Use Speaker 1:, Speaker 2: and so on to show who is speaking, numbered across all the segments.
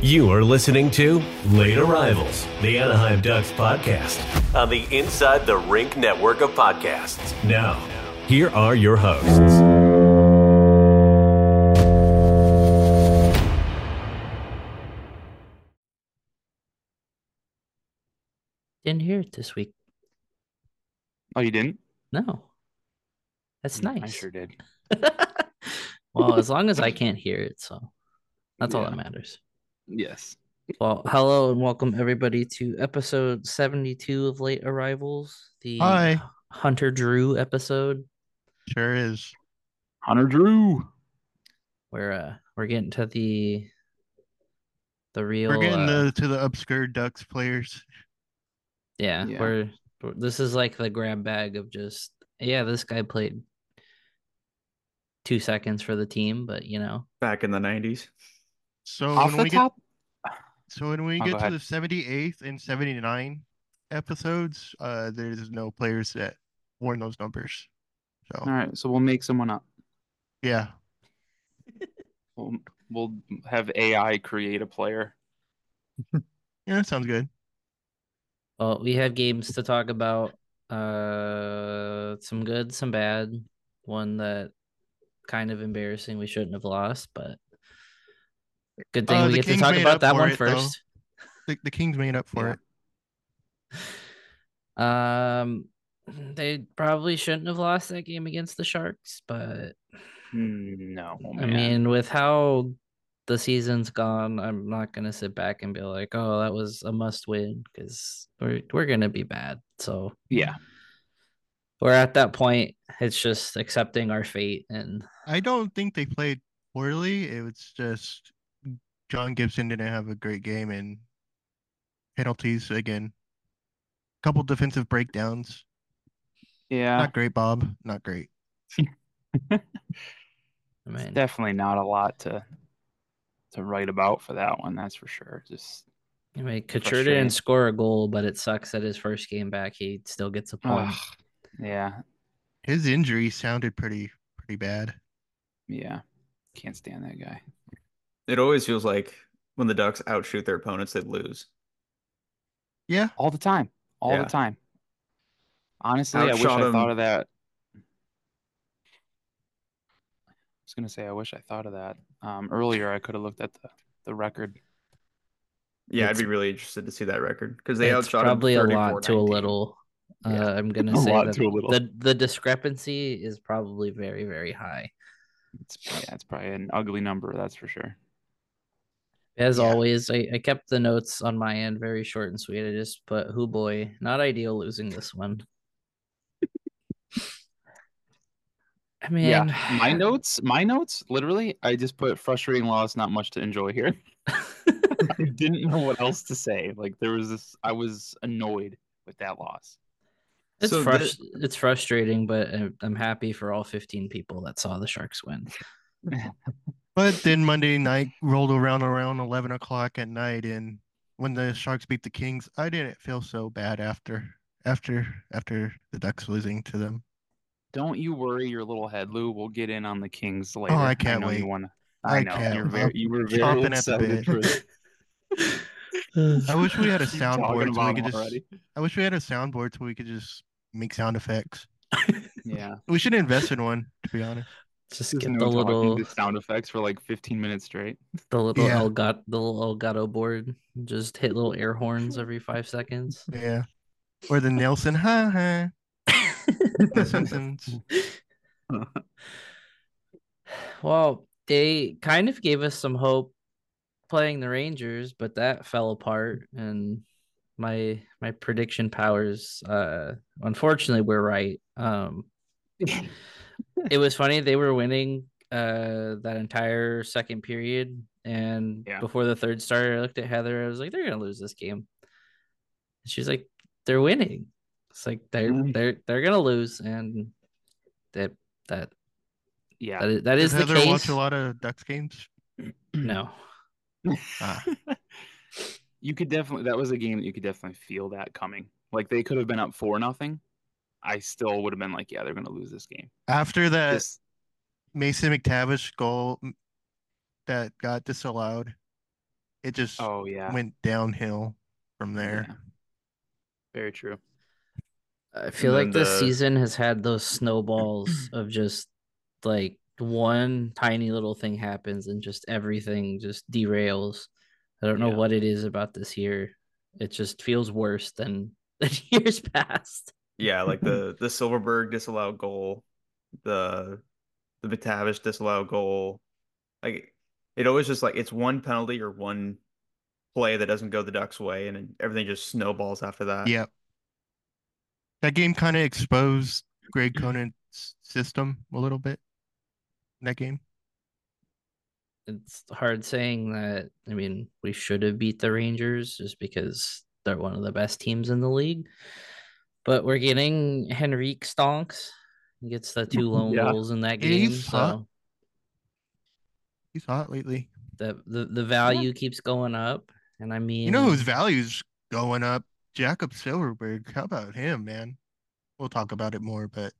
Speaker 1: You are listening to Late Arrivals, the Anaheim Ducks podcast on the Inside the Rink network of podcasts. Now, here are your hosts.
Speaker 2: Didn't hear it this week.
Speaker 3: Oh, you didn't?
Speaker 2: No. That's
Speaker 3: Mm,
Speaker 2: nice.
Speaker 3: I sure did.
Speaker 2: well, as long as I can't hear it, so that's all
Speaker 3: Yeah.
Speaker 2: that matters.
Speaker 3: Yes.
Speaker 2: Well, hello and welcome everybody to episode 72 of Late Arrivals, the
Speaker 4: Hi.
Speaker 2: Hunter Drew episode
Speaker 4: Sure is.
Speaker 3: Hunter Drew.
Speaker 2: where uh we're getting to the the real
Speaker 4: We're getting
Speaker 2: uh,
Speaker 4: to, to the obscure Ducks players.
Speaker 2: yeah,
Speaker 3: Yeah.
Speaker 2: we're we're- this is like the grab bag of just yeah, this guy played 2 seconds for the team, but you know,
Speaker 5: back in the 90s.
Speaker 4: So
Speaker 3: Off
Speaker 4: Oh, when
Speaker 3: the
Speaker 4: we
Speaker 3: top.
Speaker 4: get so when we
Speaker 3: Oh, go
Speaker 4: get to
Speaker 3: ahead.
Speaker 4: the seventy eighth and seventy nine episodes, uh, there's no players that worn those numbers. So
Speaker 3: All right. So we'll make someone up.
Speaker 4: yeah,
Speaker 3: We'll, we'll have AI create a player.
Speaker 4: yeah, that sounds good.
Speaker 2: Well, we have games to talk about. Uh, some good, some bad. One that kind of embarrassing. We shouldn't have lost, but good thing
Speaker 4: Uh,
Speaker 2: we
Speaker 4: the
Speaker 2: get to
Speaker 4: Kings
Speaker 2: talk
Speaker 4: made
Speaker 2: about
Speaker 4: up
Speaker 2: that
Speaker 4: for
Speaker 2: one
Speaker 4: it, though.
Speaker 2: first.
Speaker 4: The, the Kings made up for
Speaker 3: Yeah.
Speaker 4: it.
Speaker 2: Um, they probably shouldn't have lost that game against the Sharks, but
Speaker 3: Hmm, No.
Speaker 4: Oh,
Speaker 2: I
Speaker 3: man.
Speaker 2: mean, with how the season's gone, I'm not gonna sit back and be like, "Oh, that was a must win," because we're we're gonna be bad. So
Speaker 3: yeah.
Speaker 2: we're at that point. It's just accepting our fate and
Speaker 4: I don't think they played poorly. It was just John Gibson didn't have a great game and penalties again. Couple defensive breakdowns.
Speaker 3: Yeah.
Speaker 4: Not great, Bob. Not great.
Speaker 2: I
Speaker 3: It's
Speaker 2: mean,
Speaker 3: Definitely not a lot to to write about for that one. That's for sure. Just
Speaker 2: I mean, Couture
Speaker 3: frustrating.
Speaker 2: didn't score a goal, but it sucks that his first game back, he still gets a point.
Speaker 3: ugh. um, yeah.
Speaker 4: His injury sounded pretty pretty bad.
Speaker 3: Yeah. Can't stand that guy.
Speaker 5: It always feels like when the Ducks outshoot their opponents, they lose.
Speaker 4: Yeah,
Speaker 3: All the time. All
Speaker 5: Yeah.
Speaker 3: the time. Honestly, I wish
Speaker 5: Outshot
Speaker 3: I
Speaker 5: him.
Speaker 3: thought of that. I was gonna say I wish I thought of that. Um, earlier I could have looked at the, the record.
Speaker 5: Yeah,
Speaker 2: It's-
Speaker 5: I'd be really interested to see that record because they
Speaker 2: it's
Speaker 5: outshot
Speaker 2: probably a
Speaker 5: him
Speaker 2: lot to a
Speaker 5: 34-19.
Speaker 2: little.
Speaker 5: Yeah.
Speaker 2: Uh, I'm gonna
Speaker 3: A
Speaker 2: say
Speaker 3: lot
Speaker 2: that
Speaker 3: to a little.
Speaker 2: the the discrepancy is probably very very high.
Speaker 3: It's yeah, it's probably an ugly number, that's for sure.
Speaker 2: As
Speaker 4: Yeah.
Speaker 2: always, I, I kept the notes on my end very short and sweet. I just put, "Who boy, not ideal losing this one." I mean,
Speaker 3: Yeah. My notes, my notes, literally, I just put frustrating loss, not much to enjoy here. I didn't know what else to say. Like there was this I was annoyed with that loss.
Speaker 2: It's
Speaker 5: So
Speaker 2: frus- it's frustrating, but I'm- I'm happy for all 15 people that saw the Sharks win.
Speaker 4: but then Monday night rolled around around eleven o'clock at night, and when the Sharks beat the Kings, I didn't feel so bad after after after the Ducks losing to them.
Speaker 3: Don't you worry your little head, Lou. We'll get in on the Kings later.
Speaker 4: Oh, can't
Speaker 3: know You
Speaker 4: wait.
Speaker 3: wanna, I,
Speaker 4: I
Speaker 3: know.
Speaker 4: can't.
Speaker 3: You're very,
Speaker 4: I'm
Speaker 3: you were very
Speaker 4: chomping at the
Speaker 3: excited
Speaker 4: bit.
Speaker 3: for it.
Speaker 4: I wish we had a
Speaker 3: Keep talking
Speaker 4: soundboard so we
Speaker 3: about them
Speaker 4: could just
Speaker 3: already.
Speaker 4: I wish we had a soundboard so we could just make sound effects.
Speaker 3: Yeah.
Speaker 4: We should invest in one, to be honest.
Speaker 2: Just
Speaker 3: Just
Speaker 2: get
Speaker 3: no
Speaker 2: the
Speaker 3: talking,
Speaker 2: little,
Speaker 3: just sound effects for like 15 minutes straight.
Speaker 2: the little
Speaker 4: Yeah.
Speaker 2: Elgato, the little Elgato board. Just hit little air horns every five seconds.
Speaker 4: Yeah. Or the Nelson, ha ha. The Simpsons.
Speaker 2: Well, they kind of gave us some hope playing the Rangers, but that fell apart and my my prediction powers uh unfortunately were right. Um it was funny they were winning uh that entire second period and
Speaker 3: Yeah.
Speaker 2: before the third started I looked at Heather I was like they're going to lose this game. And she's like they're winning. It's like they're
Speaker 3: Mm.
Speaker 2: they're they're going to lose and that that
Speaker 3: Yeah.
Speaker 2: that is, that is
Speaker 4: Does
Speaker 2: the
Speaker 4: Heather
Speaker 2: case.
Speaker 4: watch a lot of Ducks games?
Speaker 2: No.
Speaker 4: Ah.
Speaker 3: you could definitely, that was a game that you could definitely feel that coming. Like they could have been up 4 nothing. I still would have been like, yeah, they're going to lose this game.
Speaker 4: After that
Speaker 3: Just,
Speaker 4: Mason McTavish goal m- that got disallowed. It just
Speaker 3: Oh yeah,
Speaker 4: went downhill from there.
Speaker 3: Yeah. very true.
Speaker 2: I feel like
Speaker 5: And then
Speaker 2: this
Speaker 5: the-
Speaker 2: season has had those snowballs of just like one tiny little thing happens and just everything just derails. I don't know
Speaker 3: Yeah.
Speaker 2: what it is about this year. It just feels worse than than years past.
Speaker 5: Yeah, like the the Silverberg disallowed goal, the the Batavish disallowed goal. Like it always just like it's one penalty or one play that doesn't go the Ducks' way, and then everything just snowballs after that.
Speaker 4: Uh, Yep. That game kind of exposed Greg Conant's system a little bit. in That game.
Speaker 2: It's hard saying that. I mean, we should have beat the Rangers just because they're one of the best teams in the league. But we're getting Henrique Stonks. He gets the two lone
Speaker 3: Yeah.
Speaker 2: goals in that
Speaker 4: Yeah, he
Speaker 2: game.
Speaker 4: sucked.
Speaker 2: So
Speaker 4: He's hot lately.
Speaker 2: the the, the value keeps going up and i mean
Speaker 4: You know whose value's going up? Jacob Silverberg. How about him, man? We'll talk about it more, but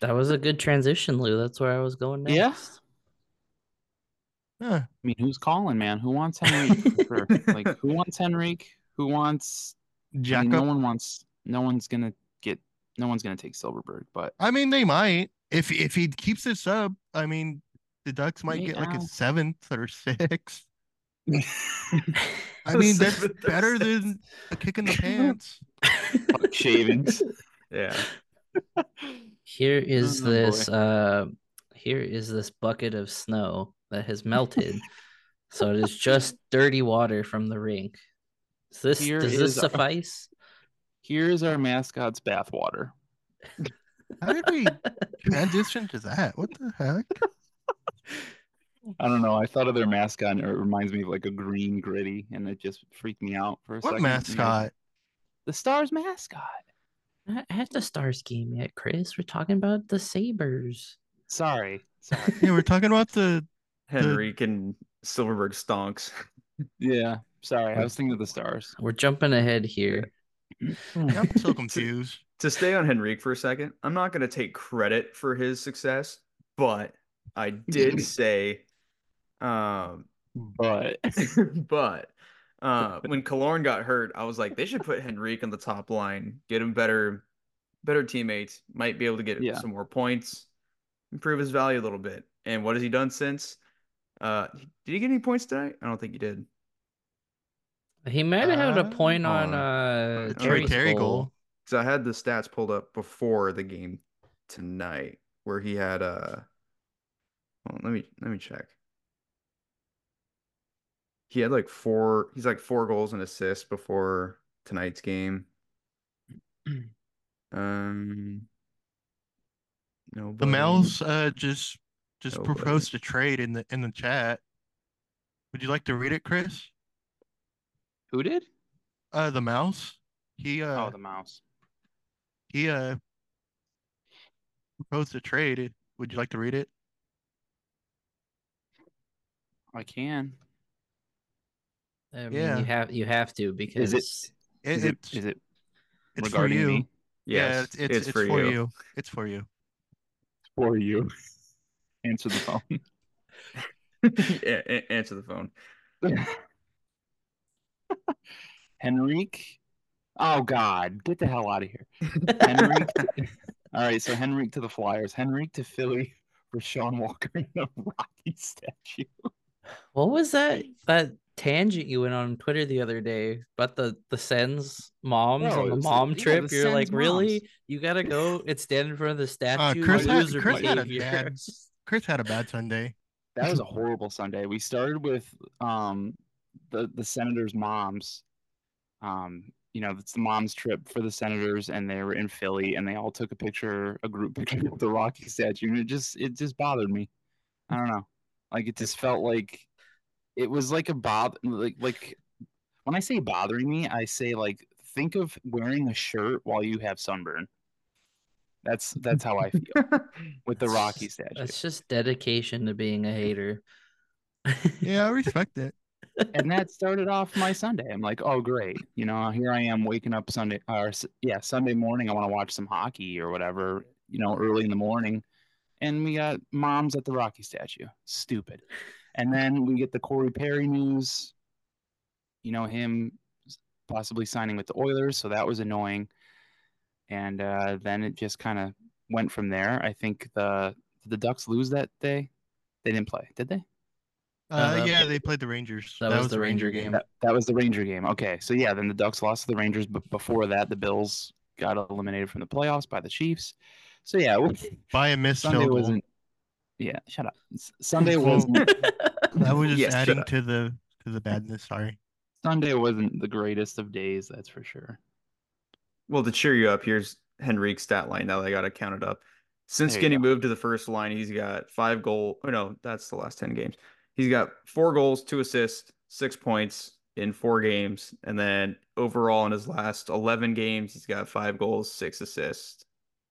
Speaker 2: that was a good transition lou that's where i was going next
Speaker 3: Yeah.
Speaker 4: huh,
Speaker 3: I mean, who's calling, man? Who wants Henrique? for- like, who wants Henrique? Who wants? I mean,
Speaker 4: Jacob.
Speaker 3: no one wants. No one's gonna get. No one's gonna take Silverberg, but
Speaker 4: I mean, they might if if he keeps this up. I mean, the Ducks might
Speaker 3: Right
Speaker 4: get like a
Speaker 3: now.
Speaker 4: seventh or sixth. I mean, that's
Speaker 5: Seventh or
Speaker 4: better
Speaker 5: sixth.
Speaker 4: than a kick in the pants.
Speaker 3: Fuck shavings.
Speaker 5: Yeah.
Speaker 2: here is
Speaker 3: Oh, boy.
Speaker 2: this uh here is this bucket of snow that has melted so it is just dirty water from the rink is this
Speaker 3: Here
Speaker 2: does this
Speaker 3: is our-
Speaker 2: suffice
Speaker 3: Here's our mascot's bathwater.
Speaker 4: How did we transition to that? What the heck?
Speaker 3: I don't know. I thought of their mascot, and it reminds me of like a green gritty, and it just freaked me out for a
Speaker 4: What
Speaker 3: second. and I was-
Speaker 4: mascot?
Speaker 3: The Stars mascot.
Speaker 2: not at the stars game yet chris we're talking about the sabres
Speaker 3: Sorry, sorry.
Speaker 4: Yeah, we're talking about the
Speaker 5: Henrique and Silverberg stonks.
Speaker 3: Yeah, sorry. I was thinking of the Stars.
Speaker 2: we're jumping ahead here
Speaker 4: I'm so confused.
Speaker 5: To stay on Henrique for a second, I'm not going to take credit for his success, but I did say, um,
Speaker 4: Hmm.
Speaker 3: But
Speaker 5: but uh, when Kalorn got hurt, I was like, they should put Henrique on the top line, get him better, better teammates, might be able to get
Speaker 3: Yeah.
Speaker 5: some more points, improve his value a little bit. And what has he done since? Uh, did he get any points tonight? I don't think he did.
Speaker 2: he might have had a
Speaker 3: Ah.
Speaker 4: Uh,
Speaker 2: point on
Speaker 5: uh,
Speaker 2: uh
Speaker 4: The
Speaker 5: Terry
Speaker 4: Terry
Speaker 2: Terry's
Speaker 4: Terry
Speaker 2: goal.
Speaker 4: goal.
Speaker 5: because I had the stats pulled up before the game tonight, where he had uh, hold on, let me let me check. He had like four. He's like four goals and assists before tonight's game. Um, no.
Speaker 4: The mouse uh, just just
Speaker 5: Oh, boy.
Speaker 4: proposed a trade in the in the chat. Would you like to read it, Chris?
Speaker 3: who did?
Speaker 4: Uh, the mouse. He uh,
Speaker 3: oh, the mouse.
Speaker 4: he uh proposed a trade. Would you like to read it?
Speaker 3: I can.
Speaker 2: I mean,
Speaker 4: Yeah.
Speaker 2: you have you have to because
Speaker 3: it-
Speaker 4: It-
Speaker 3: Is it?
Speaker 4: it's
Speaker 3: Is it
Speaker 4: it's for
Speaker 3: regarding
Speaker 4: you.
Speaker 3: me?
Speaker 4: Yeah,
Speaker 5: Yes,
Speaker 4: it's it's, it's for, you. It's for you.
Speaker 3: For you. Answer the phone.
Speaker 5: yeah, a- answer the phone.
Speaker 3: Henrique. Oh God, get the hell out of here. Henrique. All right, so Henrique to the Flyers. Henrique to Philly. Rashawn Walker in a Rocky statue.
Speaker 2: what was that that tangent you went on Twitter the other day about the the Sens moms
Speaker 3: Oh,
Speaker 2: on the
Speaker 3: it's-
Speaker 2: mom
Speaker 3: yeah, the
Speaker 2: trip? You're
Speaker 3: Sens
Speaker 2: like, really?
Speaker 3: moms.
Speaker 2: You gotta go and stand in front of the statue.
Speaker 4: Uh, Chris
Speaker 2: of
Speaker 4: had-
Speaker 2: loser
Speaker 4: Chris had a
Speaker 2: behavior."
Speaker 4: bad- Chris had a bad Sunday.
Speaker 3: That was a horrible Sunday. We started with um the the senators' moms. Um, you know, it's the mom's trip for the senators, and they were in Philly, and they all took a picture, a group picture of the Rocky statue, and it just it just bothered me. I don't know, like it just felt like it was like a bob like like when I say bothering me, I say like think of wearing a shirt while you have sunburn. That's that's how I feel with the
Speaker 2: That's
Speaker 3: Rocky
Speaker 2: just-
Speaker 3: statue.
Speaker 2: That's just dedication to being a hater.
Speaker 4: Yeah, I respect it.
Speaker 3: and that started off my Sunday. I'm like, oh great, you know, here I am waking up Sunday or s- yeah Sunday morning. I want to watch some hockey or whatever, you know, early in the morning, and we got moms at the Rocky statue. Stupid. And then we get the Corey Perry news. You know him possibly signing with the Oilers, so that was annoying. And uh, then it just kind of went from there. I think the did the Ducks lose that day. They didn't play, did they?
Speaker 4: Uh,
Speaker 2: Uh,
Speaker 4: yeah, they played the Rangers.
Speaker 2: that was the Ranger game.
Speaker 3: That, that was the Ranger game. Okay, so yeah, then the Ducks lost to the Rangers, but before that, the Bills got eliminated from the playoffs by the Chiefs. So yeah, it was-
Speaker 4: By a missed
Speaker 3: Sunday
Speaker 4: field goal.
Speaker 3: wasn't. Yeah, shut up. S- Sunday
Speaker 4: Well-
Speaker 3: wasn't.
Speaker 4: I was just
Speaker 5: Yes, shut
Speaker 3: uh,
Speaker 4: adding
Speaker 5: up.
Speaker 4: to the to the badness. Sorry.
Speaker 3: Sunday wasn't the greatest of days, that's for sure.
Speaker 5: Well, to cheer you up, here's Henrique's stat line. Now that I got to count it up. Since
Speaker 3: There you
Speaker 5: Skinny
Speaker 3: go.
Speaker 5: moved to the first line, he's got five goal. Oh no, that's the last ten games. He's got four goals, two assists, six points in four games, and then overall in his last eleven games, he's got five goals, six assists,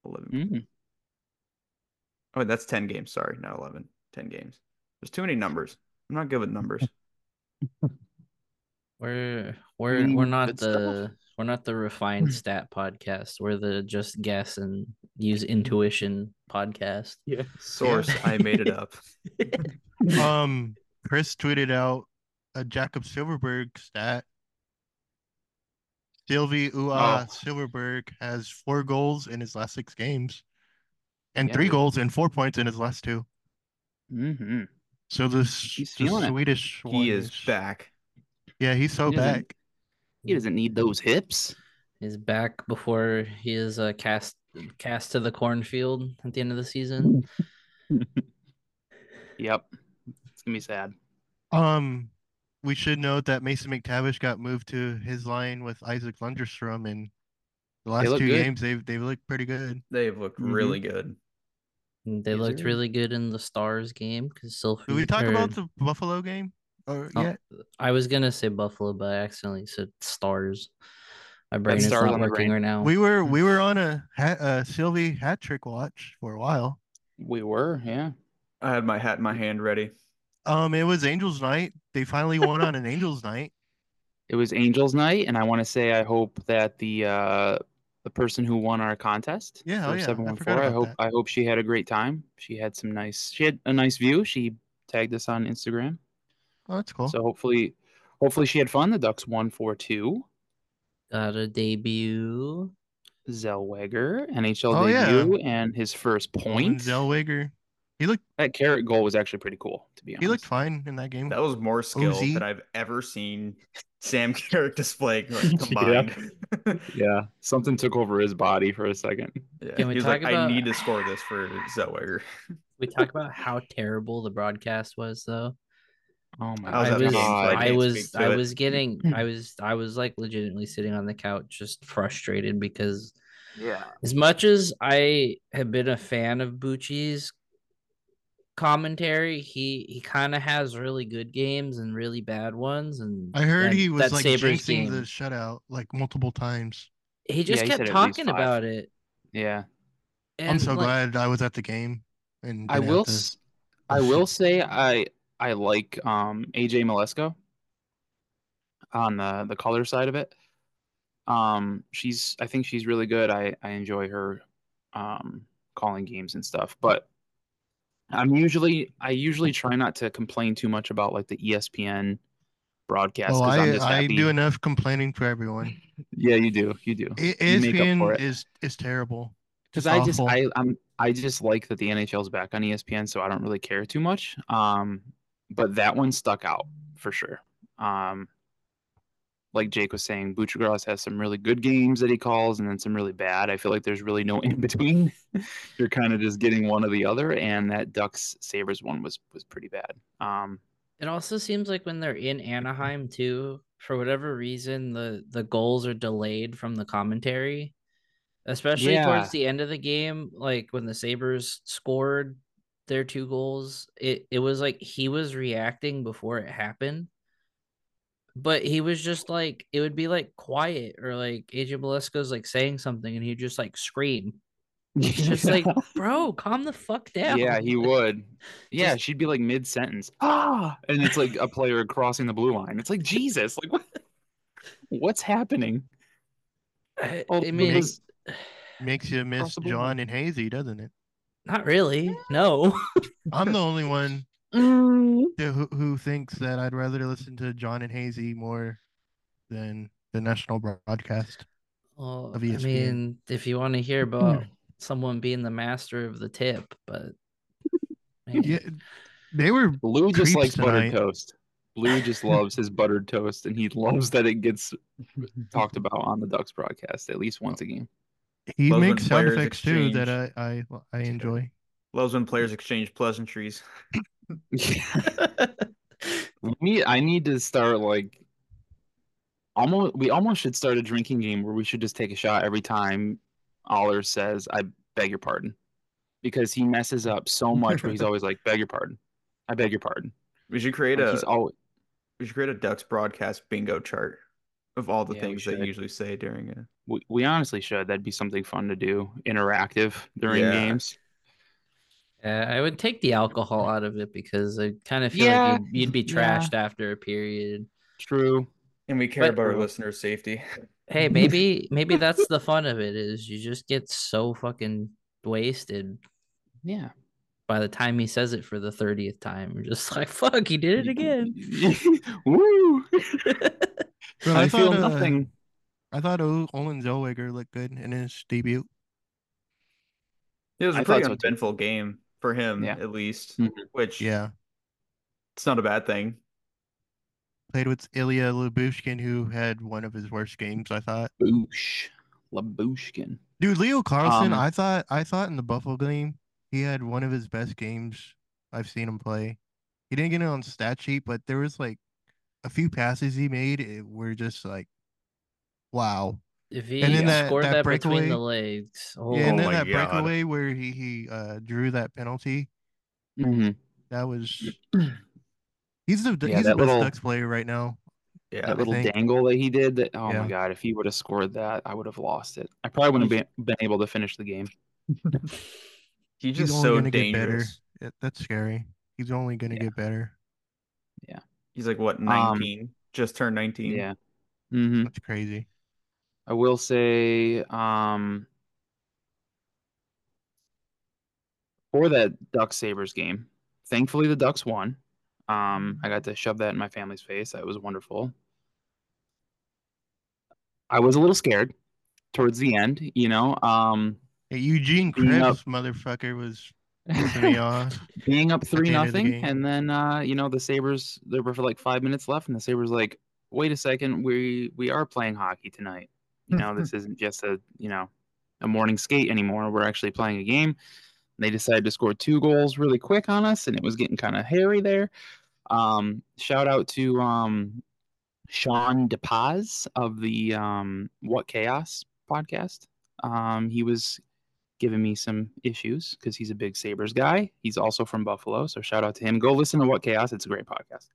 Speaker 5: eleven.
Speaker 3: Mm.
Speaker 5: Oh, that's ten games. Sorry, not eleven. Ten games. There's too many numbers. I'm not good with numbers.
Speaker 2: We're we're we're
Speaker 3: Mm,
Speaker 2: not
Speaker 3: good stuff.
Speaker 2: the we're not the refined stat podcast. We're the just guess and use intuition podcast. Yeah.
Speaker 5: Source, I made it up.
Speaker 4: Um, Chris tweeted out a Jacob Silverberg stat. Sylvie Ua
Speaker 3: Oh.
Speaker 4: Silverberg has four goals in his last six games, and
Speaker 3: Yeah,
Speaker 4: three
Speaker 3: dude.
Speaker 4: goals and four points in his last two.
Speaker 3: hmm
Speaker 4: So this
Speaker 3: He's
Speaker 4: the
Speaker 3: feeling it.
Speaker 4: Swedish one
Speaker 5: He is back.
Speaker 4: Yeah, he's so
Speaker 3: He is in-
Speaker 4: back.
Speaker 3: He doesn't need those hips.
Speaker 2: Is back before he is uh, cast cast to the cornfield at the end of the season.
Speaker 3: Yep. It's gonna be sad.
Speaker 4: Um, we should note that Mason McTavish got moved to his line with Isaac Lundstrom, and the last
Speaker 3: look
Speaker 4: two
Speaker 3: good.
Speaker 4: games they've they've looked pretty good.
Speaker 5: They've looked
Speaker 3: Mhm.
Speaker 5: really good.
Speaker 2: And They
Speaker 3: Yes,
Speaker 2: looked
Speaker 3: sir.
Speaker 2: really good in the Stars game because Sylvie.
Speaker 4: Did we talk about
Speaker 2: or-
Speaker 4: the Buffalo game? Or
Speaker 2: Oh,
Speaker 4: yeah,
Speaker 2: I was gonna say Buffalo, but I accidentally said Stars. My brain is
Speaker 3: Stars
Speaker 2: not
Speaker 3: on my
Speaker 2: working
Speaker 3: brain.
Speaker 2: right now.
Speaker 4: we were we were on a hat, uh, Sylvie hat trick watch for a while.
Speaker 3: We were, yeah.
Speaker 5: I had my hat in my hand ready.
Speaker 4: Um, it was Angels night. They finally won on an Angels night.
Speaker 3: It was Angels night, and I want to say I hope that the uh the person who won our contest
Speaker 4: Yeah, oh
Speaker 3: for
Speaker 4: yeah, I
Speaker 3: 714,
Speaker 4: forgot
Speaker 3: I
Speaker 4: about
Speaker 3: hope
Speaker 4: that.
Speaker 3: I hope she had a great time. She had some nice she had a nice view. She tagged us on Instagram.
Speaker 4: Oh, that's cool.
Speaker 3: So hopefully hopefully she had fun. The Ducks won four two.
Speaker 2: Got a Uh, debut.
Speaker 3: Zellweger, NHL
Speaker 4: Oh, yeah.
Speaker 3: debut, and his first
Speaker 4: Owen
Speaker 3: point.
Speaker 4: Zellweger, he looked
Speaker 3: That carrot goal was actually pretty cool, to be honest.
Speaker 4: he looked fine in that game.
Speaker 5: That was more skill
Speaker 4: Uzi.
Speaker 5: than I've ever seen Sam Carrick display like, combined. Yeah,
Speaker 3: Yeah, something took over his body for a second.
Speaker 2: Can we
Speaker 5: he's like,
Speaker 2: talk
Speaker 5: I
Speaker 2: about-
Speaker 5: need to score this for Zellweger.
Speaker 2: We talk about how terrible the broadcast was, though.
Speaker 3: Oh my
Speaker 5: How's
Speaker 2: I
Speaker 5: that
Speaker 2: was,
Speaker 5: possible? I
Speaker 2: I
Speaker 5: can't
Speaker 2: was,
Speaker 5: speak to
Speaker 2: I
Speaker 5: it.
Speaker 2: was getting, I was, I was like legitimately sitting on the couch, just frustrated because
Speaker 3: Yeah.
Speaker 2: as much as I have been a fan of Bucci's commentary, he he kind of has really good games and really bad ones, and
Speaker 4: I heard
Speaker 2: that-
Speaker 4: he was
Speaker 2: that
Speaker 4: like
Speaker 2: Sabres
Speaker 4: jinxing the
Speaker 2: game.
Speaker 4: shutout like multiple times.
Speaker 2: He just
Speaker 3: Yeah, he
Speaker 2: kept
Speaker 3: said at least
Speaker 2: talking
Speaker 3: five.
Speaker 2: about it.
Speaker 3: Yeah.
Speaker 2: And
Speaker 4: I'm so
Speaker 2: like,
Speaker 4: glad I was at the game. And
Speaker 3: I
Speaker 4: didn't have
Speaker 3: will
Speaker 4: to-
Speaker 3: s- I will say I I like um AJ Malesko on the the color side of it. Um she's I think she's really good. I I enjoy her um calling games and stuff, but I'm usually I usually try not to complain too much about like the E ESPN broadcast
Speaker 4: Oh,
Speaker 3: I'm
Speaker 4: I
Speaker 3: just
Speaker 4: I
Speaker 3: happy-
Speaker 4: do enough complaining for everyone.
Speaker 3: Yeah, you do. You do.
Speaker 4: I-
Speaker 3: You make up for
Speaker 4: ESPN
Speaker 3: it.
Speaker 4: is is terrible.
Speaker 3: because
Speaker 4: Just
Speaker 3: I just
Speaker 4: awful.
Speaker 3: I I'm I just like that the NHL's back on E ESPN, so I don't really care too much. Um, but that one stuck out for sure. Um, like Jake was saying, Buchagras has some really good games that he calls, and then some really bad. I feel like there's really no in between. You're kind of just getting one or the other, and that Ducks Sabers one was was pretty bad. Um,
Speaker 2: It also seems like when they're in Anaheim too, for whatever reason, the the goals are delayed from the commentary, especially
Speaker 3: Yeah.
Speaker 2: towards the end of the game. Like when the Sabers scored their two goals, it it was like he was reacting before it happened, but he was just like it would be like quiet or like AJ Bolesko's like saying something and he'd just like scream. It's just like, bro, calm the fuck down.
Speaker 3: yeah, he would. Yeah,
Speaker 2: Just-
Speaker 3: she'd be like mid sentence, ah, and it's like a player crossing the blue line. It's like Jesus, like what? What's happening?
Speaker 2: I,
Speaker 3: Oh,
Speaker 2: I mean,
Speaker 3: because-
Speaker 4: makes you miss
Speaker 3: Possible.
Speaker 4: John and Hazy, doesn't it?
Speaker 2: not really. No.
Speaker 4: I'm the only one
Speaker 2: mm.
Speaker 4: to who, who thinks that I'd rather listen to John and Hazy more than the national broadcast.
Speaker 2: Well, I
Speaker 4: Of E ESPN.
Speaker 2: mean, if you want to hear about someone being the master of the tip, but man,
Speaker 4: Yeah, they were
Speaker 3: Blue just likes
Speaker 4: Creeps
Speaker 3: buttered
Speaker 4: tonight.
Speaker 3: toast. Blue just loves his buttered toast, and he loves that it gets talked about on the Ducks broadcast at least once a game.
Speaker 4: he
Speaker 5: Loves when
Speaker 4: makes sound
Speaker 5: players
Speaker 4: effects too that I I, I enjoy.
Speaker 5: Loves when players exchange pleasantries.
Speaker 3: We need, I need to start like almost. We almost should start a drinking game where we should just take a shot every time Aller says, "I beg your pardon," because he messes up so much. Where he's always like, "Beg your pardon," "I beg your pardon."
Speaker 5: We should create
Speaker 3: Like,
Speaker 5: a
Speaker 3: he's always
Speaker 5: we should create a Ducks broadcast bingo chart of all the
Speaker 3: Yeah, we
Speaker 5: things they
Speaker 3: should.
Speaker 5: usually say during a
Speaker 3: we, we honestly should. That'd be something fun to do, interactive during
Speaker 5: Yeah.
Speaker 3: games.
Speaker 2: yeah, I would take the alcohol out of it because I kind of feel
Speaker 3: Yeah,
Speaker 2: like you'd, you'd be
Speaker 3: yeah.
Speaker 2: trashed after a period.
Speaker 3: True.
Speaker 5: and we care
Speaker 2: But-
Speaker 5: about our listeners' safety.
Speaker 2: Hey, maybe maybe that's the fun of it is you just get so fucking wasted
Speaker 3: Yeah.
Speaker 2: by the time he says it for the thirtieth time. You're just like, fuck, he did it again.
Speaker 3: Woo!
Speaker 4: Bro,
Speaker 3: I, feel
Speaker 4: thought, uh,
Speaker 3: nothing.
Speaker 4: I thought o- Olin Zellweger looked good in his debut.
Speaker 5: It was a
Speaker 3: I
Speaker 5: pretty
Speaker 3: thought so, too.
Speaker 5: uneventful game for him,
Speaker 3: Yeah.
Speaker 5: at least,
Speaker 3: Mhm.
Speaker 5: which
Speaker 4: Yeah,
Speaker 5: it's not a bad thing.
Speaker 4: played with Ilya Lubushkin, who had one of his worst games. I thought,
Speaker 3: Boosh. Labushkin.
Speaker 4: dude, Leo Carlson.
Speaker 3: Um,
Speaker 4: I thought I thought in the Buffalo game he had one of his best games I've seen him play. He didn't get it on stat sheet, but there was like a few passes he made it, were just like, wow.
Speaker 2: If he
Speaker 4: And then that-
Speaker 2: scored that,
Speaker 4: that
Speaker 2: between the
Speaker 4: breakaway-
Speaker 2: legs, oh,
Speaker 4: yeah, and
Speaker 5: Oh
Speaker 4: then
Speaker 5: my
Speaker 4: that
Speaker 5: God.
Speaker 4: breakaway where he he uh, drew that penalty.
Speaker 3: Mhm.
Speaker 4: That was he's the
Speaker 3: Yeah,
Speaker 4: he's
Speaker 3: that
Speaker 4: the best
Speaker 3: little-
Speaker 4: Ducks player right now.
Speaker 5: Yeah.
Speaker 3: That little
Speaker 4: think-
Speaker 3: dangle that he did. That oh my
Speaker 4: Yeah.
Speaker 3: god! If he would have scored that, I would have lost it. I probably wouldn't have been, been able to finish the game.
Speaker 5: He's
Speaker 4: He's
Speaker 5: just
Speaker 4: only
Speaker 5: so
Speaker 4: gonna get better.
Speaker 5: dangerous. Mm-hmm.
Speaker 4: Yeah, that's scary. He's only gonna
Speaker 3: Yeah.
Speaker 4: get better.
Speaker 5: He's like what, nineteen? just turned nineteen.
Speaker 3: Um, Yeah. hmm
Speaker 4: That's crazy.
Speaker 3: I will say, um, for that Ducks Sabers game, thankfully the Ducks won. Um, I got to shove that in my family's face. That was wonderful. I was a little scared towards the end, you know. Um,
Speaker 4: Hey, Eugene
Speaker 3: Clean up.
Speaker 4: Krebs, motherfucker, was pissing me off.
Speaker 3: being up three
Speaker 4: the end of the
Speaker 3: nothing,
Speaker 4: game.
Speaker 3: and then uh, you know the Sabers there were for like five minutes left, and the Sabers like, wait a second, we we are playing hockey tonight. You know this isn't just a you know a morning skate anymore. We're actually playing a game. And they decided to score two goals really quick on us, and it was getting kind of hairy there. Um, shout out to um, Sean DePaz of the um, What Chaos podcast. Um, he was giving me some issues because he's a big Sabres guy. He's also from Buffalo, so shout out to him. Go listen to What Chaos; it's a great podcast.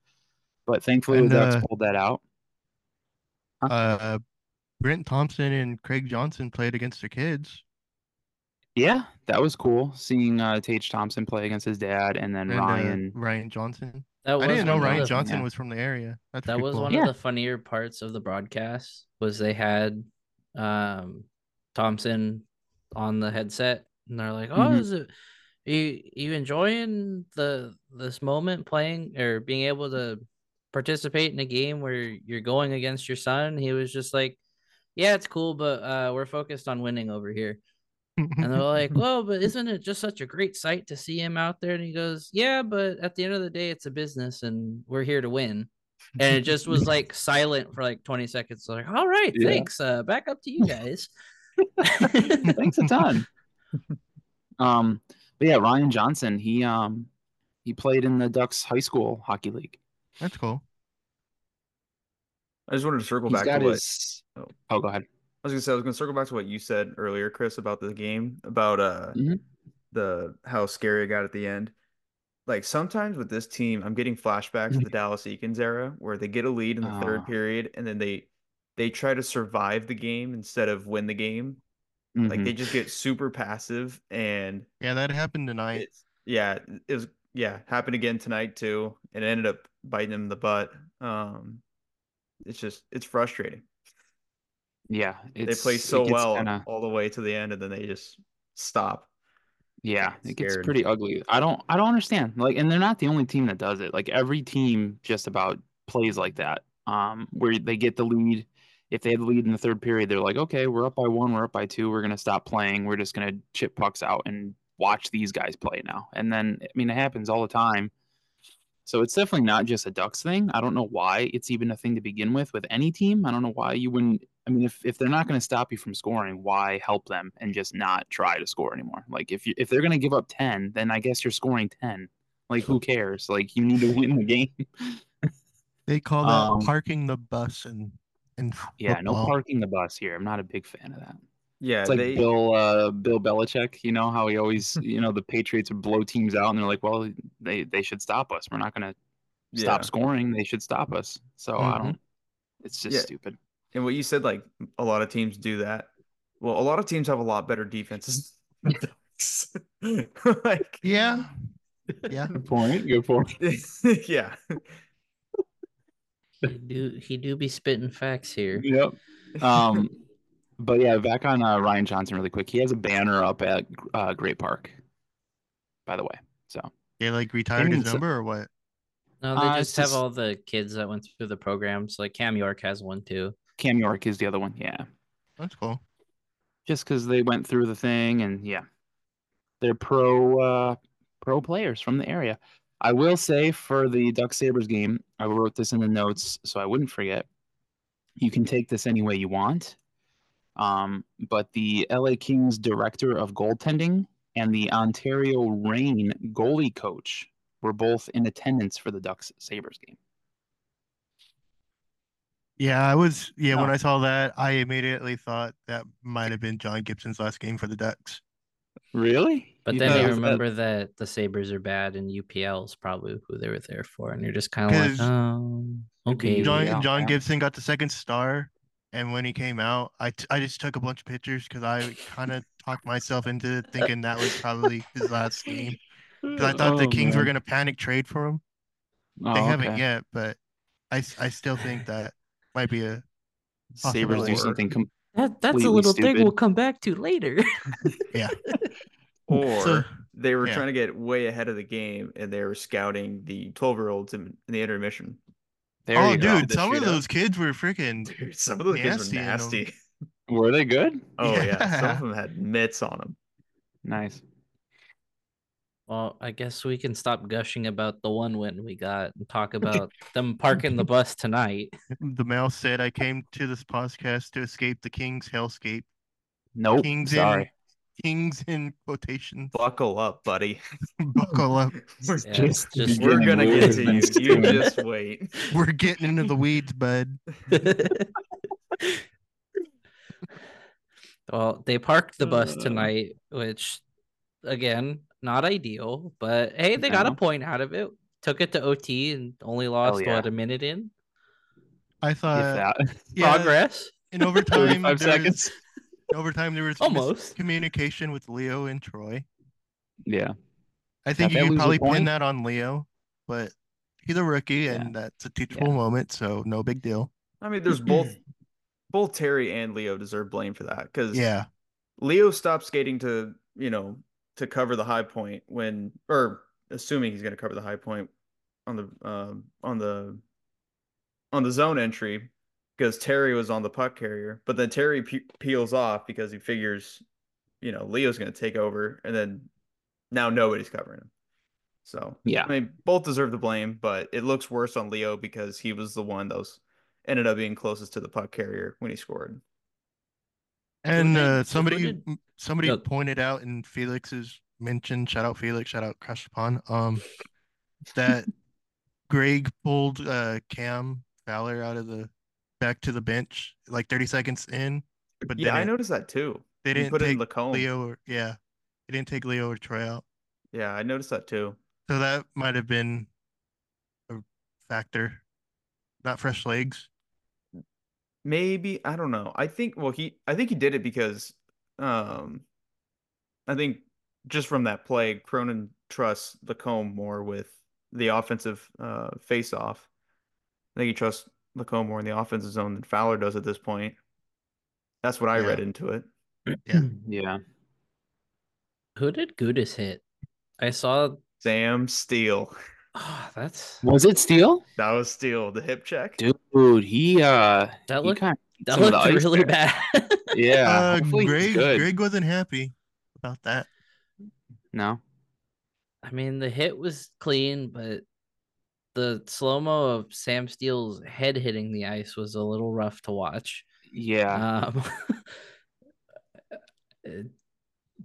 Speaker 3: But thankfully,
Speaker 4: And,
Speaker 3: the Ducks
Speaker 4: uh,
Speaker 3: pulled that out.
Speaker 4: Uh, Brent Thompson and Craig Johnson played against their kids.
Speaker 3: Yeah, that was cool seeing uh, Tage Thompson play against his dad, and then
Speaker 4: And, uh,
Speaker 3: Ryan.
Speaker 4: Ryan Johnson.
Speaker 2: that was
Speaker 4: I didn't know
Speaker 2: one of
Speaker 4: Ryan
Speaker 2: the-
Speaker 4: Johnson
Speaker 3: yeah.
Speaker 4: was from the area. That's
Speaker 2: that
Speaker 4: pretty
Speaker 2: was
Speaker 4: cool.
Speaker 2: one
Speaker 3: Yeah.
Speaker 2: of the funnier parts of the broadcast was they had um Thompson on the headset and they're like, "Oh,
Speaker 3: Mhm.
Speaker 2: is it you you enjoying the this moment playing or being able to participate in a game where you're going against your son?" He was just like, "Yeah, it's cool, but uh we're focused on winning over here." And they're like, "Well, but isn't it just such a great sight to see him out there?" And he goes, "Yeah, but at the end of the day, it's a business, and we're here to win." And it just was like silent for like twenty seconds. So like, all right,
Speaker 3: Yeah.
Speaker 2: thanks. Uh, back up to you guys.
Speaker 3: Thanks a ton. um, but yeah, Ryan Johnson. He um, he played in the Ducks high school hockey league.
Speaker 4: That's cool.
Speaker 5: I just wanted to circle
Speaker 3: He's
Speaker 5: back
Speaker 3: got
Speaker 5: to what
Speaker 3: his.
Speaker 5: Oh.
Speaker 3: Oh, go ahead.
Speaker 5: I was gonna say I was gonna circle back to what you said earlier, Chris, about the game, about uh
Speaker 3: Mhm.
Speaker 5: the how scary it got at the end. Like sometimes with this team, I'm getting flashbacks of the Dallas Eakins era where they get a lead in the
Speaker 3: Ah.
Speaker 5: third period and then they they try to survive the game instead of win the game. Like
Speaker 3: Mhm.
Speaker 5: they just get super passive and
Speaker 4: Yeah, that happened tonight.
Speaker 5: it's yeah, it was yeah, happened again tonight too, and it ended up biting them in the butt. Um it's just it's frustrating.
Speaker 3: Yeah,
Speaker 5: they play
Speaker 3: it's- it
Speaker 5: so
Speaker 3: gets
Speaker 5: well
Speaker 3: kinda-
Speaker 5: all the way to the end and then they just stop.
Speaker 3: Yeah, it gets
Speaker 5: Scared.
Speaker 3: pretty ugly. I don't I don't understand. Like and they're not the only team that does it. Like every team just about plays like that. Um where they get the lead. If they had the lead in the third period, they're like, "Okay, we're up by 1, we're up by 2, we're going to stop playing. We're just going to chip pucks out and watch these guys play now." And then I mean, it happens all the time. So it's definitely not just a Ducks thing. I don't know why it's even a thing to begin with with any team. I don't know why you wouldn't. I mean, if, if they're not going to stop you from scoring, why help them and just not try to score anymore? Like if you if they're going to give up ten, then I guess you're scoring ten. Like who cares? Like you need to win the game.
Speaker 4: They call that
Speaker 3: Um,
Speaker 4: parking the bus and and
Speaker 3: yeah, no parking the bus here. I'm not a big fan of that.
Speaker 5: Yeah,
Speaker 3: It's like
Speaker 5: they
Speaker 3: Bill uh, Bill Belichick. You know how he always you know the Patriots would blow teams out and they're like, well, they they should stop us. We're not going to
Speaker 5: yeah.
Speaker 3: stop scoring, they should stop us. So I
Speaker 4: Mhm.
Speaker 3: don't. It's just
Speaker 5: Yeah.
Speaker 3: stupid.
Speaker 5: And what you said, like a lot of teams do that. Well, a lot of teams have a lot better defenses. than the Ducks. like,
Speaker 4: Yeah, yeah.
Speaker 3: Good point. Good point.
Speaker 5: yeah,
Speaker 2: He do he do be spitting facts here.
Speaker 3: Yep. Um, but yeah, back on uh, Ryan Johnson really quick. He has a banner up at uh, Great Park, by the way. So
Speaker 4: They like retired his
Speaker 3: it's-
Speaker 4: number or what?
Speaker 2: No, they
Speaker 3: Uh,
Speaker 2: just
Speaker 3: it's
Speaker 2: have
Speaker 3: just-
Speaker 2: all the kids that went through the programs. Like Cam York has one too.
Speaker 3: Cam York is the other one. Yeah,
Speaker 4: That's cool.
Speaker 3: just because they went through the thing and yeah, they're pro uh, pro players from the area. I will say for the Duck Sabers game, I wrote this in the notes so I wouldn't forget. You can take this any way you want, um, but the LA Kings director of goaltending and the Ontario Reign goalie coach were both in attendance for the Ducks Sabers game.
Speaker 4: Yeah, I was. Yeah, when
Speaker 3: Oh.
Speaker 4: I saw that, I immediately thought that might have been John Gibson's last game for the Ducks.
Speaker 3: Really?
Speaker 2: But
Speaker 3: You
Speaker 2: then
Speaker 3: thought
Speaker 2: you
Speaker 3: it was that-
Speaker 2: remember that... the Sabres are bad and UPL is probably who they were there for. And you're just kind of
Speaker 4: 'Cause
Speaker 2: like, oh, okay.
Speaker 4: John
Speaker 3: yeah,
Speaker 4: John
Speaker 3: yeah.
Speaker 4: Gibson got the second star, and when he came out, I t- I just took a bunch of pictures because I kind of talked myself into thinking that was probably his last game. 'Cause I thought the
Speaker 3: Oh,
Speaker 4: Kings were
Speaker 3: man.
Speaker 4: gonna panic trade for him.
Speaker 3: Oh,
Speaker 4: They haven't
Speaker 3: okay.
Speaker 4: yet, but I s- I still think that might be a
Speaker 3: Sabres do
Speaker 4: possible.
Speaker 3: something com-
Speaker 2: That, that's a
Speaker 3: completely
Speaker 2: little thing
Speaker 3: stupid.
Speaker 2: we'll come back to later.
Speaker 5: or
Speaker 4: So-
Speaker 5: they were
Speaker 4: yeah.
Speaker 5: trying to get way ahead of the game, and they were scouting the twelve-year-olds in, in the intermission.
Speaker 3: There
Speaker 4: oh,
Speaker 3: you go.
Speaker 4: dude,
Speaker 5: The
Speaker 4: some of
Speaker 5: shootout.
Speaker 4: those kids were freaking.
Speaker 5: Dude, some of those kids were
Speaker 4: Nasty, you know.
Speaker 5: nasty.
Speaker 3: Were they good?
Speaker 5: Oh yeah. some
Speaker 4: Yeah.
Speaker 5: of them had mitts on them.
Speaker 3: Nice.
Speaker 2: well, I guess we can stop gushing about the one win we got and talk about them parking the bus tonight.
Speaker 4: The mouse said, "I came to this podcast to escape the Kings' hellscape."
Speaker 3: Nope.
Speaker 4: Kings
Speaker 3: sorry.
Speaker 4: in Kings in quotations.
Speaker 5: Buckle up, buddy.
Speaker 4: Buckle up.
Speaker 5: We're,
Speaker 2: Yeah,
Speaker 5: just-
Speaker 2: it's just
Speaker 5: we're
Speaker 3: getting
Speaker 5: gonna
Speaker 3: weird
Speaker 5: get to you.
Speaker 3: things
Speaker 5: You
Speaker 3: doing.
Speaker 5: just wait.
Speaker 4: We're getting into the weeds, bud.
Speaker 2: well, they parked the bus
Speaker 3: Uh.
Speaker 2: tonight, which again, not ideal, but hey, they got a
Speaker 3: No.
Speaker 2: point out of it. Took it to OT and only lost
Speaker 3: yeah.
Speaker 2: what a minute in
Speaker 4: I
Speaker 3: If
Speaker 4: thought
Speaker 3: that.
Speaker 4: yeah,
Speaker 2: progress.
Speaker 4: in overtime.
Speaker 3: 35
Speaker 4: there was,
Speaker 3: seconds.
Speaker 4: in overtime, there was
Speaker 2: Almost.
Speaker 4: communication with Leo and Troy.
Speaker 3: Yeah.
Speaker 4: I think
Speaker 3: that
Speaker 4: you
Speaker 3: was
Speaker 4: could
Speaker 3: the
Speaker 4: probably pin
Speaker 3: point.
Speaker 4: that on Leo, but he's a rookie, and that's a teachable moment, so no big deal.
Speaker 5: I mean, there's both both Terry and Leo deserve blame for that because
Speaker 4: Yeah,
Speaker 5: Leo stopped skating to you know to cover the high point when or assuming he's going to cover the high point on the um, on the on the zone entry because Terry was on the puck carrier, but then Terry pe- peels off because he figures you know Leo's going to take over, and then now nobody's covering him. So
Speaker 3: Yeah.
Speaker 5: I mean, both deserve the blame, but it looks worse on Leo because he was the one that was ended up being closest to the puck carrier when he scored.
Speaker 4: and
Speaker 2: they-
Speaker 4: uh,
Speaker 2: who
Speaker 4: somebody
Speaker 2: did-
Speaker 4: somebody
Speaker 2: No.
Speaker 4: pointed out in Felix's mention. Shout out Felix. Shout out Crash Upon. Um, that Greg pulled uh Cam Fowler out of the back to the bench like 30 seconds in, but
Speaker 5: yeah, I
Speaker 4: didn't-
Speaker 5: noticed that too.
Speaker 4: they
Speaker 5: He
Speaker 4: didn't
Speaker 5: put
Speaker 4: take
Speaker 5: in Lacombe.
Speaker 4: Leo or yeah, they didn't take Leo or Troy out.
Speaker 5: Yeah, I noticed that too.
Speaker 4: So that might have been a factor. Not fresh legs.
Speaker 5: Maybe I don't know. I think well he I think he did it because um I think just from that play, Cronin trusts Lacombe more with the offensive uh face off. I think he trusts Lacombe more in the offensive zone than Fowler does at this point. That's what I
Speaker 4: Yeah.
Speaker 5: read into it.
Speaker 4: Yeah.
Speaker 3: Yeah.
Speaker 2: Who did Gudis hit? I saw.
Speaker 5: Sam Steele.
Speaker 2: Oh, that's
Speaker 3: Was it Steele?
Speaker 5: That was Steele. The hip check.
Speaker 3: Dude, he uh
Speaker 2: that
Speaker 3: he
Speaker 2: looked
Speaker 3: kinda-
Speaker 2: that
Speaker 3: some of the
Speaker 2: looked
Speaker 3: ice
Speaker 2: really
Speaker 3: there.
Speaker 2: bad.
Speaker 3: yeah.
Speaker 4: uh,
Speaker 3: hopefully he's
Speaker 4: Greg,
Speaker 3: good.
Speaker 4: Greg wasn't happy about that.
Speaker 3: No.
Speaker 2: I mean, the hit was clean, but the slow mo of Sam Steele's head hitting the ice was a little rough to watch.
Speaker 3: Yeah.
Speaker 2: Um, it-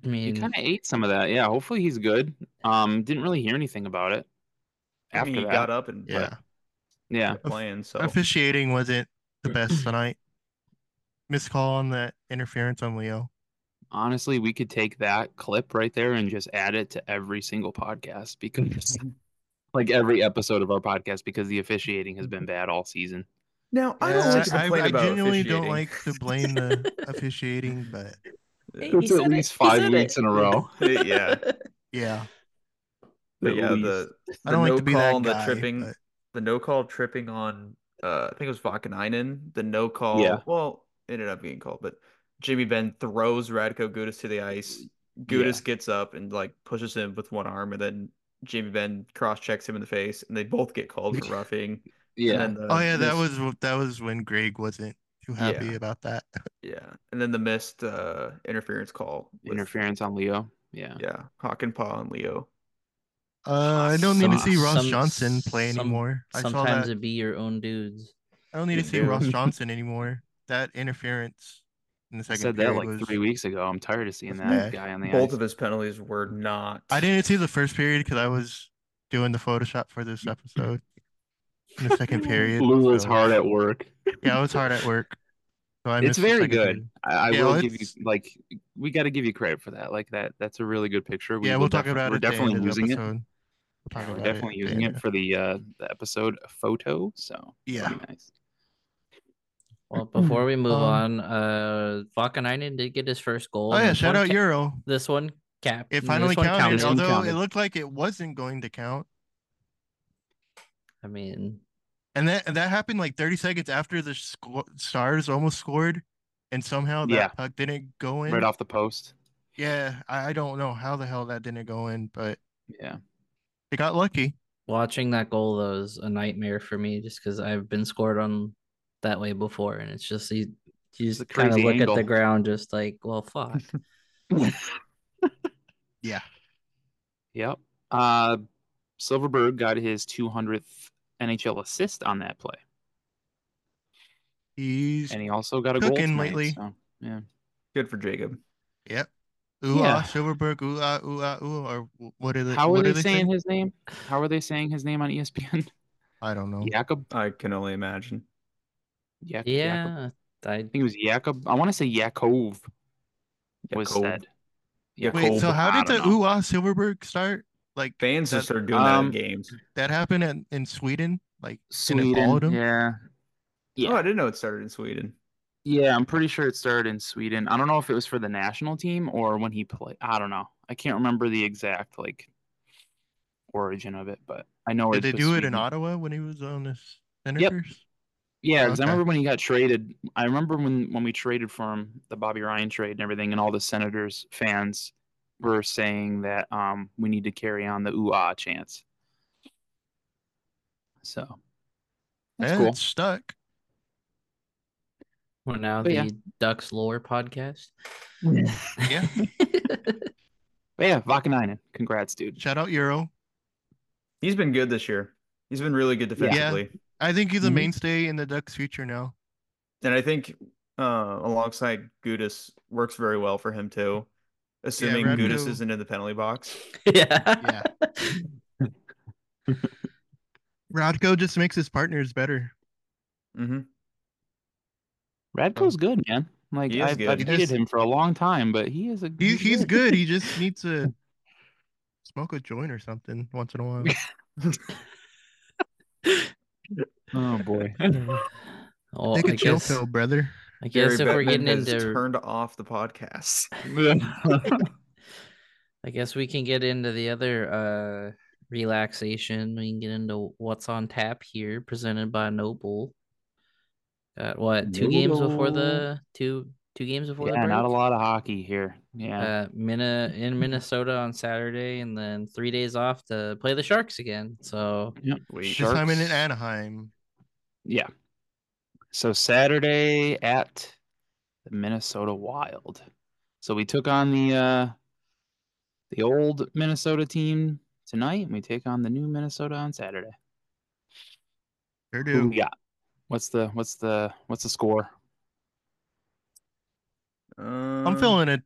Speaker 2: I
Speaker 3: he
Speaker 2: mean,
Speaker 3: kind of ate some of that. Yeah, hopefully he's good. Um didn't really hear anything about it.
Speaker 5: I
Speaker 3: After
Speaker 5: mean, he
Speaker 3: that.
Speaker 5: got up and like,
Speaker 4: Yeah.
Speaker 3: Yeah.
Speaker 5: kept playing. So
Speaker 4: Officiating wasn't the best tonight. Missed call on that interference on Leo.
Speaker 3: Honestly, we could take that clip right there and just add it to every single podcast because like every episode of our podcast because the officiating has been bad all season.
Speaker 5: now I don't
Speaker 4: Yeah,
Speaker 5: like to
Speaker 4: I,
Speaker 5: complain
Speaker 4: I
Speaker 5: about
Speaker 4: genuinely
Speaker 5: officiating.
Speaker 4: don't like to blame the officiating, but
Speaker 2: Hey,
Speaker 3: That's
Speaker 2: he
Speaker 3: at
Speaker 2: said it.
Speaker 3: least
Speaker 2: He
Speaker 3: five
Speaker 2: said
Speaker 3: weeks
Speaker 2: it.
Speaker 3: in a row.
Speaker 5: yeah,
Speaker 4: yeah,
Speaker 5: but
Speaker 3: At
Speaker 5: yeah,
Speaker 3: least.
Speaker 5: the,
Speaker 4: I
Speaker 5: the
Speaker 4: don't
Speaker 5: no
Speaker 4: like to be
Speaker 5: call,
Speaker 4: that
Speaker 5: on the
Speaker 4: guy.
Speaker 5: tripping,
Speaker 4: but
Speaker 5: the no call tripping on. Uh, I think it was Vakanainen. The no call.
Speaker 3: Yeah.
Speaker 5: Well, it ended up being called, but Jimmy Ben throws Radko Gudis to the ice. Gudis gets up and like pushes him with one arm, and then Jimmy Ben cross checks him in the face, and they both get called for roughing.
Speaker 3: Yeah.
Speaker 5: And then the
Speaker 4: oh yeah, that
Speaker 5: missed-
Speaker 4: was that was when Greg wasn't too happy
Speaker 5: uh, Yeah.
Speaker 4: about that.
Speaker 5: yeah, and then the missed uh, interference call. with-
Speaker 3: interference on Leo. Yeah.
Speaker 5: Yeah, Hawk and Paw and Leo.
Speaker 4: Uh, I don't need to see
Speaker 2: Some-
Speaker 4: Ross
Speaker 2: some-
Speaker 4: Johnson play
Speaker 2: some-
Speaker 4: anymore. I saw
Speaker 2: Sometimes
Speaker 4: that.
Speaker 2: it be your own dudes.
Speaker 4: I don't need
Speaker 5: you
Speaker 4: to see
Speaker 5: do.
Speaker 4: Ross Johnson anymore. That interference in the
Speaker 3: I
Speaker 4: second
Speaker 3: said that
Speaker 4: period
Speaker 3: like
Speaker 4: was...
Speaker 3: three weeks ago. I'm tired of seeing
Speaker 4: was
Speaker 3: that
Speaker 4: bad.
Speaker 3: guy on the
Speaker 5: Both
Speaker 3: ice.
Speaker 5: of his penalties were not.
Speaker 4: I didn't see the first period because I was doing the Photoshop for this episode. In the second period,
Speaker 3: Lula's
Speaker 4: so-
Speaker 3: hard at work.
Speaker 4: Yeah, I was hard at work. So I
Speaker 3: it's
Speaker 4: missed the
Speaker 3: very
Speaker 4: second
Speaker 3: good.
Speaker 4: period.
Speaker 3: I, I
Speaker 4: Yeah,
Speaker 3: will
Speaker 4: well,
Speaker 3: give you
Speaker 4: it's-
Speaker 3: like we got to give you credit for that. Like that, that's a really good picture.
Speaker 4: Yeah,
Speaker 3: will
Speaker 4: we'll talk
Speaker 3: defi-
Speaker 4: about
Speaker 3: We're
Speaker 4: it. at the end
Speaker 3: definitely
Speaker 4: of the
Speaker 3: using it.
Speaker 4: episode. We'll talk
Speaker 3: We're
Speaker 4: about
Speaker 3: definitely
Speaker 4: at the
Speaker 3: using
Speaker 4: end
Speaker 3: it
Speaker 4: of-
Speaker 3: for the uh the episode photo. So
Speaker 4: Yeah.
Speaker 3: pretty nice.
Speaker 2: Well, before we move on,
Speaker 4: Um,
Speaker 2: uh, Vakanainen did get his first goal.
Speaker 4: Oh
Speaker 2: and
Speaker 4: yeah,
Speaker 2: this
Speaker 4: shout
Speaker 2: one
Speaker 4: out
Speaker 2: ca-
Speaker 4: Euro.
Speaker 2: This one cap.
Speaker 4: It
Speaker 2: this
Speaker 4: finally
Speaker 2: one
Speaker 4: counted,
Speaker 3: counted.
Speaker 4: although
Speaker 3: Counted.
Speaker 4: it looked like it wasn't going to count.
Speaker 2: I mean,
Speaker 4: And that and that happened like 30 seconds after the sco- Stars almost scored, and somehow that
Speaker 3: Yeah.
Speaker 4: puck didn't go in.
Speaker 3: Right off the post.
Speaker 4: Yeah, I, I don't know how the hell that didn't go in, but
Speaker 3: Yeah.
Speaker 4: they got lucky.
Speaker 2: watching that goal though is a nightmare for me just because I've been scored on that way before, and it's just you, you
Speaker 3: a
Speaker 2: just kind of
Speaker 3: crazy
Speaker 2: look at
Speaker 3: angle.
Speaker 2: the ground, just like, well, fuck.
Speaker 4: Yeah.
Speaker 3: Yep. Uh, Silverberg got his 200th NHL assist on that play,
Speaker 4: He's
Speaker 3: and he also got a goal
Speaker 4: Cooking
Speaker 3: tonight,
Speaker 4: lately.
Speaker 3: so, yeah.
Speaker 5: Good for Jacob.
Speaker 4: Yep. Ooh,
Speaker 3: Yeah.
Speaker 4: ah, Silverberg, ooh, ah, ooh, ah, ooh, or wh- what are they?
Speaker 3: How are
Speaker 4: what
Speaker 3: they,
Speaker 4: are they
Speaker 3: saying his name? How are they saying his name on E ESPN?
Speaker 4: I don't know.
Speaker 3: Jakob.
Speaker 5: I can only imagine.
Speaker 3: Yak- Jakob.
Speaker 2: yeah, I
Speaker 3: I think it was Jakob. I want to say Yakov was
Speaker 5: Jakob.
Speaker 3: said.
Speaker 5: Yakov.
Speaker 4: Wait, so
Speaker 5: Cold.
Speaker 4: how
Speaker 3: I
Speaker 4: did the
Speaker 3: don't know.
Speaker 4: ooh, ah, Silverberg start? Like
Speaker 5: Fans
Speaker 4: That-
Speaker 5: just started doing
Speaker 3: um,
Speaker 5: that at games.
Speaker 4: that happened in, in Sweden? Like and it followed
Speaker 3: Sweden?
Speaker 4: him?
Speaker 3: Yeah.
Speaker 5: Oh,
Speaker 3: Yeah.
Speaker 5: I didn't know it started in Sweden.
Speaker 3: Yeah, I'm pretty sure it started in Sweden. I don't know if it was for the national team or when he played. I don't know. I can't remember the exact like origin of it, but I know
Speaker 4: Did
Speaker 3: it
Speaker 4: they
Speaker 3: was
Speaker 4: do it in
Speaker 3: Sweden.
Speaker 4: Ottawa when he was on this Senators?
Speaker 3: Yeah, because
Speaker 4: Oh, Okay.
Speaker 3: I remember when he got traded. I remember when when we traded for him, the Bobby Ryan trade and everything, and all the Senators fans were saying that um we need to carry on the ooh ah chance. So that's
Speaker 4: yeah,
Speaker 3: cool.
Speaker 4: Eh, it stuck.
Speaker 2: We're now
Speaker 3: But
Speaker 2: the
Speaker 3: yeah.
Speaker 2: Ducks Lore podcast.
Speaker 4: Yeah.
Speaker 3: But yeah, Vakanainen, congrats, dude.
Speaker 4: Shout out Euro.
Speaker 5: He's been good this year. He's been really good
Speaker 3: Yeah.
Speaker 4: Yeah.
Speaker 5: defensively.
Speaker 4: I think he's a
Speaker 3: Mhm.
Speaker 4: mainstay in the Ducks' future now.
Speaker 5: And I think uh, alongside Gudis works very well for him too. Assuming Gudis
Speaker 4: Radko-
Speaker 5: isn't in the penalty box.
Speaker 2: yeah.
Speaker 4: Rodko just makes his partners better.
Speaker 5: hmm
Speaker 3: Radko's good, man. Like
Speaker 5: He is
Speaker 3: I've,
Speaker 5: good.
Speaker 3: I've
Speaker 5: He
Speaker 3: hated
Speaker 4: Oh. is-
Speaker 3: him for a long time, but he is a
Speaker 4: He, he's good. He just needs to smoke a joint or something once in a while.
Speaker 3: Oh boy.
Speaker 2: Well,
Speaker 4: Take a
Speaker 2: I
Speaker 4: chill
Speaker 2: guess,
Speaker 4: pill, brother.
Speaker 2: I guess if we're
Speaker 5: Bettman
Speaker 2: getting
Speaker 5: has
Speaker 2: into
Speaker 5: turned off the podcast.
Speaker 2: I guess we can get into the other uh relaxation. We can get into what's on tap here, presented by Noble. Got what two games before
Speaker 3: Noble.
Speaker 2: the two two games before
Speaker 3: Yeah,
Speaker 2: the break.
Speaker 3: not a lot of hockey here. Yeah.
Speaker 2: Uh, Minna in Minnesota on Saturday, and then three days off to play the Sharks again. So
Speaker 5: Sweet.
Speaker 4: This time in
Speaker 3: Sharks.
Speaker 4: Anaheim.
Speaker 3: yeah. So Saturday at the Minnesota Wild. So we took on the uh the old Minnesota team tonight, and we take on the new Minnesota on Saturday.
Speaker 4: Sure
Speaker 3: Who
Speaker 4: do.
Speaker 3: we got? What's the what's the what's the score?
Speaker 4: I'm
Speaker 5: Um,
Speaker 4: feeling a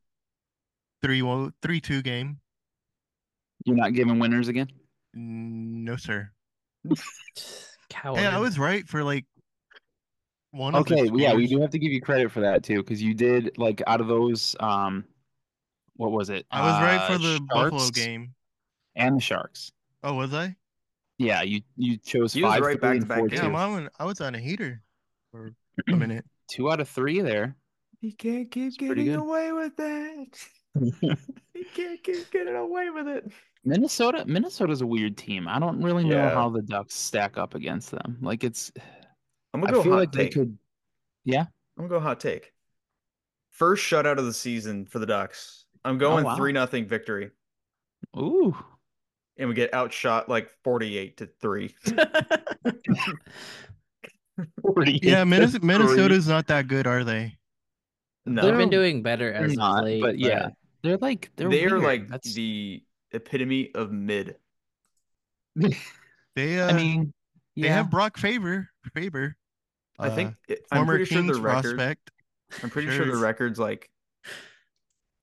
Speaker 4: 3-1 3-2 game.
Speaker 3: You're not giving winners again?
Speaker 4: Mm, No, sir.
Speaker 2: coward.
Speaker 4: Hey, I was right for like one. of the
Speaker 3: Oh, Okay, yeah, we
Speaker 4: scores.
Speaker 3: do have to give you credit for that too, because you did like out of those um what was it?
Speaker 4: I was right
Speaker 3: Uh,
Speaker 4: for the Buffalo
Speaker 3: Sharks
Speaker 4: game.
Speaker 3: And the Sharks.
Speaker 4: Oh, was I?
Speaker 3: Yeah, you you chose
Speaker 5: He was
Speaker 3: five
Speaker 5: right
Speaker 3: three, and
Speaker 5: back-to-back
Speaker 3: four,
Speaker 5: Me
Speaker 4: Yeah,
Speaker 5: too.
Speaker 3: two.
Speaker 4: mine went- I was on a heater for a minute.
Speaker 3: two out of three there.
Speaker 5: He can't keep
Speaker 3: pretty
Speaker 5: getting
Speaker 3: good.
Speaker 5: away with that. he can't keep getting away with it.
Speaker 3: Minnesota Minnesota's a weird team. I don't really know
Speaker 5: Yeah.
Speaker 3: how the Ducks stack up against them. Like it's
Speaker 5: I'm
Speaker 3: I
Speaker 5: gonna go
Speaker 3: feel
Speaker 5: hot
Speaker 3: like they
Speaker 5: take.
Speaker 3: could
Speaker 5: I'm gonna go hot take. First shutout of the season for the Ducks. I'm going
Speaker 3: Oh, wow.
Speaker 5: three nothing victory,
Speaker 3: ooh.
Speaker 5: and we get outshot like 48 to three.
Speaker 3: 48
Speaker 4: Yeah,
Speaker 3: to
Speaker 4: Minnes-
Speaker 3: three.
Speaker 4: Minnesota's not that good, are they?
Speaker 2: They've
Speaker 5: No,
Speaker 2: been doing better as of
Speaker 3: not,
Speaker 2: late,
Speaker 3: but yeah, They're like they're
Speaker 5: they're
Speaker 3: weird.
Speaker 5: like
Speaker 3: That's-
Speaker 5: the epitome of mid.
Speaker 4: They uh,
Speaker 3: I mean
Speaker 4: they
Speaker 3: yeah.
Speaker 4: have Brock Faber. Faber. uh,
Speaker 5: I
Speaker 3: Uh,
Speaker 5: think it- I'm
Speaker 4: former
Speaker 5: pretty sure
Speaker 4: Kings
Speaker 5: the record.
Speaker 4: prospect.
Speaker 5: I'm pretty sure the
Speaker 4: Sure.
Speaker 5: record's like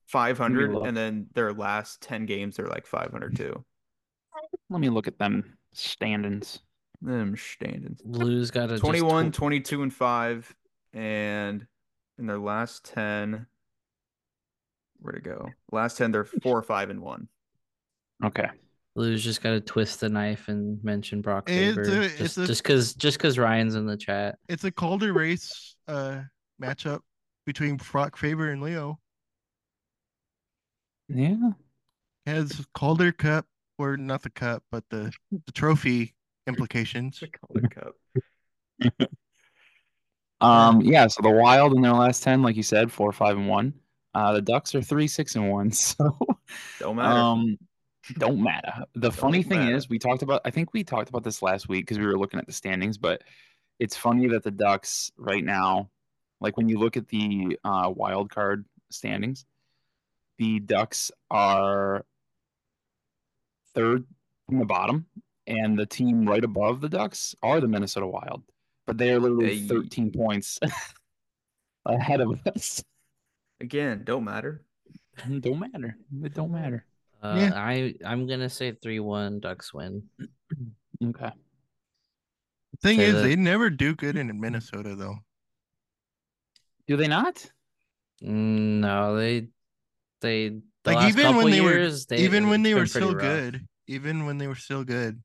Speaker 5: 500,
Speaker 3: look.
Speaker 5: and then their last 10 games they're like 500 too.
Speaker 3: Let me look at them standings.
Speaker 5: Them standing.
Speaker 2: Lou's got a
Speaker 5: 21, 22, and 5. And in their last 10, where'd it go? Last 10, they're 4, 5, and 1.
Speaker 3: Okay.
Speaker 2: Lou's just got to twist the knife and mention Brock
Speaker 4: It's
Speaker 2: Faber
Speaker 4: a-
Speaker 2: just
Speaker 4: it's a-
Speaker 2: just because just because Ryan's in the chat.
Speaker 4: It's a Calder race uh matchup between Brock Faber and Leo.
Speaker 3: Yeah.
Speaker 4: Has Calder Cup or not the cup, but the the trophy implications.
Speaker 5: The Calder Cup.
Speaker 3: Um, yeah, so the Wild in their last ten, like you said, four, five, and one. Uh, the Ducks are three, six, and one. So,
Speaker 5: Don't matter.
Speaker 3: um, don't matter. The funny
Speaker 5: Don't
Speaker 3: thing
Speaker 5: matter.
Speaker 3: is, we talked about. I think we talked about this last week because we were looking at the standings. But it's funny that the Ducks right now, like when you look at the uh, wild card standings, the Ducks are third from the bottom, and the team right above the Ducks are the Minnesota Wild, but they are literally
Speaker 5: Hey.
Speaker 3: 13 points ahead of us.
Speaker 5: Again, don't matter.
Speaker 3: don't matter. It don't matter.
Speaker 2: Uh,
Speaker 4: Yeah.
Speaker 2: I I'm gonna say three one Ducks win.
Speaker 3: Okay.
Speaker 4: Thing
Speaker 2: Say
Speaker 4: is,
Speaker 2: that-
Speaker 4: they never do good in Minnesota though.
Speaker 3: Do they not?
Speaker 2: Mm, No, they they the
Speaker 4: Like,
Speaker 2: last
Speaker 4: even when
Speaker 2: couple
Speaker 4: they were-
Speaker 2: years, they,
Speaker 4: even when
Speaker 2: it's
Speaker 4: they
Speaker 2: been
Speaker 4: were
Speaker 2: pretty
Speaker 4: still
Speaker 2: rough.
Speaker 4: good, even when they were still good,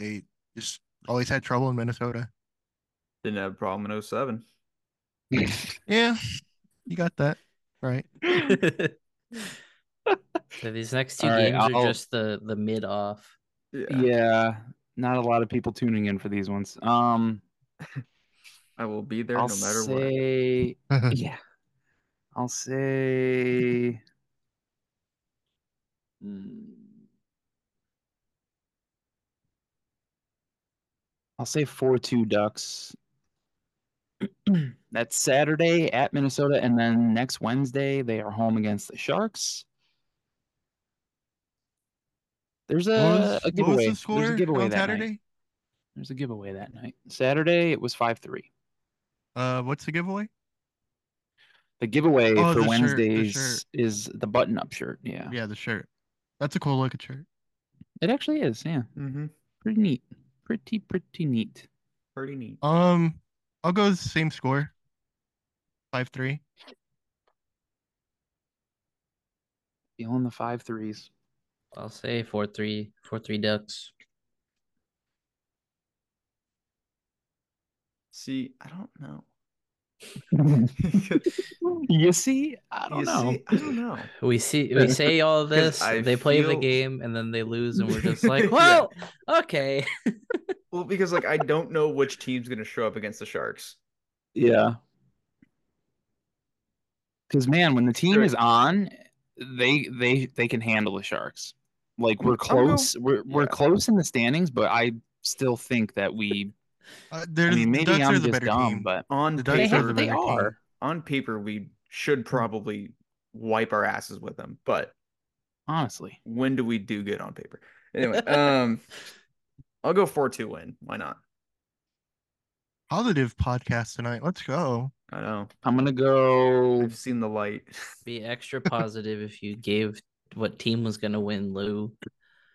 Speaker 4: they just always had trouble in Minnesota.
Speaker 5: Didn't have a problem in 07.
Speaker 4: Yeah, you got that right.
Speaker 2: so these next two
Speaker 3: All right,
Speaker 2: games
Speaker 3: I'll-
Speaker 2: are just the the mid off.
Speaker 5: Yeah.
Speaker 3: yeah. Not a lot of people tuning in for these ones. Um,
Speaker 5: I will be there
Speaker 3: I'll
Speaker 5: no matter what.
Speaker 3: say, yeah. I'll say. Mm. I'll say 4 2 Ducks. That's Saturday at Minnesota. And then next Wednesday, they are home against the Sharks. There's a, a
Speaker 4: what was
Speaker 3: giveaway.
Speaker 4: the score
Speaker 3: There's a giveaway
Speaker 4: on
Speaker 3: that night.
Speaker 4: Saturday?
Speaker 3: There's a giveaway that night. Saturday, it was 5 3.
Speaker 4: Uh, what's the giveaway?
Speaker 3: The giveaway
Speaker 4: Oh,
Speaker 3: for
Speaker 4: the shirt, the
Speaker 3: Wednesdays
Speaker 4: shirt.
Speaker 3: is the button up shirt. Yeah.
Speaker 4: Yeah. the shirt. That's a cool looking shirt.
Speaker 3: It actually is. Yeah.
Speaker 5: Mm-hmm.
Speaker 3: Pretty neat. Pretty, pretty neat.
Speaker 5: Pretty neat.
Speaker 4: Um, I'll go the same score. Five three.
Speaker 3: Feeling the five threes.
Speaker 2: I'll say four three four three Ducks.
Speaker 5: See, I don't know.
Speaker 3: you see? I don't
Speaker 5: you
Speaker 3: know.
Speaker 5: see, I don't know.
Speaker 2: We see we say all of
Speaker 5: 'Cause
Speaker 2: this,
Speaker 5: I
Speaker 2: they play the
Speaker 5: feel-
Speaker 2: game, and then they lose, and we're just like,
Speaker 5: Yeah.
Speaker 2: well, okay.
Speaker 5: Well, because like I don't know which team's gonna show up against the Sharks.
Speaker 3: Yeah. Because man, when the team
Speaker 5: Sure.
Speaker 3: is on, they they they can handle the Sharks. Like
Speaker 4: Oh,
Speaker 3: we're close, we're we're
Speaker 5: Yeah.
Speaker 3: close in the standings, but I still think that we.
Speaker 4: Uh, they're,
Speaker 3: I mean, maybe
Speaker 4: the Ducks are
Speaker 3: I'm
Speaker 4: the
Speaker 3: just
Speaker 4: better
Speaker 3: dumb,
Speaker 4: team.
Speaker 3: but
Speaker 5: On
Speaker 4: The
Speaker 5: paper,
Speaker 4: Ducks
Speaker 3: they,
Speaker 4: are the
Speaker 3: they
Speaker 4: better team.
Speaker 3: are.
Speaker 5: on paper, we should probably wipe our asses with them. But
Speaker 3: Honestly,
Speaker 5: when do we do good on paper? Anyway, um, I'll go four two win. Why not?
Speaker 4: Positive podcast tonight. Let's go.
Speaker 5: I know
Speaker 3: I'm gonna go.
Speaker 5: I've seen the light.
Speaker 2: Be extra positive if you gave what team was gonna win, Lou.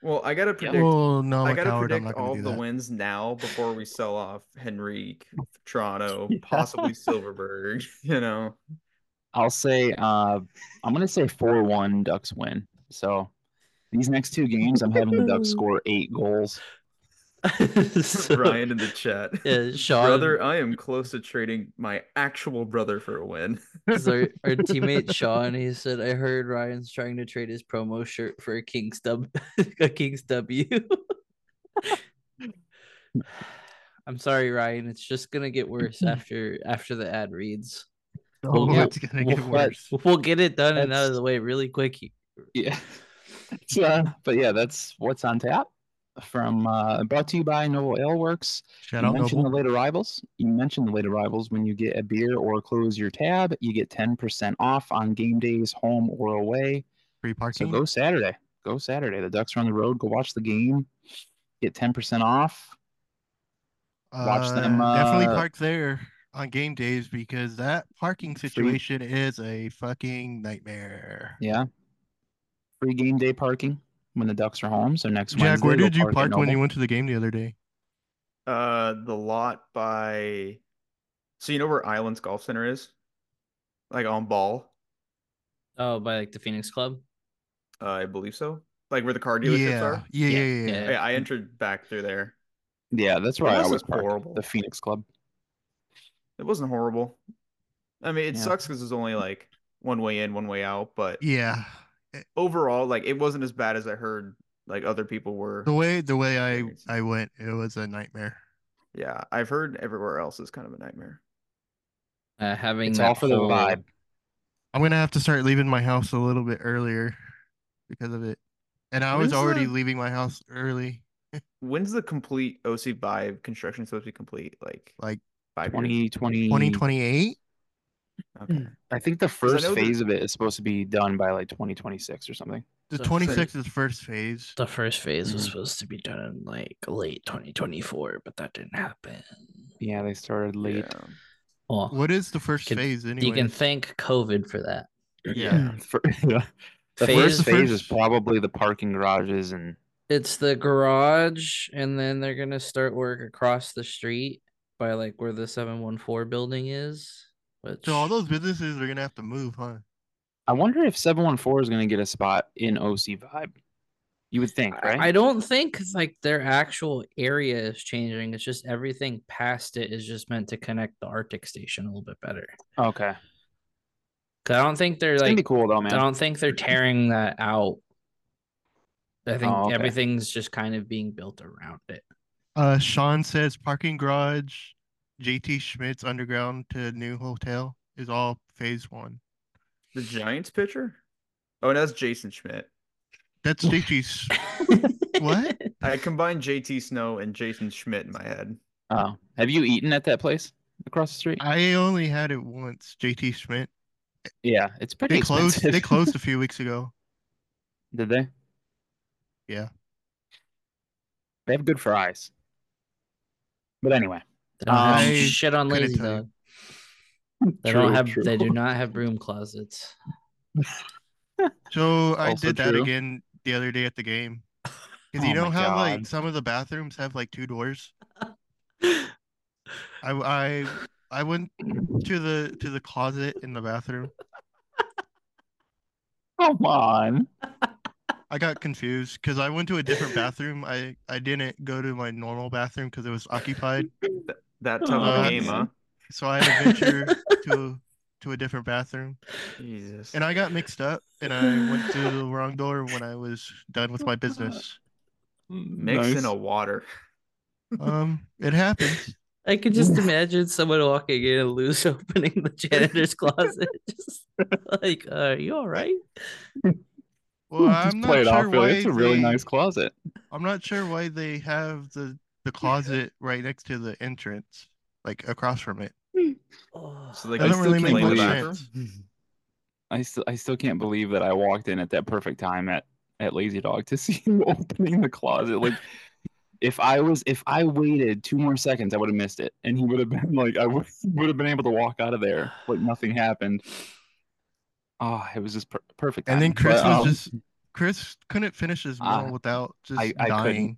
Speaker 5: Well, I gotta predict.
Speaker 4: Well, no,
Speaker 5: I
Speaker 4: like
Speaker 5: gotta
Speaker 4: Howard, Oh, I'm
Speaker 5: predict
Speaker 4: not
Speaker 5: all
Speaker 4: going to
Speaker 5: the
Speaker 4: do that.
Speaker 5: wins now before we sell off Henrique, Toronto,
Speaker 3: Yeah.
Speaker 5: possibly Silverberg. You know,
Speaker 3: I'll say. Uh, I'm gonna say four one Ducks win. So these next two games, I'm having the Ducks score eight goals.
Speaker 2: So-
Speaker 5: Ryan in the chat.
Speaker 2: Yeah, Sean,
Speaker 5: brother, I am close to trading my actual brother for a win.
Speaker 2: 'cause our, our teammate Sean, he said, I heard Ryan's trying to trade his promo shirt for a Kings W. a Kings W. I'm sorry, Ryan. It's just gonna get worse after after the ad reads.
Speaker 4: Oh,
Speaker 2: Yeah.
Speaker 4: it's gonna get
Speaker 3: Well, but-
Speaker 4: worse.
Speaker 2: We'll get it done and out of
Speaker 3: That's-
Speaker 2: the way really quick. he-
Speaker 3: Yeah. So, uh, but yeah, that's what's on tap. From uh, brought to you by Noble Ale Works.
Speaker 4: Shout
Speaker 3: you
Speaker 4: out
Speaker 3: mention
Speaker 4: Noble.
Speaker 3: the late arrivals. You mention the late arrivals when you get a beer or close your tab. You get ten percent off on game days, home or away.
Speaker 4: Free
Speaker 3: So
Speaker 4: parking.
Speaker 3: go Saturday. Go Saturday. The Ducks are on the road. Go watch the game. Get ten percent off. watch them,
Speaker 4: Uh, Definitely
Speaker 3: uh,
Speaker 4: park there on game days because that parking situation is a fucking nightmare.
Speaker 3: Yeah. Free game day parking when the Ducks are home. So next
Speaker 4: Jack,
Speaker 3: Wednesday,
Speaker 4: where
Speaker 3: go
Speaker 4: did you
Speaker 3: park at
Speaker 4: park when
Speaker 3: Noble.
Speaker 4: you went to the game the other day?
Speaker 5: Uh, the lot by. So you know where Islands Golf Center is, like on Ball.
Speaker 2: Oh, by like the Phoenix Club.
Speaker 5: Uh, I believe so. Like where the car dealerships
Speaker 4: Yeah.
Speaker 5: are.
Speaker 4: Yeah, yeah,
Speaker 2: Yeah,
Speaker 4: yeah, yeah.
Speaker 2: yeah.
Speaker 5: Yeah, I entered back through there.
Speaker 3: Yeah, that's where
Speaker 5: It
Speaker 3: I
Speaker 5: wasn't
Speaker 3: always park.
Speaker 5: horrible.
Speaker 3: The Phoenix Club.
Speaker 5: It wasn't horrible. I mean, it
Speaker 3: Yeah.
Speaker 5: sucks because it's only like one way in, one way out. But
Speaker 4: Yeah.
Speaker 5: overall, like it wasn't as bad as I heard. Like other people were.
Speaker 4: The way the way I
Speaker 5: Experience.
Speaker 4: I went, it was a nightmare.
Speaker 5: Yeah, I've heard everywhere else is kind of a nightmare.
Speaker 2: Uh, having
Speaker 3: It's
Speaker 2: that
Speaker 3: all for the
Speaker 2: whole-
Speaker 3: vibe.
Speaker 4: I'm gonna have to start leaving my house a little bit earlier because of it. And I
Speaker 5: What
Speaker 4: was
Speaker 5: is
Speaker 4: already
Speaker 5: that?
Speaker 4: leaving my house early,
Speaker 5: When's the complete OC vibe construction supposed to be complete? Like
Speaker 4: like
Speaker 5: five years.
Speaker 3: 2020.
Speaker 4: 2028.
Speaker 5: Okay.
Speaker 3: I think the
Speaker 5: 'Cause I
Speaker 3: first
Speaker 5: know that-
Speaker 3: phase of it is supposed to be done by like 2026 or something.
Speaker 4: The
Speaker 2: So-
Speaker 4: 26 is first phase.
Speaker 2: The first phase was
Speaker 3: Mhm.
Speaker 2: supposed to be done in like late 2024, but that didn't happen.
Speaker 3: Yeah, they started late.
Speaker 5: Yeah.
Speaker 2: Well,
Speaker 4: What is the first
Speaker 2: can-
Speaker 4: phase anyway?
Speaker 2: you can thank COVID for that.
Speaker 4: Yeah.
Speaker 3: For- yeah. The
Speaker 2: Phase-
Speaker 3: first phase is
Speaker 4: First-
Speaker 3: probably the parking garages and
Speaker 2: It's the garage, and then they're gonna start work across the street by like where the 714 building is. Which
Speaker 4: So all those businesses are gonna have to move, huh?
Speaker 3: I wonder if 714 is going to get a spot in OC Vibe. You would think,
Speaker 2: I-
Speaker 3: right?
Speaker 2: I don't think like their actual area is changing. It's just everything past it is just meant to connect the Arctic station a little bit better.
Speaker 3: Okay. It's
Speaker 2: 'Cause I don't think they're
Speaker 3: going to
Speaker 2: like
Speaker 3: be cool though,
Speaker 2: I
Speaker 3: man.
Speaker 2: don't think they're tearing that out. I think
Speaker 3: Oh, okay.
Speaker 2: everything's just kind of being built around it.
Speaker 4: Uh, Sean says parking garage, JT Schmidt's underground to new hotel is all phase one.
Speaker 5: The Giants pitcher? Oh, and that's Jason Schmidt.
Speaker 4: That's JT's. What?
Speaker 5: I combined JT Snow and Jason Schmidt in my head.
Speaker 3: Oh. Have you eaten at that place across the street?
Speaker 4: I only had it once. JT Schmidt.
Speaker 3: yeah. It's pretty
Speaker 4: They closed.
Speaker 3: expensive.
Speaker 4: They closed a few weeks ago.
Speaker 3: Did they?
Speaker 4: Yeah.
Speaker 3: They have good fries. But anyway.
Speaker 2: They don't have
Speaker 4: I
Speaker 2: Um, shit on
Speaker 4: couldn't
Speaker 2: lazy
Speaker 4: tell you.
Speaker 2: dog. They don't
Speaker 3: True,
Speaker 2: have.
Speaker 3: true.
Speaker 2: They do not have broom closets.
Speaker 4: So I
Speaker 3: Also
Speaker 4: did that
Speaker 3: true.
Speaker 4: again the other day at the game. Because
Speaker 3: Oh
Speaker 4: you know
Speaker 3: my
Speaker 4: how like
Speaker 3: God.
Speaker 4: some of the bathrooms have like two doors. I I I went to the to the closet in the bathroom.
Speaker 3: Come on.
Speaker 4: I got confused because I went to a different bathroom. I I didn't go to my normal bathrough because it was occupied.
Speaker 5: That tough of
Speaker 4: Uh,
Speaker 5: a game, huh?
Speaker 4: So I had to venture to to a different bathroom,
Speaker 5: Jesus.
Speaker 4: and I got mixed up, and I went to the wrong door when I was done with my business.
Speaker 5: mixing a water.
Speaker 4: Um, it happens.
Speaker 2: I could just imagine someone walking in and loose opening the janitor's closet. Just like, uh, are you all right?
Speaker 4: Well,
Speaker 3: Just
Speaker 4: I'm
Speaker 3: play it
Speaker 4: not
Speaker 3: off
Speaker 4: sure
Speaker 3: really.
Speaker 4: why
Speaker 3: It's a really
Speaker 4: they-
Speaker 3: nice closet.
Speaker 4: I'm not sure why they have the the closet right next to the entrance, like across from it.
Speaker 2: Oh,
Speaker 5: So they
Speaker 4: That
Speaker 5: can
Speaker 3: I
Speaker 4: doesn't
Speaker 5: still
Speaker 4: really
Speaker 3: still
Speaker 4: make much
Speaker 5: complain
Speaker 3: can't
Speaker 5: about
Speaker 3: believe-
Speaker 5: it.
Speaker 4: sense.
Speaker 3: I still I still can't believe that I walked in at that perfect time at at Lazy Dog to see you opening the closet. Like if I was if I waited two more seconds, I would have missed it, and he would have been like I would would have been able to walk out of there like nothing happened. Oh, it was just per- perfect.
Speaker 4: And then
Speaker 3: timing.
Speaker 4: Chris
Speaker 3: But,
Speaker 4: was
Speaker 3: um,
Speaker 4: just Chris couldn't finish his
Speaker 3: I-
Speaker 4: meal without just
Speaker 3: I couldn't.
Speaker 4: dying.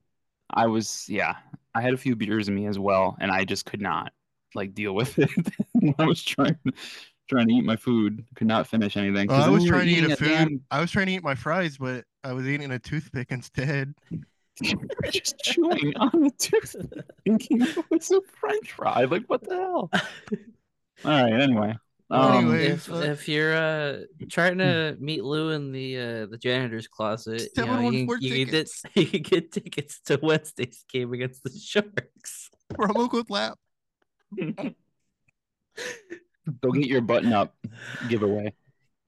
Speaker 3: I was yeah. I had a few beers in me as well, and I just could not like deal with it. I was trying trying to eat my food, could not finish anything.
Speaker 4: Well,
Speaker 3: 'cause
Speaker 4: I
Speaker 3: we
Speaker 4: was
Speaker 3: were
Speaker 4: trying to eat
Speaker 3: eating
Speaker 4: a food.
Speaker 3: damn-
Speaker 4: I was trying to eat my fries, but I was eating a toothpick instead.
Speaker 3: you were just chewing on a tooth, thinking it was a French fry. Like, what the hell? All right. Anyway,
Speaker 4: Well,
Speaker 3: um,
Speaker 4: anyway,
Speaker 2: if,
Speaker 4: uh,
Speaker 2: if you're uh, trying to meet Lou in the uh, the janitor's closet, you, know, you, can,
Speaker 4: 714
Speaker 2: you, can get,
Speaker 4: tickets.
Speaker 2: you can get tickets to Wednesday's game against the Sharks.
Speaker 4: Promo code lap.
Speaker 3: go get your button up giveaway.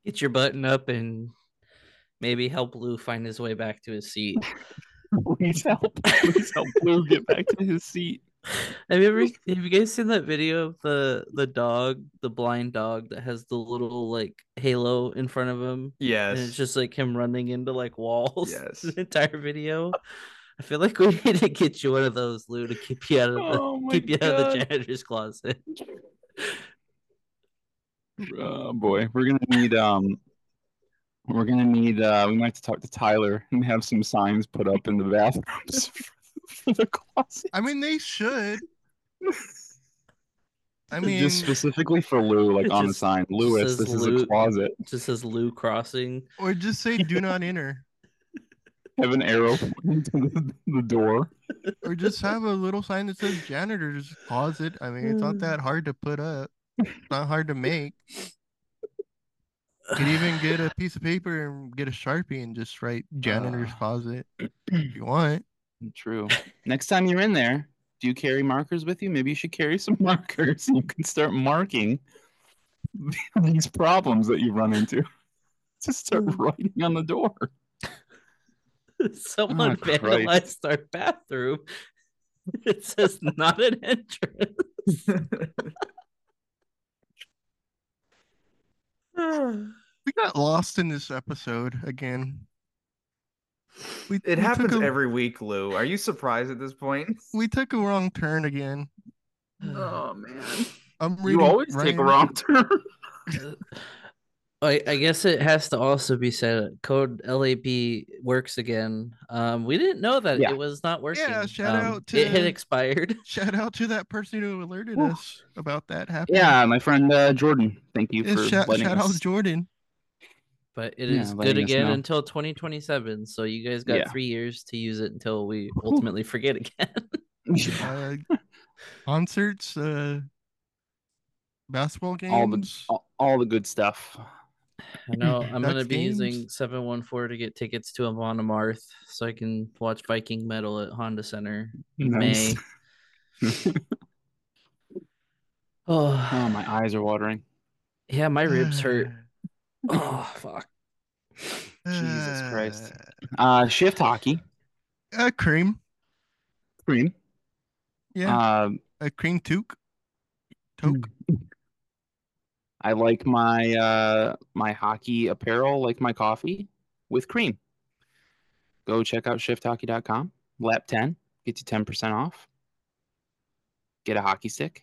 Speaker 2: Get your button up and maybe help Lou find his way back to his seat.
Speaker 3: Please help. Please help Blue get back to his seat.
Speaker 2: Have you ever have you guys seen that video of the the dog, the blind dog that has the little like halo in front of him?
Speaker 5: Yes.
Speaker 2: And it's just like him running into like walls.
Speaker 5: Yes.
Speaker 2: The entire video. I feel like we need to get you one of those, Lou, to keep you out of the
Speaker 3: Oh my
Speaker 2: keep you out of the
Speaker 3: god.
Speaker 2: janitor's closet.
Speaker 3: Oh boy, we're gonna need um, we're gonna need uh, we might have to talk to Tyler and have some signs put up in the bathrooms for the closet.
Speaker 4: I mean, they should. I mean,
Speaker 3: just specifically for Lou, like
Speaker 2: It
Speaker 3: on
Speaker 2: just-
Speaker 3: the sign, Lewis,
Speaker 2: says
Speaker 3: this is
Speaker 2: Lou.
Speaker 3: a closet.
Speaker 2: Just says Lou crossing.
Speaker 4: or just say "do not enter,"
Speaker 3: Have an arrow pointing to the, the door.
Speaker 4: or just have a little sign that says "janitor's closet." I mean, it's
Speaker 5: Mm.
Speaker 4: not that hard to put up. It's not hard to make. You could even get a piece of paper and get a sharpie and just write "janitor's
Speaker 3: Ah.
Speaker 4: closet" if you want.
Speaker 3: True. Next time you're in there, do you carry markers with you? Maybe you should carry some markers. You can start marking these problems that you run into. Just start
Speaker 4: Hmm.
Speaker 3: writing on the door.
Speaker 2: Someone
Speaker 3: Ah, Christ.
Speaker 2: vandalized our bathroom. It says not an entrance.
Speaker 4: We got lost in this episode again. We, we
Speaker 5: It
Speaker 4: took
Speaker 5: happens
Speaker 4: a-
Speaker 5: every week, Lou. Are you surprised at this point?
Speaker 4: We took a wrong turn again.
Speaker 5: man.
Speaker 4: I'm
Speaker 3: You
Speaker 4: reading
Speaker 3: always take a
Speaker 4: Ryan-
Speaker 3: wrong turn.
Speaker 2: I, I guess it has to also be said code lab works again um we didn't know that
Speaker 3: Yeah.
Speaker 2: it was not working Um,
Speaker 4: shout out
Speaker 2: it had
Speaker 4: to-
Speaker 2: expired
Speaker 4: Shout out to that person who alerted
Speaker 3: Whew.
Speaker 4: us about that happening.
Speaker 3: yeah, my friend uh, Jordan. Thank you
Speaker 4: Yeah,
Speaker 3: for
Speaker 4: shout,
Speaker 3: letting
Speaker 4: shout
Speaker 3: us.
Speaker 4: out Jordan.
Speaker 2: but it
Speaker 3: Yeah,
Speaker 2: is good
Speaker 3: letting us
Speaker 2: again
Speaker 3: know.
Speaker 2: until 2027 so you guys got
Speaker 3: Yeah.
Speaker 2: three years to use it until we ultimately forget again
Speaker 4: Uh, concerts, uh, basketball games.
Speaker 3: all the all, all the good stuff.
Speaker 2: i know i'm
Speaker 4: Ducks
Speaker 2: going to be
Speaker 4: games.
Speaker 2: using 714 to get tickets to amon amarth so i can watch viking metal at honda center in
Speaker 3: Nice.
Speaker 2: may oh
Speaker 3: Oh, my eyes are watering.
Speaker 2: yeah my
Speaker 4: Uh,
Speaker 2: ribs hurt oh fuck
Speaker 3: Jesus Christ. Uh, shift hockey.
Speaker 4: Uh, uh, cream.
Speaker 3: Green.
Speaker 4: Yeah.
Speaker 3: Um,
Speaker 4: a cream toque.
Speaker 3: hmm.
Speaker 4: Toque.
Speaker 3: I like my uh my hockey apparel, like my coffee with cream. Go check out shifthockey.com. Lap 10 gets you 10% off. Get a hockey stick.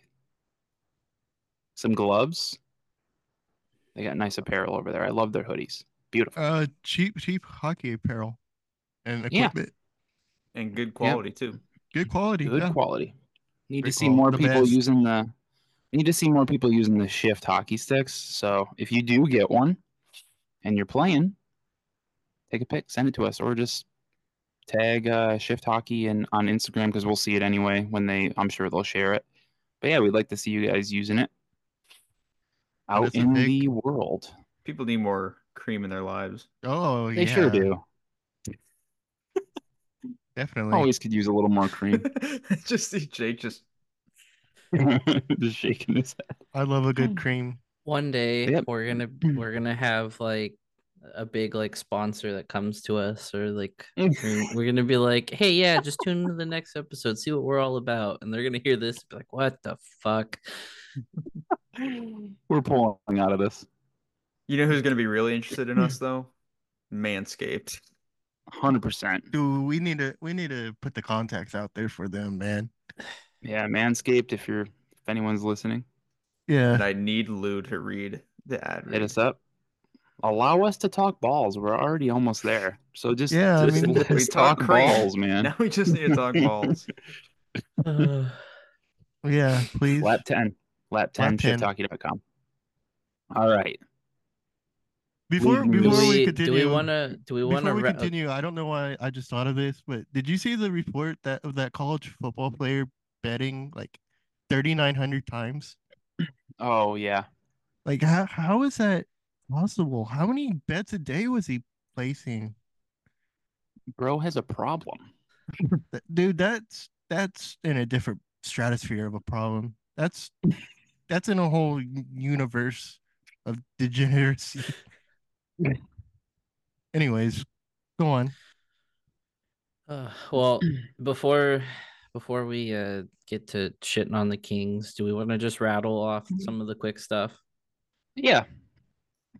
Speaker 3: Some gloves. They got nice apparel over there. I love their hoodies. Beautiful.
Speaker 4: Uh, cheap, cheap hockey apparel and
Speaker 3: Yeah.
Speaker 4: equipment.
Speaker 5: And good quality too.
Speaker 4: Good quality.
Speaker 3: Good
Speaker 4: yeah.
Speaker 3: quality. Need
Speaker 4: Great
Speaker 3: to see
Speaker 4: quality.
Speaker 3: more
Speaker 4: The
Speaker 3: people
Speaker 4: best.
Speaker 3: using the need to see more people using the shift hockey sticks. So if you do get one and you're playing, take a pic, send it to us, or just tag uh, shift hockey and on Instagram because we'll see it anyway when they I'm sure they'll share it. But yeah, we'd like to see you guys using it
Speaker 4: Send
Speaker 3: out
Speaker 4: us a
Speaker 3: in
Speaker 4: pic.
Speaker 3: the world.
Speaker 5: People need more cream in their lives.
Speaker 4: Oh,
Speaker 3: They
Speaker 4: yeah.
Speaker 3: sure do.
Speaker 4: Definitely.
Speaker 3: Always could use a little more cream.
Speaker 5: just see Jake just
Speaker 3: Just shaking his head.
Speaker 4: I love a
Speaker 3: Hmm.
Speaker 4: good cream.
Speaker 2: One day
Speaker 3: Yep.
Speaker 2: we're gonna we're gonna have like a big like sponsor that comes to us or like we're we're gonna be like, hey yeah, just tune into the next episode, see what we're all about, and they're gonna hear this and be like, what the fuck?
Speaker 3: We're pulling out of this.
Speaker 5: You know who's going to be really interested in us though? Manscaped.
Speaker 3: 100%.
Speaker 4: Dude, we need to we need to put the contacts out there for them, man.
Speaker 3: Yeah, Manscaped, if you're if anyone's listening,
Speaker 5: And
Speaker 4: Yeah.
Speaker 5: I need Lou to read the ad.
Speaker 3: hit
Speaker 5: read.
Speaker 3: us up. Allow us to talk balls. We're already almost there. So just
Speaker 4: Yeah, I
Speaker 3: just
Speaker 4: mean,
Speaker 3: let- we
Speaker 5: just
Speaker 3: talk,
Speaker 5: talk cream.
Speaker 3: balls, man.
Speaker 5: Now we just need to talk balls.
Speaker 2: Ugh.
Speaker 4: Yeah, please.
Speaker 3: Lap 10. Lap 10,
Speaker 4: 10.
Speaker 3: shittalkie.com. All right.
Speaker 4: Before
Speaker 3: we-
Speaker 4: before
Speaker 2: do
Speaker 4: we,
Speaker 2: we, do
Speaker 4: continue.
Speaker 2: we wanna do we wanna
Speaker 4: Before we
Speaker 2: ra-
Speaker 4: continue, I don't know why I just thought of this, but did you see the report that of that college football player betting like 3,900 times?
Speaker 3: Oh, yeah.
Speaker 4: Like, how, how is that possible? How many bets a day was he placing?
Speaker 3: Bro has a problem.
Speaker 4: Th- Dude, that's that's in a different stratosphere of a problem. That's that's in a whole u- universe of degeneracy. Anyways, go on.
Speaker 2: Uh, well, before before we uh, get to shitting on the Kings, do we want to just rattle off
Speaker 3: Mm-hmm.
Speaker 2: some of the quick stuff?
Speaker 3: Yeah.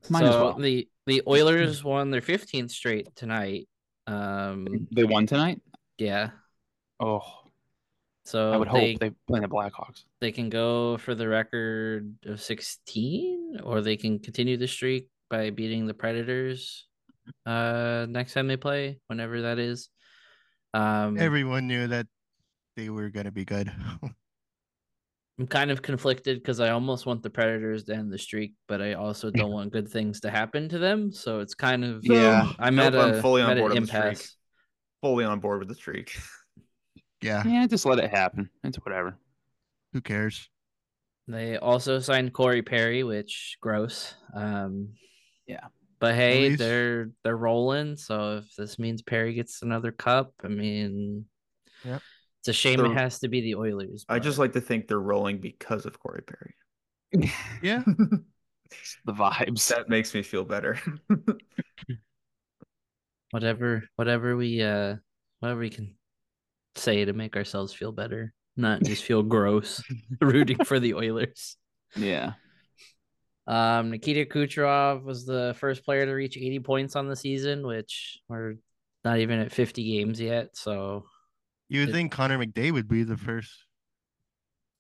Speaker 3: Might
Speaker 2: so
Speaker 3: as well.
Speaker 2: the the Oilers won their 15th straight tonight. Um,
Speaker 3: They won tonight?
Speaker 2: yeah,
Speaker 3: Oh,
Speaker 2: so
Speaker 3: I would
Speaker 2: they
Speaker 3: hope they play the Blackhawks.
Speaker 2: they can go for the record of 16, or they can continue the streak by beating the Predators. Uh, next time they play, whenever that is. Um,
Speaker 4: Everyone knew that they were gonna be good.
Speaker 2: I'm kind of conflicted because I almost want the Predators to end the streak, but I also don't want good things to happen to them. So it's kind of
Speaker 3: Yeah.
Speaker 2: I'm
Speaker 5: Nope,
Speaker 2: at
Speaker 5: I'm
Speaker 2: a
Speaker 5: fully
Speaker 2: I'm
Speaker 5: on
Speaker 2: at
Speaker 5: board
Speaker 2: an
Speaker 5: with the streak.
Speaker 2: impasse.
Speaker 5: Fully on board with the streak.
Speaker 4: yeah.
Speaker 3: Yeah, just let it happen. It's whatever.
Speaker 4: Who cares?
Speaker 2: They also signed Corey Perry, which gross. Um,
Speaker 3: Yeah.
Speaker 2: but hey,
Speaker 4: least-
Speaker 2: they're they're rolling. So if this means Perry gets another cup, I mean,
Speaker 4: Yep.
Speaker 2: it's a shame
Speaker 5: They're-
Speaker 2: it has to be the Oilers.
Speaker 5: I just
Speaker 2: but-
Speaker 5: like to think they're rolling because of Corey Perry.
Speaker 4: Yeah.
Speaker 3: The vibes.
Speaker 5: that makes me feel better.
Speaker 2: whatever whatever we uh whatever we can say to make ourselves feel better not just feel gross rooting for the oilers
Speaker 3: Yeah.
Speaker 2: um nikita kucherov was the first player to reach 80 points on the season which we're not even at 50 games yet so
Speaker 4: You would
Speaker 2: It-
Speaker 4: think Connor McDay would be the first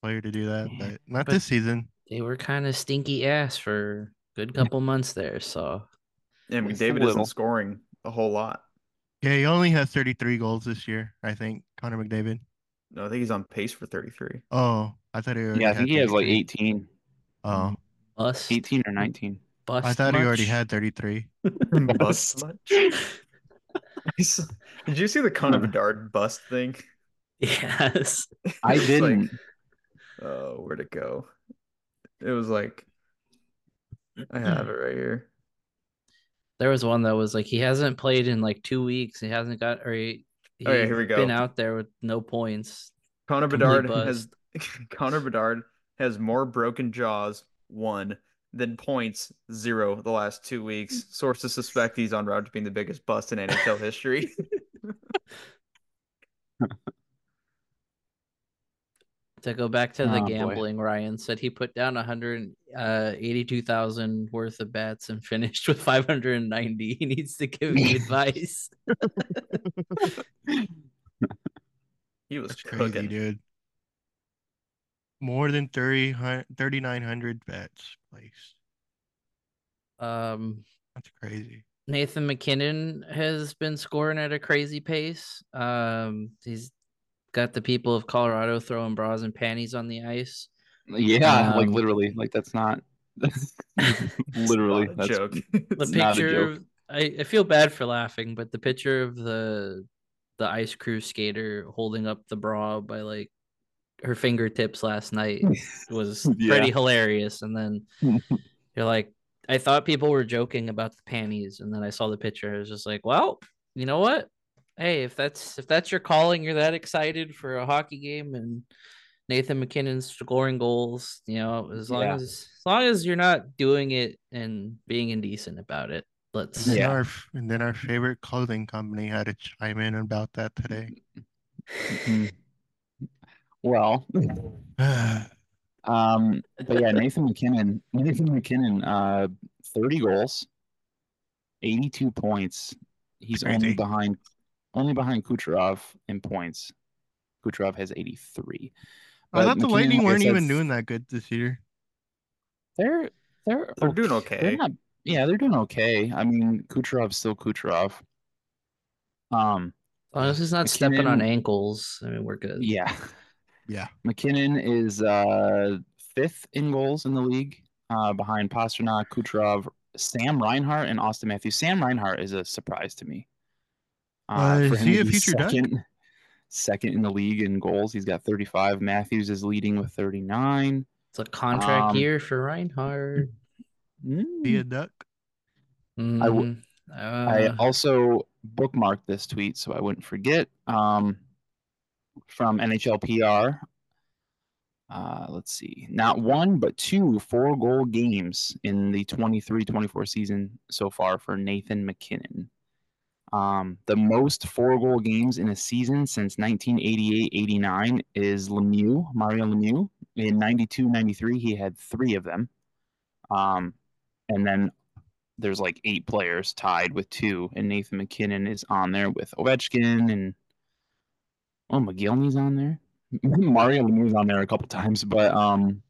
Speaker 4: player to do that, but not
Speaker 2: But-
Speaker 4: this season.
Speaker 2: they were kind of stinky ass for a good couple months there so
Speaker 5: and
Speaker 3: Just a
Speaker 5: David
Speaker 3: little.
Speaker 5: isn't scoring a whole lot.
Speaker 4: Yeah, he only has 33 goals this year, I think. Connor McDavid.
Speaker 5: No, I think he's on pace for 33.
Speaker 4: Oh, I thought he already
Speaker 3: Yeah, I
Speaker 4: had
Speaker 3: think he has like
Speaker 4: 33.
Speaker 3: 18,
Speaker 4: Oh,
Speaker 2: us
Speaker 3: 18 or 19.
Speaker 4: I thought he already had 33.
Speaker 5: Bust much? Did you see the Connor Bedard bust thing?
Speaker 2: yes
Speaker 3: I
Speaker 5: It's like-
Speaker 3: didn't.
Speaker 5: Oh, where'd it go? It was like I have it right here.
Speaker 2: There was one that was like he hasn't played in like two weeks. He hasn't got or he,
Speaker 5: Oh, yeah,
Speaker 2: he's
Speaker 5: here we
Speaker 2: Been
Speaker 5: go.
Speaker 2: out there with no points.
Speaker 5: Connor
Speaker 2: Complete
Speaker 5: Bedard has Connor Bedard has more broken jaws one than points zero the last two weeks. Sources suspect he's on route to being the biggest bust in NHL history.
Speaker 2: To go back to the
Speaker 3: Oh, boy.
Speaker 2: gambling, Ryan said he put down 182,000 worth of bets and finished with 590. He needs to give me advice.
Speaker 5: He was
Speaker 4: That's crazy,
Speaker 5: cooking.
Speaker 4: dude. More than 30 hun- 3,900 bets placed.
Speaker 2: Um,
Speaker 4: That's crazy.
Speaker 2: Nathan McKinnon has been scoring at a crazy pace. Um, he's got the people of Colorado throwing bras and panties on the ice.
Speaker 3: Yeah, like
Speaker 2: Um,
Speaker 3: literally, like that's not literally
Speaker 5: Not a
Speaker 3: that's
Speaker 5: joke.
Speaker 2: the
Speaker 3: It's not a
Speaker 2: picture
Speaker 3: joke.
Speaker 2: of, I, I feel bad for laughing but the picture of the the ice crew skater holding up the bra by like her fingertips last night was
Speaker 3: Yeah.
Speaker 2: pretty hilarious and then you're like i thought people were joking about the panties and then i saw the picture i was just like well you know what hey if that's if that's your calling you're that excited for a hockey game and Nathan McKinnon scoring goals. You know, as long
Speaker 3: Yeah.
Speaker 2: as as long as you're not doing it and being indecent about it. Let's
Speaker 4: And then
Speaker 3: Yeah.
Speaker 4: our f- and then our favorite clothing company had to chime in about that today.
Speaker 3: Mm-hmm. Well, um, but yeah, Nathan McKinnon, Nathan McKinnon, uh, 30 goals, 82 points. He's only
Speaker 4: Crazy.
Speaker 3: behind, only behind Kucherov in points. Kucherov has 83.
Speaker 4: I
Speaker 3: But
Speaker 4: thought the
Speaker 3: McKinnon,
Speaker 4: Lightning
Speaker 3: like I
Speaker 4: weren't
Speaker 3: said,
Speaker 4: even doing that good this year.
Speaker 3: They're they're
Speaker 5: They're doing okay.
Speaker 3: They're not, yeah, they're doing okay. I mean, Kucherov's still Kucherov. Um,
Speaker 2: as long as he's not stepping on
Speaker 3: McKinnon-
Speaker 2: ankles. I mean, we're good.
Speaker 3: yeah,
Speaker 4: Yeah.
Speaker 3: McKinnon is uh fifth in goals in the league, uh, behind Pasternak, Kucherov, Sam Reinhart, and Austin Matthews. Sam Reinhart is a surprise to me.
Speaker 4: Uh,
Speaker 3: for
Speaker 4: is
Speaker 3: him to
Speaker 4: he a
Speaker 3: be
Speaker 4: future Duck?
Speaker 3: second, second in the league in goals. He's got 35. Matthews is leading with 39.
Speaker 2: It's a contract
Speaker 3: Um,
Speaker 2: year for Reinhardt.
Speaker 4: Be a duck.
Speaker 3: I w-
Speaker 2: Mhm.
Speaker 3: I
Speaker 2: Uh,
Speaker 3: also bookmarked this tweet so I wouldn't forget. Um, from NHLPR. Uh, let's see. Not one, but two four goal games in the 23 24 season so far for Nathan McKinnon. Um, the most four goal games in a season since 1988 89 is Lemieux, Mario Lemieux. In 92 93, he had three of them. Um, and then there's like eight players tied with two, and Nathan McKinnon is on there with Ovechkin and oh McGillney's on there. Mario Lemieux's on there a couple times, but um,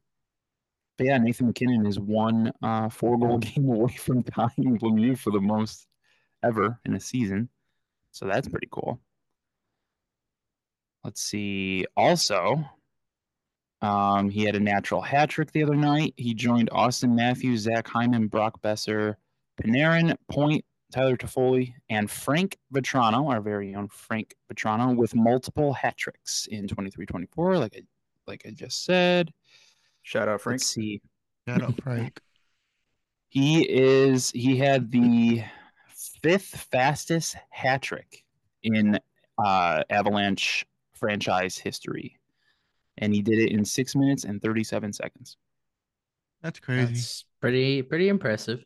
Speaker 3: but yeah, Nathan McKinnon is one uh, four goal game away from tying Lemieux for the most ever in a season, so that's pretty cool. Let's see. Also, um, he had a natural hat trick the other night. He joined Austin Matthews, Zach Hyman, Brock Besser, Panarin, Point, Tyler Toffoli, and Frank Vetrano, our very own Frank Vetrano, with multiple hat tricks in 23-24, like I, like I just said.
Speaker 5: Shout out Frank.
Speaker 3: Let's see.
Speaker 4: Shout out Frank.
Speaker 3: He is he had the fifth fastest hat trick in uh, Avalanche franchise history. And he did it in six minutes and 37 seconds.
Speaker 4: That's crazy. That's,
Speaker 2: that's pretty pretty impressive.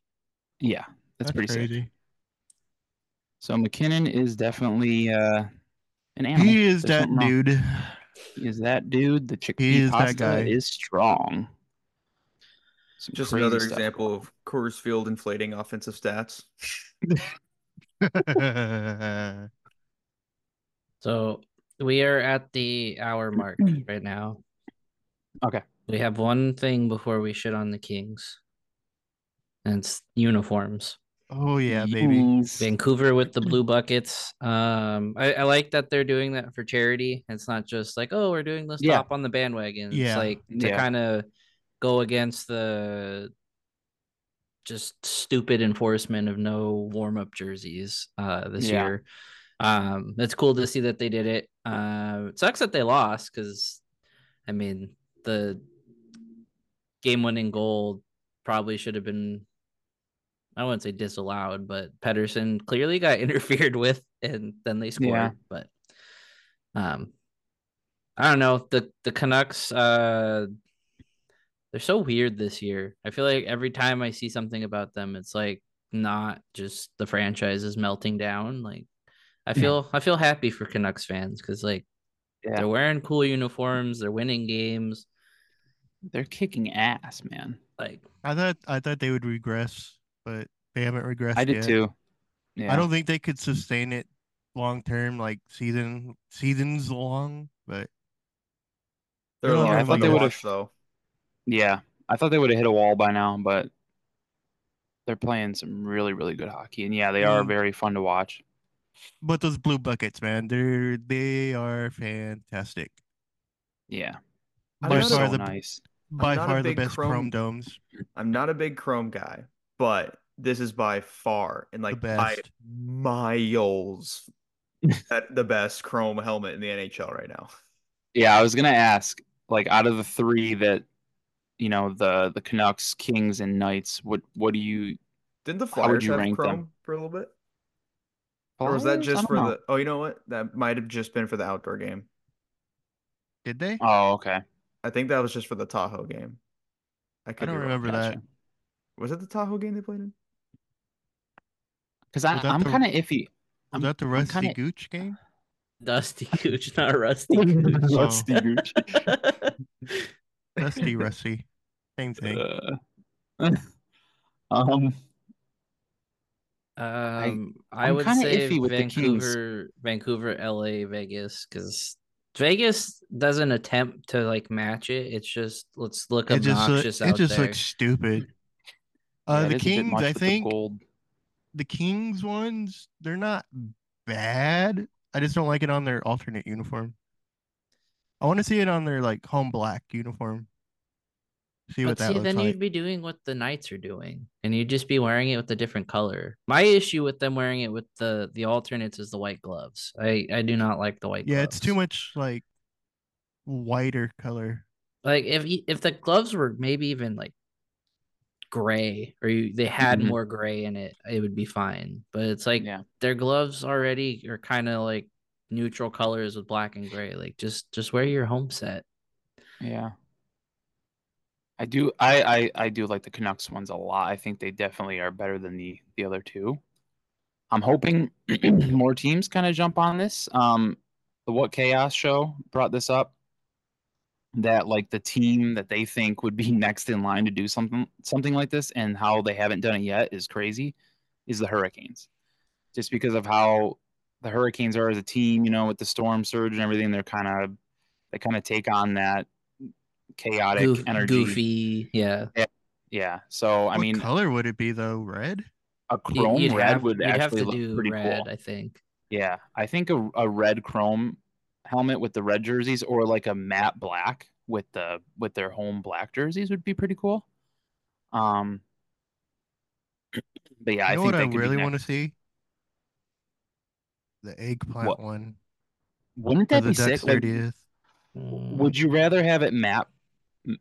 Speaker 3: Yeah, that's, pretty sick.
Speaker 4: crazy.
Speaker 3: So McKinnon is definitely uh, an animal.
Speaker 4: He
Speaker 3: There's
Speaker 4: is that
Speaker 3: nothing wrong-
Speaker 4: dude.
Speaker 3: He is that dude. The chickpea
Speaker 4: He is that
Speaker 3: pasta
Speaker 4: guy.
Speaker 3: is strong. Some
Speaker 5: Just
Speaker 3: crazy
Speaker 5: another
Speaker 3: stuff.
Speaker 5: example of Coors Field inflating offensive stats.
Speaker 2: So we are at the hour mark right now.
Speaker 3: Okay.
Speaker 2: We have one thing before we shit on the Kings. And it's uniforms.
Speaker 4: oh yeah, baby.
Speaker 3: Yes.
Speaker 2: Vancouver with the blue buckets. Um, I, I like that they're doing that for charity. It's not just like, oh, we're doing this
Speaker 3: Yeah.
Speaker 2: top on the bandwagon. It's
Speaker 4: Yeah.
Speaker 2: like to
Speaker 3: Yeah.
Speaker 2: kind of go against the just stupid enforcement of no warm up jerseys uh, this
Speaker 3: Yeah.
Speaker 2: year. Um, it's cool to see that they did it. Uh, it sucks that they lost because, I mean, the game winning goal probably should have been I wouldn't say disallowed, but Pedersen clearly got interfered with and then they scored.
Speaker 3: Yeah.
Speaker 2: But um I don't know. The the Canucks uh they're so weird this year. I feel like every time I see something about them, it's like not just the franchise is melting down. Like I
Speaker 3: Yeah.
Speaker 2: feel I feel happy for Canucks fans because like
Speaker 3: Yeah.
Speaker 2: they're wearing cool uniforms, they're winning games.
Speaker 3: They're kicking ass, man.
Speaker 2: Like
Speaker 4: I thought I thought they would regress, but they haven't regressed.
Speaker 3: I did
Speaker 4: yet.
Speaker 3: too. Yeah.
Speaker 4: I don't think they could sustain it long term, like season seasons long. But
Speaker 5: They're a
Speaker 4: Yeah,
Speaker 5: lot
Speaker 4: I
Speaker 5: of
Speaker 4: thought
Speaker 5: fun
Speaker 4: they
Speaker 5: to
Speaker 4: would've-
Speaker 5: watch, though.
Speaker 3: Yeah, I thought they would have hit a wall by now, but they're playing some really, really good hockey, and yeah, they are
Speaker 4: Mhm.
Speaker 3: very fun to watch.
Speaker 4: but those blue buckets, man, they're they are fantastic.
Speaker 3: Yeah,
Speaker 4: By
Speaker 5: I'm
Speaker 3: they're
Speaker 5: not a-
Speaker 4: far
Speaker 3: so
Speaker 4: the
Speaker 3: nice.
Speaker 4: by
Speaker 5: not a
Speaker 4: far the
Speaker 5: big
Speaker 4: best
Speaker 5: Chrome-
Speaker 4: chrome domes.
Speaker 5: I'm not a big Chrome guy, but this is by far and like by
Speaker 4: best.
Speaker 5: miles at the best Chrome helmet in the NHL right now.
Speaker 3: Yeah, I was gonna ask, like, out of the three that, you know, the the Canucks, Kings, and Knights, what what do you?
Speaker 5: Didn't the
Speaker 3: How would
Speaker 5: Flyers
Speaker 3: you
Speaker 5: have
Speaker 3: rank them?
Speaker 5: Chrome for a little bit? Or was that
Speaker 3: Flyers? I
Speaker 5: just
Speaker 3: don't
Speaker 5: for
Speaker 3: know.
Speaker 5: the? Oh, you know what? That might have just been for the outdoor game.
Speaker 4: Did they?
Speaker 3: Oh, okay.
Speaker 5: I think that was just for the Tahoe game.
Speaker 4: I
Speaker 5: could
Speaker 4: don't
Speaker 5: be wrong.
Speaker 4: remember that.
Speaker 5: Was it the Tahoe game they played in?
Speaker 3: Because
Speaker 4: Was that
Speaker 3: I'm
Speaker 4: the-
Speaker 3: kind of iffy.
Speaker 4: Was
Speaker 3: I'm-
Speaker 4: that the
Speaker 3: I'm
Speaker 4: Rusty
Speaker 3: kinda-
Speaker 4: Gooch game?
Speaker 2: Dusty Gooch, not Rusty Gooch.
Speaker 3: Rusty Gooch.
Speaker 4: Rusty Rusty. Same thing.
Speaker 3: Uh, um,
Speaker 2: Um, I,
Speaker 3: I'm
Speaker 2: would
Speaker 3: kinda
Speaker 2: say
Speaker 3: iffy with the Kings.
Speaker 2: Vancouver, Vancouver, LA, Vegas, because Vegas doesn't attempt to like match it. It's just let's look
Speaker 4: It just, look,
Speaker 2: obnoxious
Speaker 4: it
Speaker 2: out
Speaker 4: just
Speaker 2: there.
Speaker 4: looks stupid.
Speaker 3: yeah,
Speaker 4: Uh,
Speaker 3: it
Speaker 4: the
Speaker 3: is a bit
Speaker 4: Kings,
Speaker 3: much
Speaker 4: I
Speaker 3: with the
Speaker 4: think
Speaker 3: gold.
Speaker 4: the Kings ones, they're not bad. I just don't like it on their alternate uniform. I want to see it on their like home black uniform. See what
Speaker 2: But
Speaker 4: that
Speaker 2: see,
Speaker 4: looks
Speaker 2: then
Speaker 4: like.
Speaker 2: you'd be doing what the Knights are doing, and you'd just be wearing it with a different color. My issue with them wearing it with the the alternates is the white gloves. I I do not like the white.
Speaker 4: yeah, it's too
Speaker 2: gloves.
Speaker 4: much like whiter color.
Speaker 2: Like if y- if the gloves were maybe even like gray, or you, they had
Speaker 3: Mhm.
Speaker 2: more gray in it, it would be fine. But it's like
Speaker 3: Yeah.
Speaker 2: their gloves already are kind of like neutral colors with black and gray. Like just just wear your home set.
Speaker 3: Yeah. I do I, I I do like the Canucks ones a lot. I think they definitely are better than the the other two. I'm hoping more teams kind of jump on this. Um the What Chaos show brought this up that like the team that they think would be next in line to do something something like this and how they haven't done it yet is crazy is the Hurricanes. Just because of how the Hurricanes are as a team, you know, with the storm surge and everything, they're kind of they kind of take on that chaotic
Speaker 2: Goof-
Speaker 3: energy.
Speaker 2: goofy, yeah.
Speaker 3: Yeah. So I
Speaker 4: what
Speaker 3: mean,
Speaker 4: color would it be though? Red?
Speaker 3: a
Speaker 2: You-
Speaker 3: chrome
Speaker 2: you'd
Speaker 3: red
Speaker 2: have-
Speaker 3: would
Speaker 2: you'd have
Speaker 3: actually
Speaker 2: to
Speaker 3: look
Speaker 2: do
Speaker 3: pretty
Speaker 2: red,
Speaker 3: cool.
Speaker 2: I think.
Speaker 3: Yeah, I think a, a red chrome helmet with the red jerseys, or like a matte black with the with their home black jerseys would be pretty cool. Um, but yeah,
Speaker 4: you
Speaker 3: I
Speaker 4: know
Speaker 3: think
Speaker 4: what I
Speaker 3: they could be
Speaker 4: really want to
Speaker 3: next.
Speaker 4: see? The eggplant
Speaker 3: What?
Speaker 4: one.
Speaker 3: Wouldn't
Speaker 4: for
Speaker 3: that
Speaker 4: the
Speaker 3: be sick?
Speaker 4: Ducks
Speaker 3: Like,
Speaker 4: 30th.
Speaker 2: Mm,
Speaker 3: would you rather have it matte?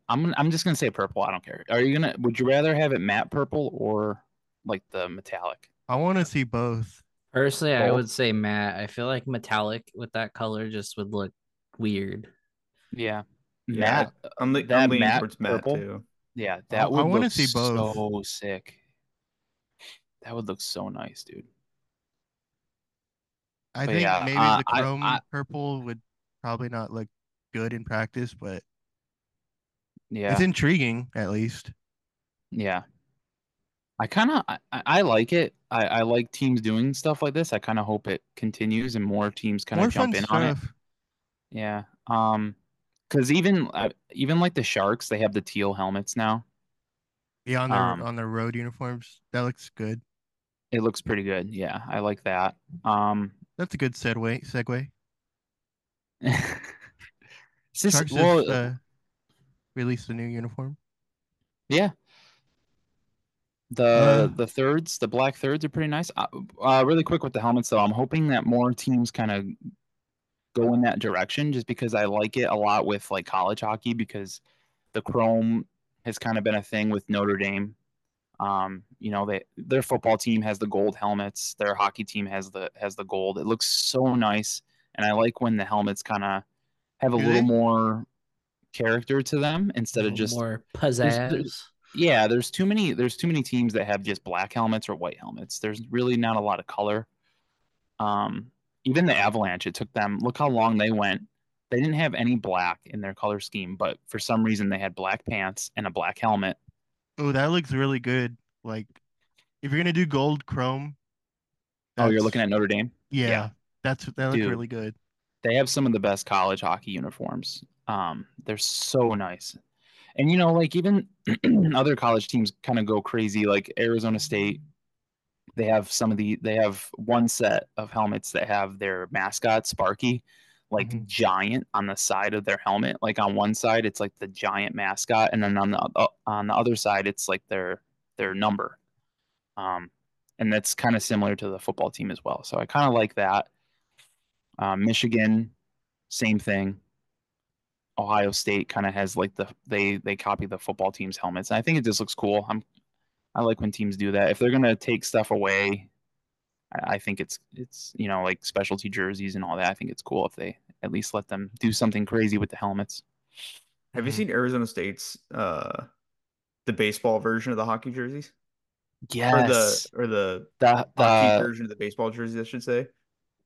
Speaker 3: I'm gonna- I'm just gonna say purple. I don't care. Are you gonna? Would you rather have it matte purple or like the metallic?
Speaker 4: I want to see both.
Speaker 2: Personally, I
Speaker 3: Gold?
Speaker 2: would say matte. I feel like metallic with that color just would look weird.
Speaker 3: Yeah,
Speaker 5: Yeah,
Speaker 3: matte.
Speaker 5: I'm, le-
Speaker 3: That
Speaker 5: I'm leaning
Speaker 3: matte
Speaker 5: towards Matt
Speaker 3: purple?
Speaker 5: too.
Speaker 3: Yeah, that
Speaker 4: I
Speaker 3: would
Speaker 4: wanna
Speaker 3: look
Speaker 4: see both.
Speaker 3: so sick. That would look so nice, dude.
Speaker 4: I
Speaker 3: But
Speaker 4: think
Speaker 3: yeah,
Speaker 4: maybe
Speaker 3: uh,
Speaker 4: the
Speaker 3: I-
Speaker 4: chrome
Speaker 3: I-
Speaker 4: purple would probably not look good in practice, but
Speaker 3: Yeah,
Speaker 4: it's intriguing at least.
Speaker 3: yeah. I kind of I, I I like it. I, I like teams doing stuff like this. I kind of hope it continues and more teams kind
Speaker 4: More
Speaker 3: of jump
Speaker 4: fun
Speaker 3: in
Speaker 4: stuff.
Speaker 3: on it. Yeah. Um, because even uh, even like the Sharks, they have the teal helmets now.
Speaker 4: Yeah, on their
Speaker 3: Um,
Speaker 4: on their road uniforms. That looks good.
Speaker 3: It looks pretty good. Yeah, I like that. Um,
Speaker 4: That's a good segue. Segue.
Speaker 3: it's just-
Speaker 4: Sharks
Speaker 3: well,
Speaker 4: just uh, released a new uniform.
Speaker 3: Yeah. The the thirds, the black thirds are pretty nice. Uh, uh, really quick with the helmets though, I'm hoping that more teams kind of go in that direction just because I like it a lot with like college hockey because the chrome has kind of been a thing with Notre Dame. Um, you know, they their football team has the gold helmets, their hockey team has the has the gold. It looks so nice, and I like when the helmets kind of have a
Speaker 4: Do they?
Speaker 3: little more character to them instead of
Speaker 2: Little
Speaker 3: just
Speaker 2: more pizzazz.
Speaker 3: yeah, there's too many. There's too many teams that have just black helmets or white helmets. There's really not a lot of color. Um, even the Avalanche, it took them. Look how long they went. They didn't have any black in their color scheme, but for some reason they had black pants and a black helmet.
Speaker 4: Oh, that looks really good. Like if you're gonna do gold chrome.
Speaker 3: Oh, you're
Speaker 4: that's-
Speaker 3: looking at Notre Dame.
Speaker 4: yeah,
Speaker 3: yeah.
Speaker 4: That's that looks
Speaker 3: Dude.
Speaker 4: really good.
Speaker 3: They have some of the best college hockey uniforms. Um, they're so nice. And you know, like even other college teams kind of go crazy, like Arizona State. They have some of the they have one set of helmets that have their mascot Sparky, like
Speaker 4: Mhm.
Speaker 3: giant on the side of their helmet. Like on one side, it's like the giant mascot, and then on the o- on the other side, it's like their their number. Um, and that's kind of similar to the football team as well. So I kind of like that. Uh, Michigan, same thing. Ohio State kind of has like the they they copy the football team's helmets, and I think it just looks cool. I'm I like when teams do that. If they're gonna take stuff away, I, I think it's it's you know like specialty jerseys and all that. I think it's cool if they at least let them do something crazy with the helmets.
Speaker 5: Have you
Speaker 3: Mhm.
Speaker 5: seen Arizona State's uh the baseball version of the hockey jerseys?
Speaker 3: Yes.
Speaker 5: Or the or the
Speaker 3: the, the,
Speaker 5: hockey version of the baseball jerseys, I should say.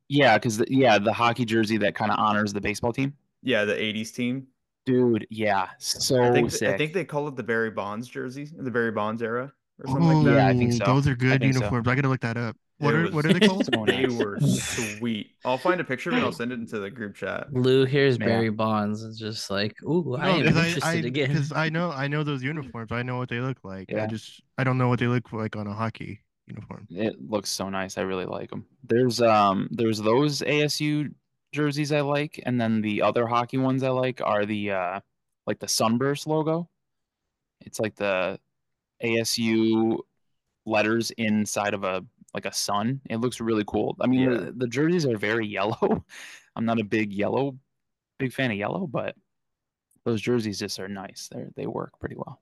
Speaker 3: yeah, because yeah, the hockey jersey that kind of honors the baseball team.
Speaker 5: Yeah, the eighties team.
Speaker 3: Dude, yeah, so
Speaker 5: I think
Speaker 3: sick.
Speaker 5: I think they call it the Barry Bonds jerseys, the Barry Bonds era or something
Speaker 4: Ooh,
Speaker 5: like that.
Speaker 3: Yeah, I think so.
Speaker 4: Those are good
Speaker 3: think so.
Speaker 4: uniforms. I gotta look that up. What
Speaker 5: It
Speaker 4: are
Speaker 5: was-
Speaker 4: what are they called?
Speaker 3: So
Speaker 5: They
Speaker 3: nice.
Speaker 5: were sweet. I'll find a picture of it and I'll send it into the group chat.
Speaker 2: Lou hears
Speaker 3: Man.
Speaker 2: Barry Bonds and just like, ooh, I am
Speaker 4: 'cause
Speaker 2: interested again.
Speaker 4: Because I know I know those uniforms. I know what they look like.
Speaker 3: Yeah.
Speaker 4: I just I don't know what they look like on a hockey uniform.
Speaker 3: It looks so nice. I really like them. There's um there's those ASU jerseys I like, and then the other hockey ones I like are the uh like the sunburst logo. It's like the ASU letters inside of a like a sun. It looks really cool. I mean,
Speaker 5: Yeah.
Speaker 3: the, the jerseys are very yellow. I'm not a big yellow, big fan of yellow, but those jerseys just are nice. They they work pretty well.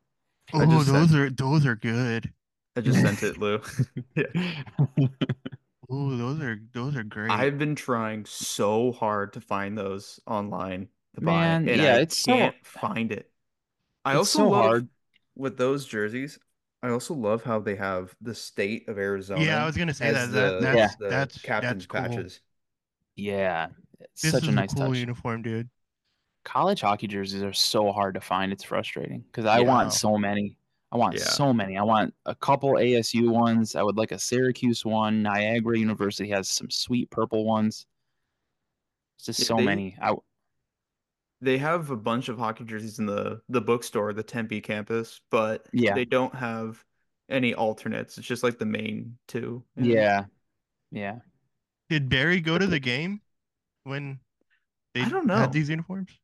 Speaker 5: I
Speaker 4: Oh,
Speaker 5: just said-
Speaker 4: those are those are good.
Speaker 5: I just sent it, Lou. yeah.
Speaker 4: Oh, those are those are great.
Speaker 5: I've been trying so hard to find those online to buy,
Speaker 3: Man,
Speaker 5: and
Speaker 3: yeah,
Speaker 5: I
Speaker 3: it's so-
Speaker 5: can't find it. I
Speaker 3: It's
Speaker 5: also
Speaker 3: so
Speaker 5: love
Speaker 3: hard.
Speaker 5: with those jerseys. I also love how they have the state of Arizona.
Speaker 4: yeah, I was gonna say
Speaker 5: as
Speaker 4: that.
Speaker 5: the-
Speaker 4: that
Speaker 5: as
Speaker 4: that's
Speaker 5: the
Speaker 4: that's that's
Speaker 5: captain's
Speaker 4: cool.
Speaker 5: patches.
Speaker 3: Yeah, it's
Speaker 4: This
Speaker 3: such
Speaker 4: is
Speaker 3: a nice
Speaker 4: cool
Speaker 3: touch.
Speaker 4: uniform, dude.
Speaker 3: college hockey jerseys are so hard to find. It's frustrating because I
Speaker 5: Yeah.
Speaker 3: want so many. I want
Speaker 5: Yeah.
Speaker 3: so many. I want a couple ASU ones. I would like a Syracuse one. Niagara University has some sweet purple ones. It's just
Speaker 5: Yeah,
Speaker 3: so
Speaker 5: they-
Speaker 3: many. I
Speaker 5: They have a bunch of hockey jerseys in the the bookstore, the Tempe campus, but
Speaker 3: Yeah.
Speaker 5: they don't have any alternates. It's just like the main two. And
Speaker 3: yeah, yeah.
Speaker 4: Did Barry go to the game when they
Speaker 5: I don't know.
Speaker 4: had these uniforms?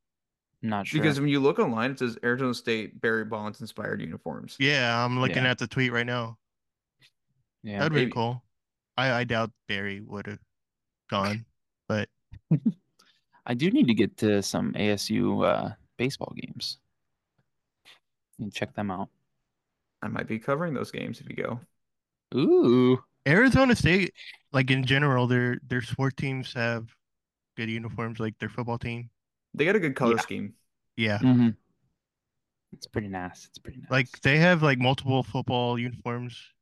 Speaker 3: I'm not sure.
Speaker 5: Because when you look online, it says Arizona State Barry Bonds inspired uniforms.
Speaker 4: Yeah, I'm looking
Speaker 3: Yeah.
Speaker 4: at the tweet right now.
Speaker 3: yeah,
Speaker 4: That'd
Speaker 5: maybe.
Speaker 4: be cool. I I doubt Barry would have gone, but
Speaker 3: I do need to get to some ASU uh, baseball games and check them out.
Speaker 5: I might be covering those games if you go.
Speaker 3: Ooh,
Speaker 4: Arizona State, like in general, their their sport teams have good uniforms, like their football team.
Speaker 5: They got a good color
Speaker 3: Yeah.
Speaker 5: scheme.
Speaker 4: Yeah.
Speaker 3: hmm it's pretty nice. It's pretty nice.
Speaker 4: Like they have like multiple football uniforms.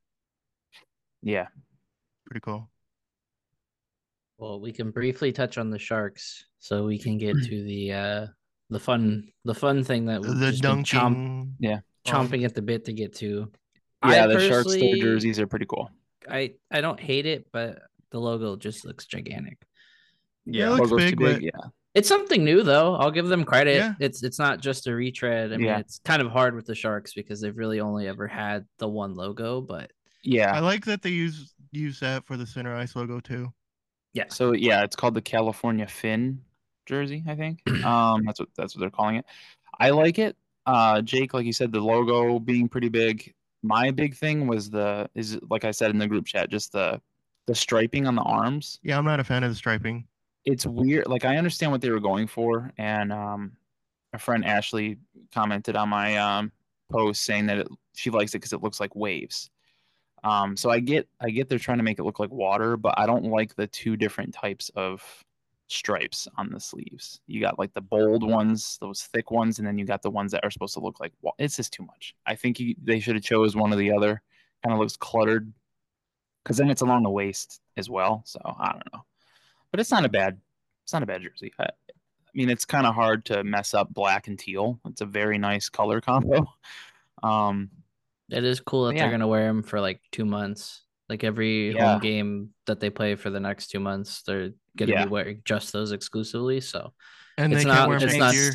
Speaker 3: yeah.
Speaker 4: Pretty cool.
Speaker 2: Well, we can briefly touch on the sharks so we can get to the uh the fun the fun thing that we've
Speaker 4: The
Speaker 2: just been chomp,
Speaker 4: dunking. Um,
Speaker 2: chomping at the bit to get to.
Speaker 3: Yeah,
Speaker 2: I
Speaker 3: the Sharks, their
Speaker 2: personally-
Speaker 3: jerseys are pretty cool.
Speaker 2: I I don't hate it, but the logo just looks gigantic.
Speaker 4: Yeah,
Speaker 5: Yeah.
Speaker 4: Looks
Speaker 3: Logo's
Speaker 4: big,
Speaker 3: too big,
Speaker 4: but-
Speaker 3: yeah.
Speaker 2: It's something new though. I'll give them credit.
Speaker 4: Yeah.
Speaker 2: It's it's not just a retread. I mean,
Speaker 3: Yeah.
Speaker 2: it's kind of hard with the sharks because they've really only ever had the one logo, but
Speaker 4: I
Speaker 3: Yeah.
Speaker 4: like that they use use that for the center ice logo too.
Speaker 2: yeah.
Speaker 3: So yeah, it's called the California Fin jersey, I think. Um, that's what that's what they're calling it. I like it. Uh, Jake, like you said, the logo being pretty big. My big thing was the is like I said in the group chat, just the the striping on the arms.
Speaker 4: Yeah, I'm not a fan of the striping.
Speaker 3: it's weird. Like I understand what they were going for, and um, our friend Ashley commented on my um, post saying that it, she likes it because it looks like waves. Um, so I get, I get they're trying to make it look like water, but I don't like the two different types of stripes on the sleeves. You got like the bold ones, those thick ones, and then you got the ones that are supposed to look like. Wa- it's just too much. I think you, they should have chose one or the other. Kind of looks cluttered, because then it's along the waist as well. So I don't know, but it's not a bad it's not a bad jersey. I, I mean, it's kind of hard to mess up black and teal. It's a very nice color combo. Um,
Speaker 2: It is cool that
Speaker 3: Yeah.
Speaker 2: they're gonna wear them for like two months. Like every
Speaker 3: Yeah.
Speaker 2: home game that they play for the next two months, they're gonna
Speaker 3: Yeah.
Speaker 2: be wearing just those exclusively. So
Speaker 4: And
Speaker 2: It's
Speaker 4: they
Speaker 2: not-
Speaker 4: can't wear them
Speaker 2: it's not-
Speaker 4: next year.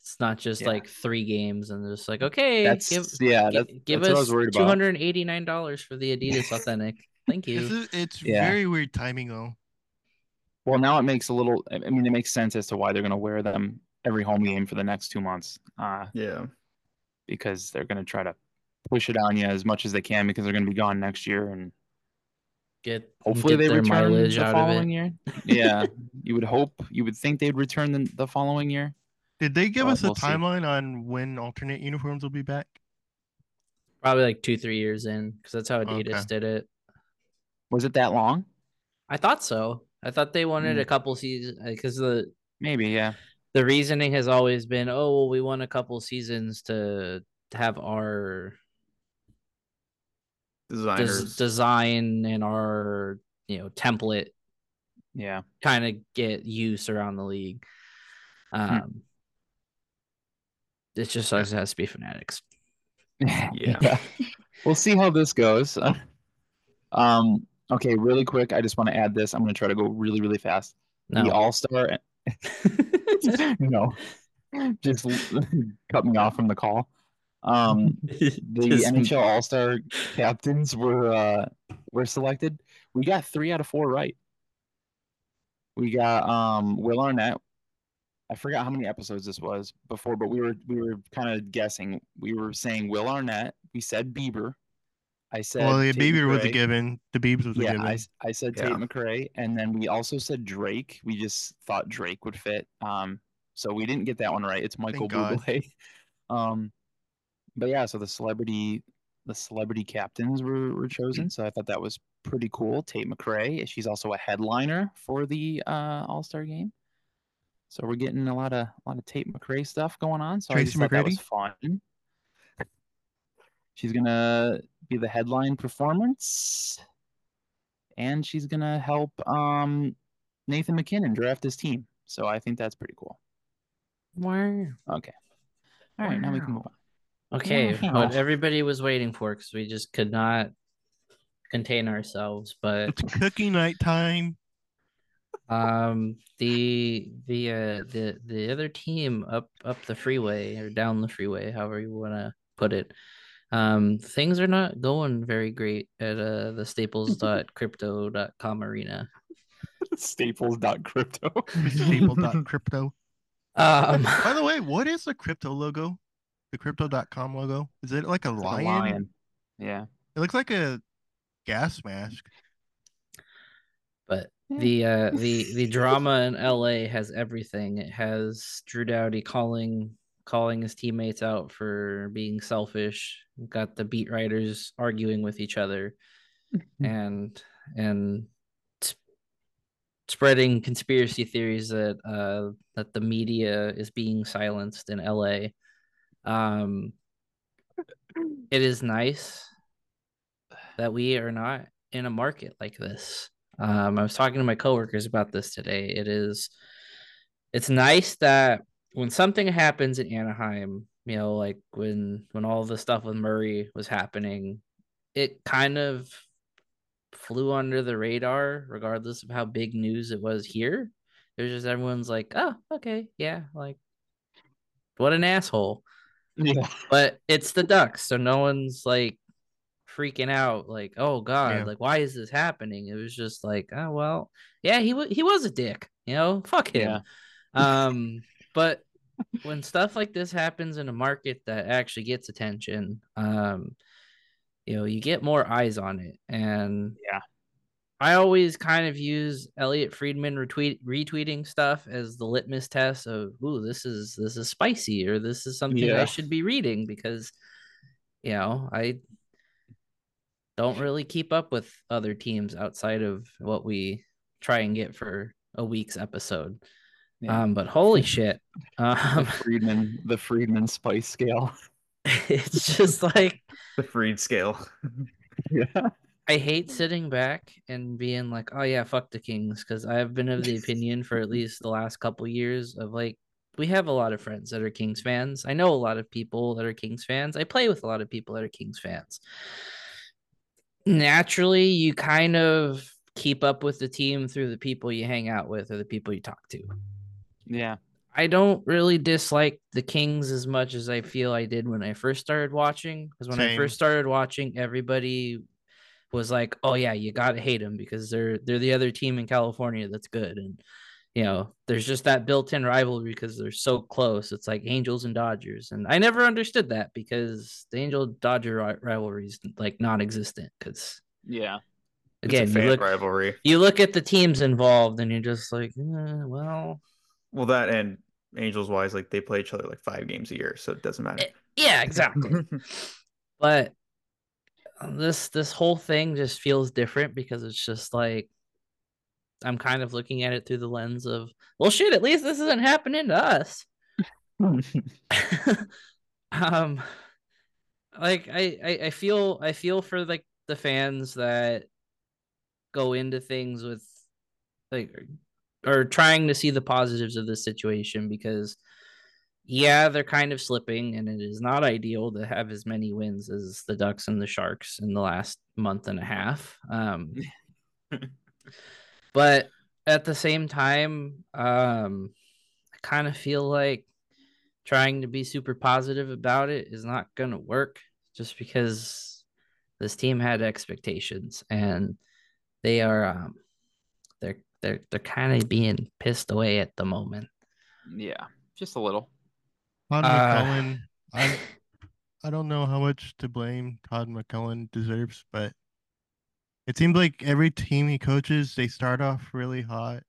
Speaker 2: it's not just
Speaker 3: Yeah.
Speaker 2: like three games and they're just like, okay,
Speaker 3: that's
Speaker 2: give
Speaker 3: yeah.
Speaker 2: gi-
Speaker 3: That's,
Speaker 2: give
Speaker 3: that's what
Speaker 2: us
Speaker 3: I was worried
Speaker 2: two
Speaker 3: about.
Speaker 2: hundred and eighty nine dollars for the Adidas authentic. Thank
Speaker 4: This
Speaker 2: you.
Speaker 4: is, it's
Speaker 3: Yeah.
Speaker 4: very weird timing though.
Speaker 3: Well, now it makes a little. I I mean, it makes sense as to why they're going to wear them every home game for the next two months, uh,
Speaker 5: Yeah.
Speaker 3: because they're going to try to push it on you as much as they can because they're going to be gone next year and
Speaker 2: Get
Speaker 3: hopefully
Speaker 2: get
Speaker 3: they
Speaker 2: their
Speaker 3: return
Speaker 2: mileage
Speaker 3: the
Speaker 2: out
Speaker 3: following
Speaker 2: of it.
Speaker 3: year. Yeah, you would hope. You would think they'd return the, the following year.
Speaker 4: Did they give
Speaker 3: Well,
Speaker 4: us a
Speaker 3: we'll see.
Speaker 4: timeline on when alternate uniforms will be back?
Speaker 2: Probably like two three years in because that's how Adidas
Speaker 4: Okay.
Speaker 2: did it.
Speaker 3: Was it that long?
Speaker 2: I thought so. I thought they wanted
Speaker 3: Mm.
Speaker 2: a couple seasons because uh, the
Speaker 3: Maybe. Yeah.
Speaker 2: the reasoning has always been, oh, well, we won a couple seasons to to have our des-
Speaker 5: Designers.
Speaker 2: design and our you know template
Speaker 3: Yeah.
Speaker 2: kind of get use around the league.
Speaker 3: Hmm.
Speaker 2: Um, it just sucks it has to be fanatics.
Speaker 5: Yeah.
Speaker 3: we'll see how this goes. um. Okay. Really quick. I just want to add this. I'm going to try to go really, really fast.
Speaker 2: No,
Speaker 3: The All Star. no. Just l- cut me off from the call. Um. The
Speaker 2: Just-
Speaker 3: NHL All Star captains were uh were selected. We got three out of four right. We got um Will Arnett. I forgot how many episodes this was before, but we were we were kind of guessing. We were saying Will Arnett. We said Bieber. I said
Speaker 4: Well, the
Speaker 3: Tate
Speaker 4: Beaver was a
Speaker 3: McRae.
Speaker 4: given. The Beebs was a
Speaker 3: Yeah,
Speaker 4: given.
Speaker 3: I, s- I said
Speaker 5: Yeah.
Speaker 3: Tate McRae, and then we also said Drake. We just thought Drake would fit. Um, so we didn't get that one right. It's Michael
Speaker 4: God.
Speaker 3: Bublé. Um, but yeah, so the celebrity, the celebrity captains were, were chosen. So I thought that was pretty cool. Tate McRae. She's also a headliner for the uh, All Star game. So we're getting a lot of a lot of Tate McRae stuff going on. So I
Speaker 4: Tracy
Speaker 3: just thought that was fun. She's gonna be the headline performance, and she's gonna help um, Nathan McKinnon draft his team. So I think that's pretty cool. Okay. All right, now we can move on.
Speaker 2: Okay,
Speaker 3: Wow.
Speaker 2: what everybody was waiting for because we just could not contain ourselves. But
Speaker 4: It's cookie night time.
Speaker 2: um, the the uh, the the other team up up the freeway or down the freeway, however you want to put it, um, things are not going very great at uh, the Staples.crypto.com arena.
Speaker 3: Staples.crypto.
Speaker 4: Staple.crypto.
Speaker 2: Um,
Speaker 4: By the way, what is the crypto logo? The crypto.com logo? Is it like a lion?
Speaker 3: Yeah.
Speaker 4: It looks like a gas mask.
Speaker 2: but
Speaker 3: Yeah.
Speaker 2: the uh the the drama in LA has everything. It has Drew Dowdy calling calling his teammates out for being selfish. You've Got the beat writers arguing with each other and and s- spreading conspiracy theories that uh that the media is being silenced in LA. Um it is nice that we are not in a market like this. Um, I was talking to my coworkers about this today. It is, it's nice that when something happens in Anaheim, you know, like when when all the stuff with Murray was happening, it kind of flew under the radar, regardless of how big news it was here. There's just everyone's like, oh, okay, yeah, like what an asshole
Speaker 3: Yeah.
Speaker 2: but it's the ducks so no one's like freaking out like oh god
Speaker 4: Yeah.
Speaker 2: like why is this happening it was just like oh well yeah he was he was a dick you know fuck him um but when stuff like this happens in a market that actually gets attention um you know you get more eyes on it and
Speaker 3: Yeah.
Speaker 2: i always kind of use elliot friedman retweet retweeting stuff as the litmus test of ooh this is this is spicy or this is something i
Speaker 3: Yeah.
Speaker 2: should be reading because you know i don't really keep up with other teams outside of what we try and get for a week's episode
Speaker 3: Yeah.
Speaker 2: um but holy shit um
Speaker 3: the Friedman, the Friedman spice scale.
Speaker 2: it's just like
Speaker 5: The freed scale.
Speaker 3: Yeah.
Speaker 2: I hate sitting back and being like, oh yeah, fuck the Kings, because I've been of the opinion for at least the last couple years of like, we have a lot of friends that are Kings fans. I know a lot of people that are Kings fans. I play with a lot of people that are Kings fans. Naturally, you kind of keep up with the team through the people you hang out with or the people you talk to.
Speaker 3: Yeah.
Speaker 2: I don't really dislike the Kings as much as I feel I did when I first started watching. Because when I
Speaker 4: Same.
Speaker 2: first started watching, everybody was like, "Oh yeah, you gotta hate them because they're they're the other team in California that's good." And you know, there's just that built-in rivalry because they're so close. It's like Angels and Dodgers, and I never understood that because the Angel Dodger ri- rivalry is like non-existent. Because
Speaker 3: Yeah.
Speaker 2: again,
Speaker 5: it's a
Speaker 2: you
Speaker 5: fan
Speaker 2: look
Speaker 5: rivalry.
Speaker 2: you look at the teams involved, and you're just like, "Eh, well.
Speaker 5: Well, that and Angels wise, like they play each other like five games a year, so it doesn't matter.
Speaker 2: Eh, Yeah, exactly. but um, this this whole thing just feels different because it's just like I'm kind of looking at it through the lens of, well, shit. At least this isn't happening to us. um, like I, I, I feel, I feel for like the fans that go into things with, like, or trying to see the positives of this situation because, yeah, they're kind of slipping, and it is not ideal to have as many wins as the Ducks and the Sharks in the last month and a half. Um, but at the same time, um, I kind of feel like trying to be super positive about it is not going to work just because this team had expectations and they are um, they're they're they're kind of being pissed away at the moment.
Speaker 3: yeah, just a little.
Speaker 4: Todd
Speaker 2: Uh,
Speaker 4: McCullen, I, I don't know how much to blame Todd McCullen deserves, but it seems like every team he coaches, they start off really hot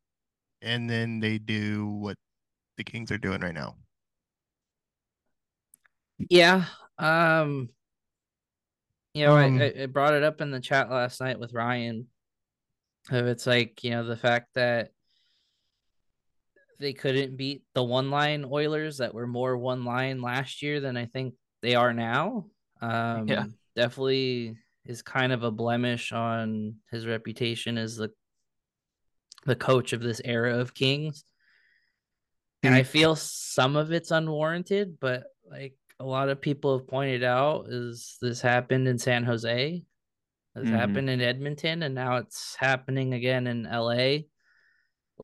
Speaker 4: and then they do what the Kings are doing right now.
Speaker 2: Yeah. Um you know, I-
Speaker 4: Um,
Speaker 2: I, I brought it up in the chat last night with Ryan. Of it's like, you know, the fact that they couldn't beat the one line Oilers that were more one line last year than I think they are now. Um
Speaker 3: Yeah.
Speaker 2: definitely is kind of a blemish on his reputation as the the coach of this era of Kings. And I
Speaker 4: Dude.
Speaker 2: feel some of it's unwarranted, but like a lot of people have pointed out, is this happened in San Jose, this
Speaker 3: Mhm.
Speaker 2: happened in Edmonton, and now it's happening again in LA,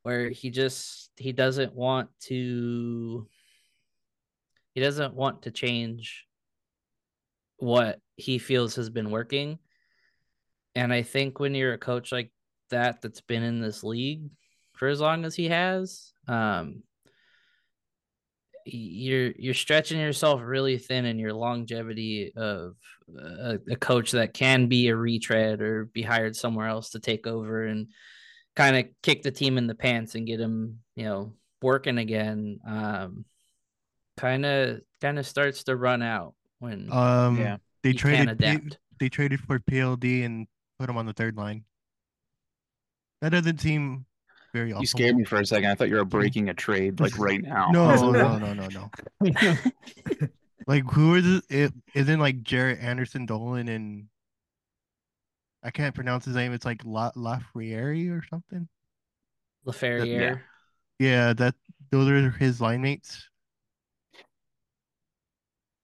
Speaker 2: where he just he doesn't want to he doesn't want to change what he feels has been working. And I think when you're a coach like that that's been in this league for as long as he has, um y- you're you're stretching yourself really thin in your longevity of a, a coach that can be a retread or be hired somewhere else to take over and kind of kick the team in the pants and get him, you know, working again. Um kind of kind of starts to run out when
Speaker 4: Um,
Speaker 3: Yeah.
Speaker 4: they
Speaker 2: you can't
Speaker 4: traded P-
Speaker 2: adapt.
Speaker 4: they traded for PLD and put him on the third line. That doesn't seem very awful.
Speaker 3: You scared me for a second. I thought you were breaking a trade like right now.
Speaker 4: No, no, no, no, no. Like who is it? it isn't like Jarrett Anderson Dolan and I can't pronounce his name. It's like La Lafriere or something.
Speaker 2: LaFerriere.
Speaker 4: Yeah, that those are his line mates.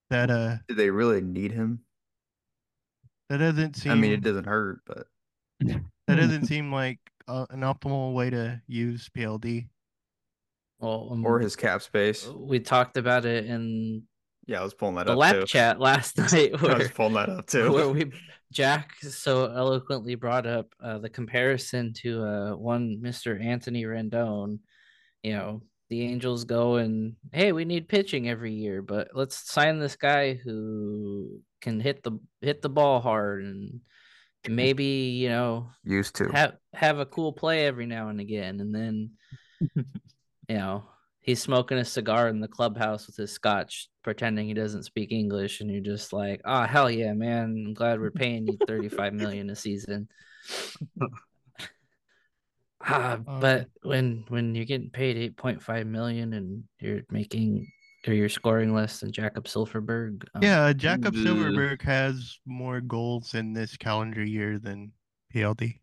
Speaker 4: That uh,
Speaker 5: Do they really need him?
Speaker 4: that doesn't seem.
Speaker 5: I mean, it doesn't hurt, but
Speaker 4: That doesn't seem like uh, an optimal way to use PLD.
Speaker 2: Well, um,
Speaker 5: or his cap space.
Speaker 2: we talked about it in
Speaker 5: Yeah, I was pulling that
Speaker 2: Oh. the
Speaker 5: up
Speaker 2: lap
Speaker 5: too.
Speaker 2: chat last night
Speaker 5: I was
Speaker 2: where,
Speaker 5: pulling that up too.
Speaker 2: where we Jack so eloquently brought up uh, the comparison to uh, one Mr. Anthony Rendon. You know, the Angels go and hey, we need pitching every year, but let's sign this guy who can hit the hit the ball hard and maybe you know
Speaker 5: Used to.
Speaker 2: have have a cool play every now and again, and then you know he's smoking a cigar in the clubhouse with his scotch, pretending he doesn't speak English, and you're just like, oh hell yeah, man! I'm glad we're paying you 35 million a season. Ah, but
Speaker 4: Um,
Speaker 2: when when you're getting paid 8.5 million and you're making or you're scoring less than Jacob Silverberg, um,
Speaker 4: Yeah, Jacob
Speaker 3: Ugh.
Speaker 4: Silverberg has more goals in this calendar year than PLD.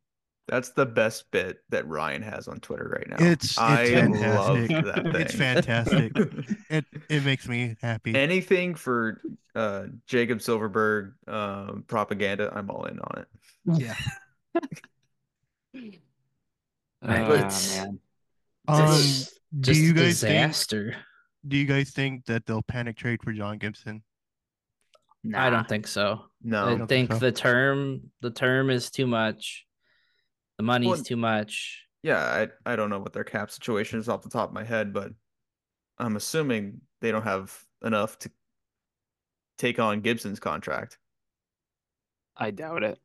Speaker 5: That's the best bit that Ryan has on Twitter right now.
Speaker 4: It's- it's
Speaker 5: I
Speaker 4: fantastic.
Speaker 5: love that thing.
Speaker 4: It's fantastic. it it makes me happy.
Speaker 5: Anything for uh, Jacob Silverberg um, propaganda, I'm all in on it.
Speaker 4: Yeah.
Speaker 2: Right.
Speaker 3: Ah,
Speaker 2: It's-
Speaker 3: man.
Speaker 4: Um,
Speaker 2: just,
Speaker 4: do
Speaker 2: just
Speaker 4: you
Speaker 2: a
Speaker 4: guys think
Speaker 2: disaster.
Speaker 4: do you guys think that they'll panic trade for John Gibson?
Speaker 2: I
Speaker 3: Nah.
Speaker 2: don't think so.
Speaker 5: No,
Speaker 4: I
Speaker 2: I
Speaker 4: don't
Speaker 2: think
Speaker 4: think so.
Speaker 2: the term the term is too much. The money's
Speaker 5: Well-
Speaker 2: too much.
Speaker 5: yeah, I, I don't know what their cap situation is off the top of my head, but I'm assuming they don't have enough to take on Gibson's contract.
Speaker 3: I doubt it.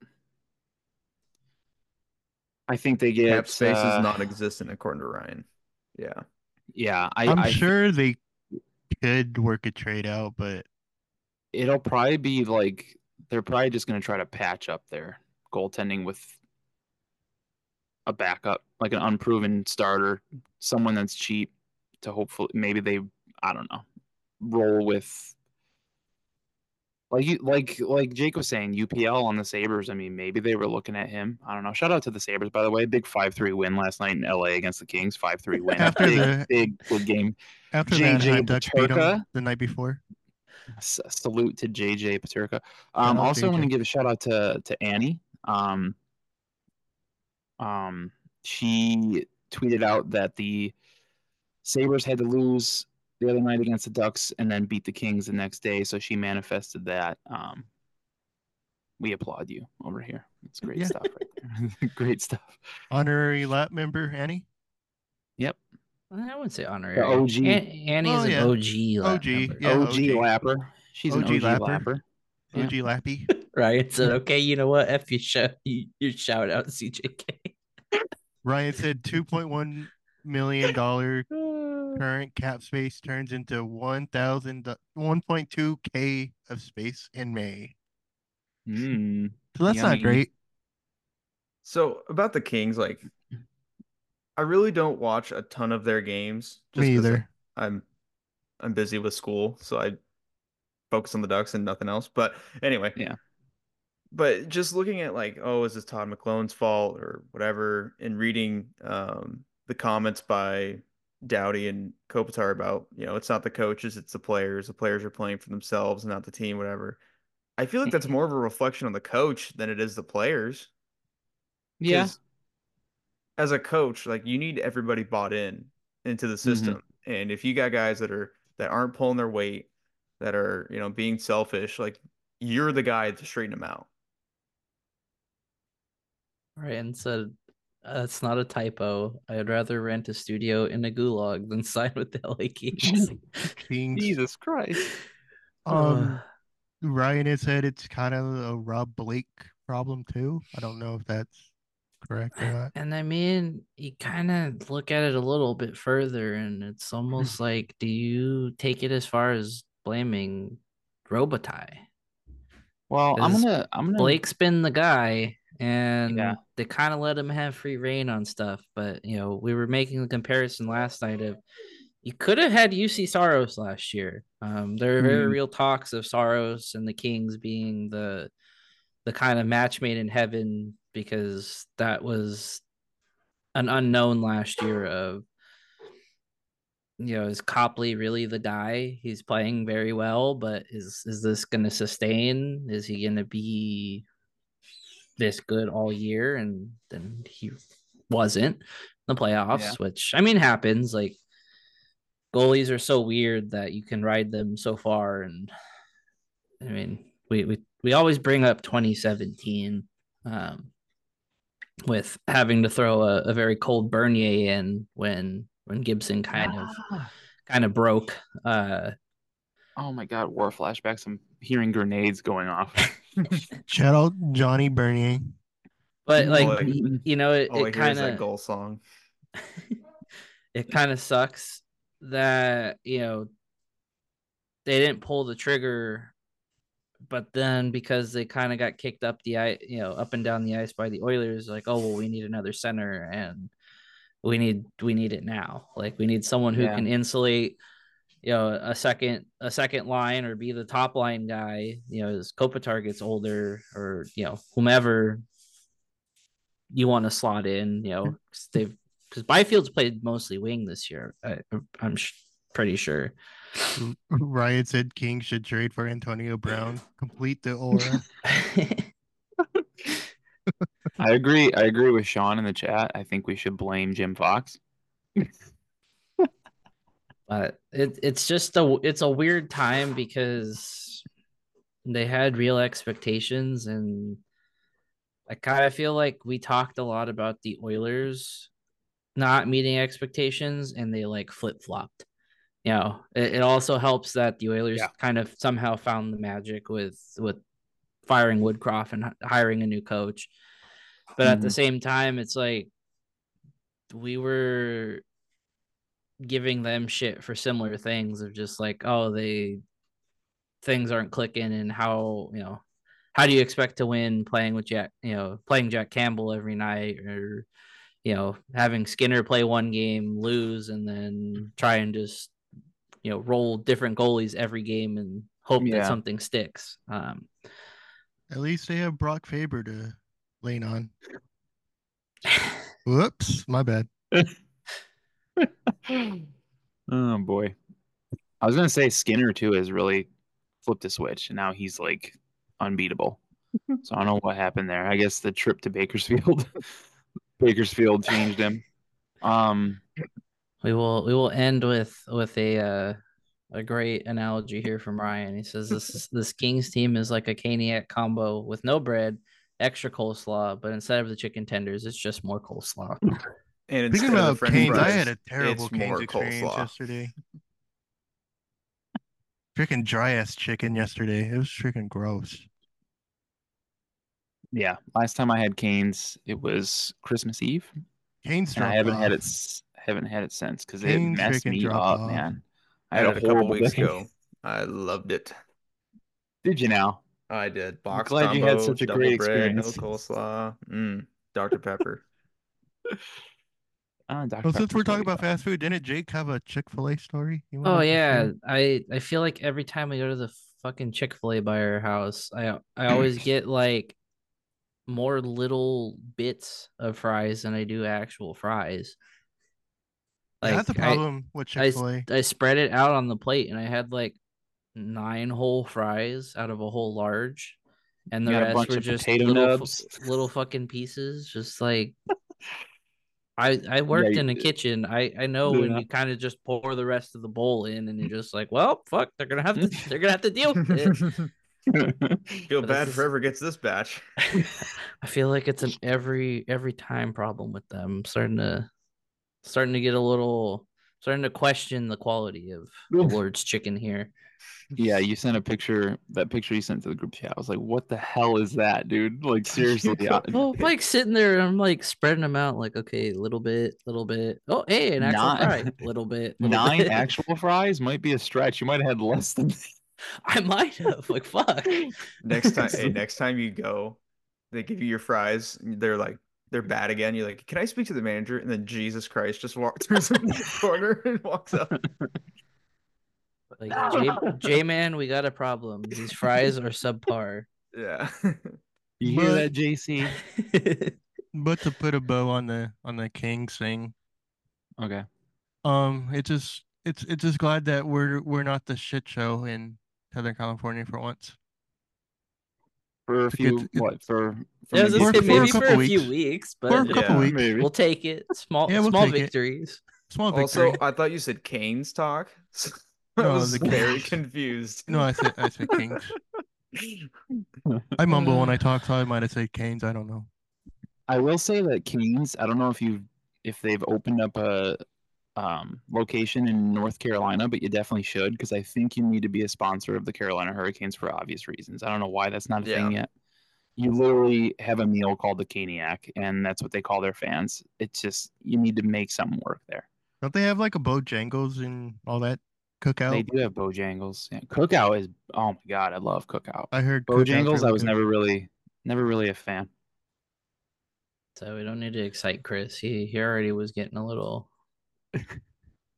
Speaker 3: I think they get
Speaker 5: cap space
Speaker 3: uh,
Speaker 5: is non-existent according to Ryan. Yeah,
Speaker 3: Yeah, I,
Speaker 4: I'm
Speaker 3: I think
Speaker 4: sure they could work a trade out, but
Speaker 3: it'll probably be like they're probably just going to try to patch up their goaltending with a backup, like an unproven starter, someone that's cheap to hopefully maybe they I don't know roll with. Like you, like like Jake was saying, UPL on the Sabers. I mean, maybe they were looking at him. I don't know. Shout out to the Sabers, by the way. Big five three win last night in LA against the Kings. Five three win.
Speaker 4: After
Speaker 3: big,
Speaker 4: the-
Speaker 3: big good game.
Speaker 4: After
Speaker 3: JJ
Speaker 4: that, Ducks beat 'em
Speaker 3: Paterka?
Speaker 4: the night before.
Speaker 3: S- salute to JJ Paterka. Um,
Speaker 4: out
Speaker 3: also, I want to
Speaker 4: JJ.
Speaker 3: give a shout out to to Annie. Um, um, she tweeted out that the Sabers had to lose the other night against the Ducks and then beat the Kings the next day, so she manifested that. Um, we applaud you over here. It's great
Speaker 4: Yeah.
Speaker 3: stuff right there. great stuff.
Speaker 4: Honorary lap member Annie.
Speaker 2: I wouldn't say honorary.
Speaker 3: OG.
Speaker 2: An- Annie's
Speaker 4: Well, Oh, yeah.
Speaker 2: an OG. lap
Speaker 4: OG,
Speaker 2: member.
Speaker 4: Yeah,
Speaker 3: OG,
Speaker 4: OG.
Speaker 3: Lapper. She's an
Speaker 4: OG
Speaker 3: OG
Speaker 4: lapper.
Speaker 3: Lapper. Yeah.
Speaker 4: OG Lappy.
Speaker 2: Oh, Ryan said, "Okay, you know what? F you shout you, you shout out CJK."
Speaker 4: Ryan said two point one million dollar current cap space turns into 1,000 1.2k of space in May.
Speaker 3: Mm.
Speaker 4: So that's
Speaker 3: Yummy.
Speaker 4: not great.
Speaker 5: So about the Kings, like I really don't watch a ton of their games.
Speaker 4: Me
Speaker 5: 'cause
Speaker 4: either.
Speaker 5: I'm I'm busy with school, so I focus on the Ducks and nothing else. But anyway,
Speaker 3: Yeah.
Speaker 5: But just looking at like, oh, is this Todd McClone's fault or whatever, and reading um, the comments by Dowdy and Kopitar about, you know, it's not the coaches, it's the players. The players are playing for themselves, not the team, whatever. I feel like that's more of a reflection on the coach than it is the players.
Speaker 3: Yeah.
Speaker 5: 'Cause As a coach, like you need everybody bought in into the system. And if you got guys that are that aren't pulling their weight, that are, you know, being selfish, like you're the guy to straighten them out.
Speaker 2: Ryan said, "That's uh, not a typo. I'd rather rent a studio in a gulag than sign with the LA Kings."
Speaker 4: Kings.
Speaker 3: Jesus Christ.
Speaker 4: Um, Ryan has said it's kind of a Rob Blake problem too. I don't know if that's correct or not.
Speaker 2: And I mean, you kind of look at it a little bit further, and it's almost like, do you take it as far as blaming Robitaille?
Speaker 3: Well, I'm
Speaker 2: Is
Speaker 3: gonna I'm gonna
Speaker 2: Blake's been the guy, and
Speaker 3: Yeah.
Speaker 2: they kind of let him have free reign on stuff. But you know, we were making the comparison last night of you could have had UC Soros last year. Um, there are very
Speaker 3: Mhm.
Speaker 2: real talks of Soros and the Kings being the the kind of match made in heaven because that was an unknown last year of you know is copley really the guy he's playing very well but is is this going to sustain is he going to be this good all year and then he wasn't in the playoffs
Speaker 3: Yeah.
Speaker 2: which i mean happens like goalies are so weird that you can ride them so far and i mean we we, we always bring up 2017 um with having to throw a, a very cold Bernier in when when Gibson kind of
Speaker 3: Ah.
Speaker 2: kind of broke. Uh,
Speaker 3: Oh my god, war flashbacks. I'm hearing grenades going off.
Speaker 4: Shout out Johnny Bernier.
Speaker 2: but like
Speaker 5: Boy.
Speaker 2: y- you know, it,
Speaker 5: All Oh, I
Speaker 2: it
Speaker 5: hear is
Speaker 2: kind
Speaker 5: that
Speaker 2: of
Speaker 5: goal song.
Speaker 2: it kind of sucks that you know they didn't pull the trigger, but then because they kind of got kicked up the ice, you know, up and down the ice by the Oilers, like oh well, we need another center and we need we need it now. Like we need someone who
Speaker 3: Yeah.
Speaker 2: can insulate you know a second a second line or be the top line guy you know as kopitar gets older or you know whomever you want to slot in you know 'cause they've because byfield's played mostly wing this year I, i'm sh- pretty sure
Speaker 4: Ryan said King should trade for Antonio Brown. Complete the aura.
Speaker 3: I agree. I agree with Sean in the chat. I think we should blame Jim Fox.
Speaker 2: but it, it's just a it's a weird time because they had real expectations and i kind of feel like we talked a lot about the oilers not meeting expectations and they like flip-flopped you know it, it also helps that the oilers
Speaker 3: Yeah.
Speaker 2: kind of somehow found the magic with with firing woodcroft and h- hiring a new coach but at the
Speaker 3: Mhm.
Speaker 2: same time it's like we were giving them shit for similar things of just like oh they things aren't clicking and how you know how do you expect to win playing with jack you know playing jack campbell every night or you know, having Skinner play one game, lose, and then try and just you know roll different goalies every game and hope that
Speaker 3: Yeah.
Speaker 2: something sticks. Um,
Speaker 4: At least they have Brock Faber to lean on. Whoops, my bad.
Speaker 3: oh boy. I was gonna say Skinner too has really flipped a switch and now he's like unbeatable. so I don't know what happened there. I guess the trip to Bakersfield Bakersfield changed him. Um
Speaker 2: we will we will end with with a uh, a great analogy here from Ryan. He says this is- this Kings team is like a caniac combo with no bread, extra coleslaw, but instead of the chicken tenders, it's just more coleslaw.
Speaker 4: Speaking
Speaker 5: And instead of the
Speaker 4: about
Speaker 5: French
Speaker 4: Canes, I
Speaker 5: fries,
Speaker 4: had a terrible
Speaker 5: it's more
Speaker 4: Canes experience
Speaker 5: coleslaw.
Speaker 4: yesterday. Freaking dry ass chicken yesterday. It was freaking gross.
Speaker 3: yeah, last time I had Canes, it was Christmas Eve.
Speaker 4: Canes
Speaker 3: and I
Speaker 4: dropped
Speaker 3: haven't had it
Speaker 4: off.
Speaker 3: s- haven't had it since because it
Speaker 4: Canes
Speaker 3: messed
Speaker 4: freaking
Speaker 3: me up,
Speaker 4: drop off.
Speaker 3: man.
Speaker 5: I had it a couple
Speaker 3: horrible
Speaker 5: weeks
Speaker 3: day.
Speaker 5: ago. I loved it.
Speaker 3: Did you now?
Speaker 5: I did. Box
Speaker 3: glad
Speaker 5: combo,
Speaker 3: you had such a
Speaker 5: double
Speaker 3: great
Speaker 5: bread, no
Speaker 3: experience.
Speaker 5: coleslaw. Mm, Dr. Pepper.
Speaker 3: Uh, Dr.
Speaker 4: Well, since
Speaker 3: Pepper's
Speaker 4: we're talking
Speaker 3: really
Speaker 4: about fast food, didn't Jake have a Chick Fil A story? he wanted
Speaker 2: Oh
Speaker 4: to
Speaker 2: yeah,
Speaker 4: share?
Speaker 2: I I feel like every time I go to the fucking Chick Fil A by our house, I I always get like more little bits of fries than I do actual fries. Like
Speaker 4: that's a
Speaker 2: I-
Speaker 4: problem with
Speaker 2: I,
Speaker 4: Chick
Speaker 2: s-
Speaker 4: Fil A.
Speaker 2: I spread it out on the plate, and I had like nine whole fries out of a whole large, and the
Speaker 3: You had a
Speaker 2: rest
Speaker 3: bunch
Speaker 2: were
Speaker 3: of
Speaker 2: just
Speaker 3: potato
Speaker 2: little fu-
Speaker 3: nubs.
Speaker 2: little fucking pieces, just like. I, I worked
Speaker 3: you
Speaker 2: in a
Speaker 3: did.
Speaker 2: kitchen. I, I know
Speaker 3: Yeah.
Speaker 2: when you kind of just pour the rest of the bowl in and you're just like, well, fuck, they're gonna have to they're gonna have to deal with it.
Speaker 5: Feel
Speaker 2: But
Speaker 5: bad
Speaker 2: this is-
Speaker 5: forever gets this batch.
Speaker 2: I feel like it's an every every time problem with them. I'm starting to starting to get a little starting to question the quality of the Lord's chicken here.
Speaker 3: yeah, you sent a picture. That picture you sent to the group chat. I was like, "What the hell is that, dude? Like, seriously? uh, I-
Speaker 2: Well, I'm like sitting there and I'm like spreading them out, like, okay, little bit, little bit. Oh, hey, an actual
Speaker 3: Nine-
Speaker 2: fry. Little bit. little
Speaker 3: nine
Speaker 2: bit.
Speaker 3: actual fries might be a stretch. You might have had less than."
Speaker 2: I might have. Like, fuck.
Speaker 5: Next time hey, next time you go, they give you your fries. and They're like they're bad again. You're like, can I speak to the manager? And then Jesus Christ just walks through the corner and walks up.
Speaker 2: Like J Man, we got a problem. These fries are subpar.
Speaker 5: Yeah.
Speaker 3: you hear
Speaker 4: But-
Speaker 3: that, JC?
Speaker 4: But to put a bow on the on the Kings thing,
Speaker 3: Okay.
Speaker 4: um, it's just it's it's just glad that we're we're not the shit show in Southern California for once.
Speaker 3: For a
Speaker 4: It's-
Speaker 3: few,
Speaker 4: it's-
Speaker 3: what for? for
Speaker 2: Yeah, I was
Speaker 3: maybe-
Speaker 2: gonna
Speaker 4: For-
Speaker 2: say
Speaker 4: for a
Speaker 2: maybe for
Speaker 4: couple
Speaker 2: a few
Speaker 4: weeks.
Speaker 2: weeks,
Speaker 4: For a
Speaker 2: but
Speaker 4: couple
Speaker 5: Yeah.
Speaker 4: weeks,
Speaker 3: maybe.
Speaker 2: we'll take it. Small
Speaker 4: Yeah, we'll
Speaker 2: small
Speaker 4: take it.
Speaker 2: victories.
Speaker 4: small victory.
Speaker 5: also, I thought you said Kane's talk. So I
Speaker 4: No,
Speaker 5: was
Speaker 4: Oh, the
Speaker 5: very
Speaker 4: Canes.
Speaker 5: confused.
Speaker 4: no, I said I said Kings. I mumble when I talk, so I might have said Canes. I don't know.
Speaker 3: I will say that Kings. I don't know if you if they've opened up a um, location in North Carolina, but you definitely should because I think you need to be a sponsor of the Carolina Hurricanes for obvious reasons. I don't know why that's not a thing yet. You literally have a meal called the Caniac, and that's what they call their fans. It's just you need to make something work there.
Speaker 4: Don't they have like a Bojangles and all that
Speaker 3: They
Speaker 4: cookout?
Speaker 3: do have Bojangles. Yeah, Cookout is oh my god, I love Uh, Cookout.
Speaker 4: I heard cookouts
Speaker 3: Bojangles,
Speaker 4: are
Speaker 3: I was
Speaker 4: good.
Speaker 3: never really, never really a fan.
Speaker 2: So we don't need to excite Chris. He he already was getting a little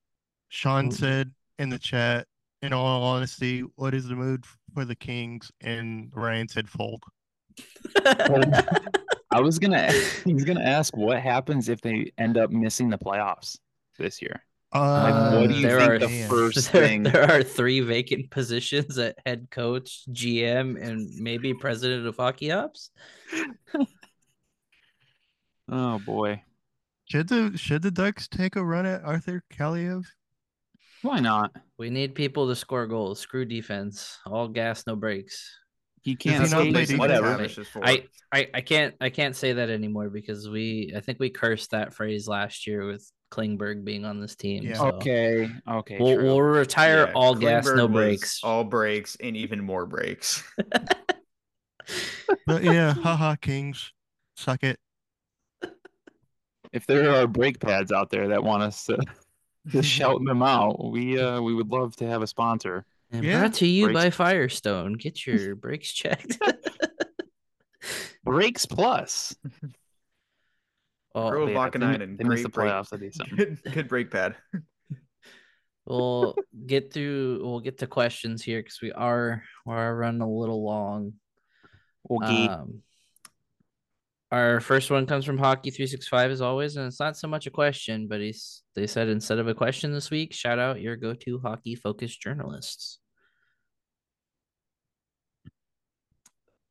Speaker 4: Sean
Speaker 2: Mm.
Speaker 4: said in the chat, in all honesty, what is the mood for the Kings? And Ryan said fold.
Speaker 3: I was gonna, he was gonna ask what happens if they end up missing the playoffs this year.
Speaker 2: Uh,
Speaker 3: Like, what do you
Speaker 2: there
Speaker 3: think
Speaker 2: are-
Speaker 3: the
Speaker 4: man.
Speaker 3: first
Speaker 2: there,
Speaker 3: thing?
Speaker 2: there are three vacant positions at head coach, GM, and maybe president of hockey ops.
Speaker 3: Oh boy,
Speaker 4: Should the should the Ducks take a run at Arthur Kaliev?
Speaker 3: why not?
Speaker 2: We need people to score goals. Screw defense. All gas, no brakes.
Speaker 3: He
Speaker 4: he
Speaker 3: can't
Speaker 4: not play
Speaker 3: skate.
Speaker 4: defense?
Speaker 3: whatever.
Speaker 5: Tavish is for.
Speaker 2: I, I I can't I can't say that anymore because we I think we cursed that phrase last year with Klingberg being on this team.
Speaker 4: Yeah.
Speaker 2: so
Speaker 3: Okay, okay.
Speaker 2: We'll,
Speaker 3: true.
Speaker 2: we'll retire
Speaker 5: Yeah,
Speaker 2: all gas,
Speaker 5: Klingberg
Speaker 2: no
Speaker 5: was
Speaker 2: breaks.
Speaker 5: All breaks and even more breaks.
Speaker 4: But yeah, haha, Kings, suck it.
Speaker 3: if there are brake pads out there that want us to, to shout them out, we uh we would love to have a sponsor.
Speaker 2: And
Speaker 4: Yeah.
Speaker 2: Brought to you
Speaker 3: Brakes.
Speaker 2: by Firestone. Get your brakes checked.
Speaker 3: Brakes Plus.
Speaker 2: Oh,
Speaker 5: Throw a
Speaker 3: yeah,
Speaker 5: Vaca
Speaker 3: they mi-
Speaker 5: nine and
Speaker 3: they missed the
Speaker 5: great break.
Speaker 3: playoffs. They do something.
Speaker 5: Good, good break pad.
Speaker 2: we'll get through. We'll get to questions here because we are we are running a little long.
Speaker 3: Oogie.
Speaker 2: Um, our first one comes from Hockey Three Six Five, as always, and it's not so much a question, but he's they said instead of a question this week, shout out your go-to hockey-focused journalists.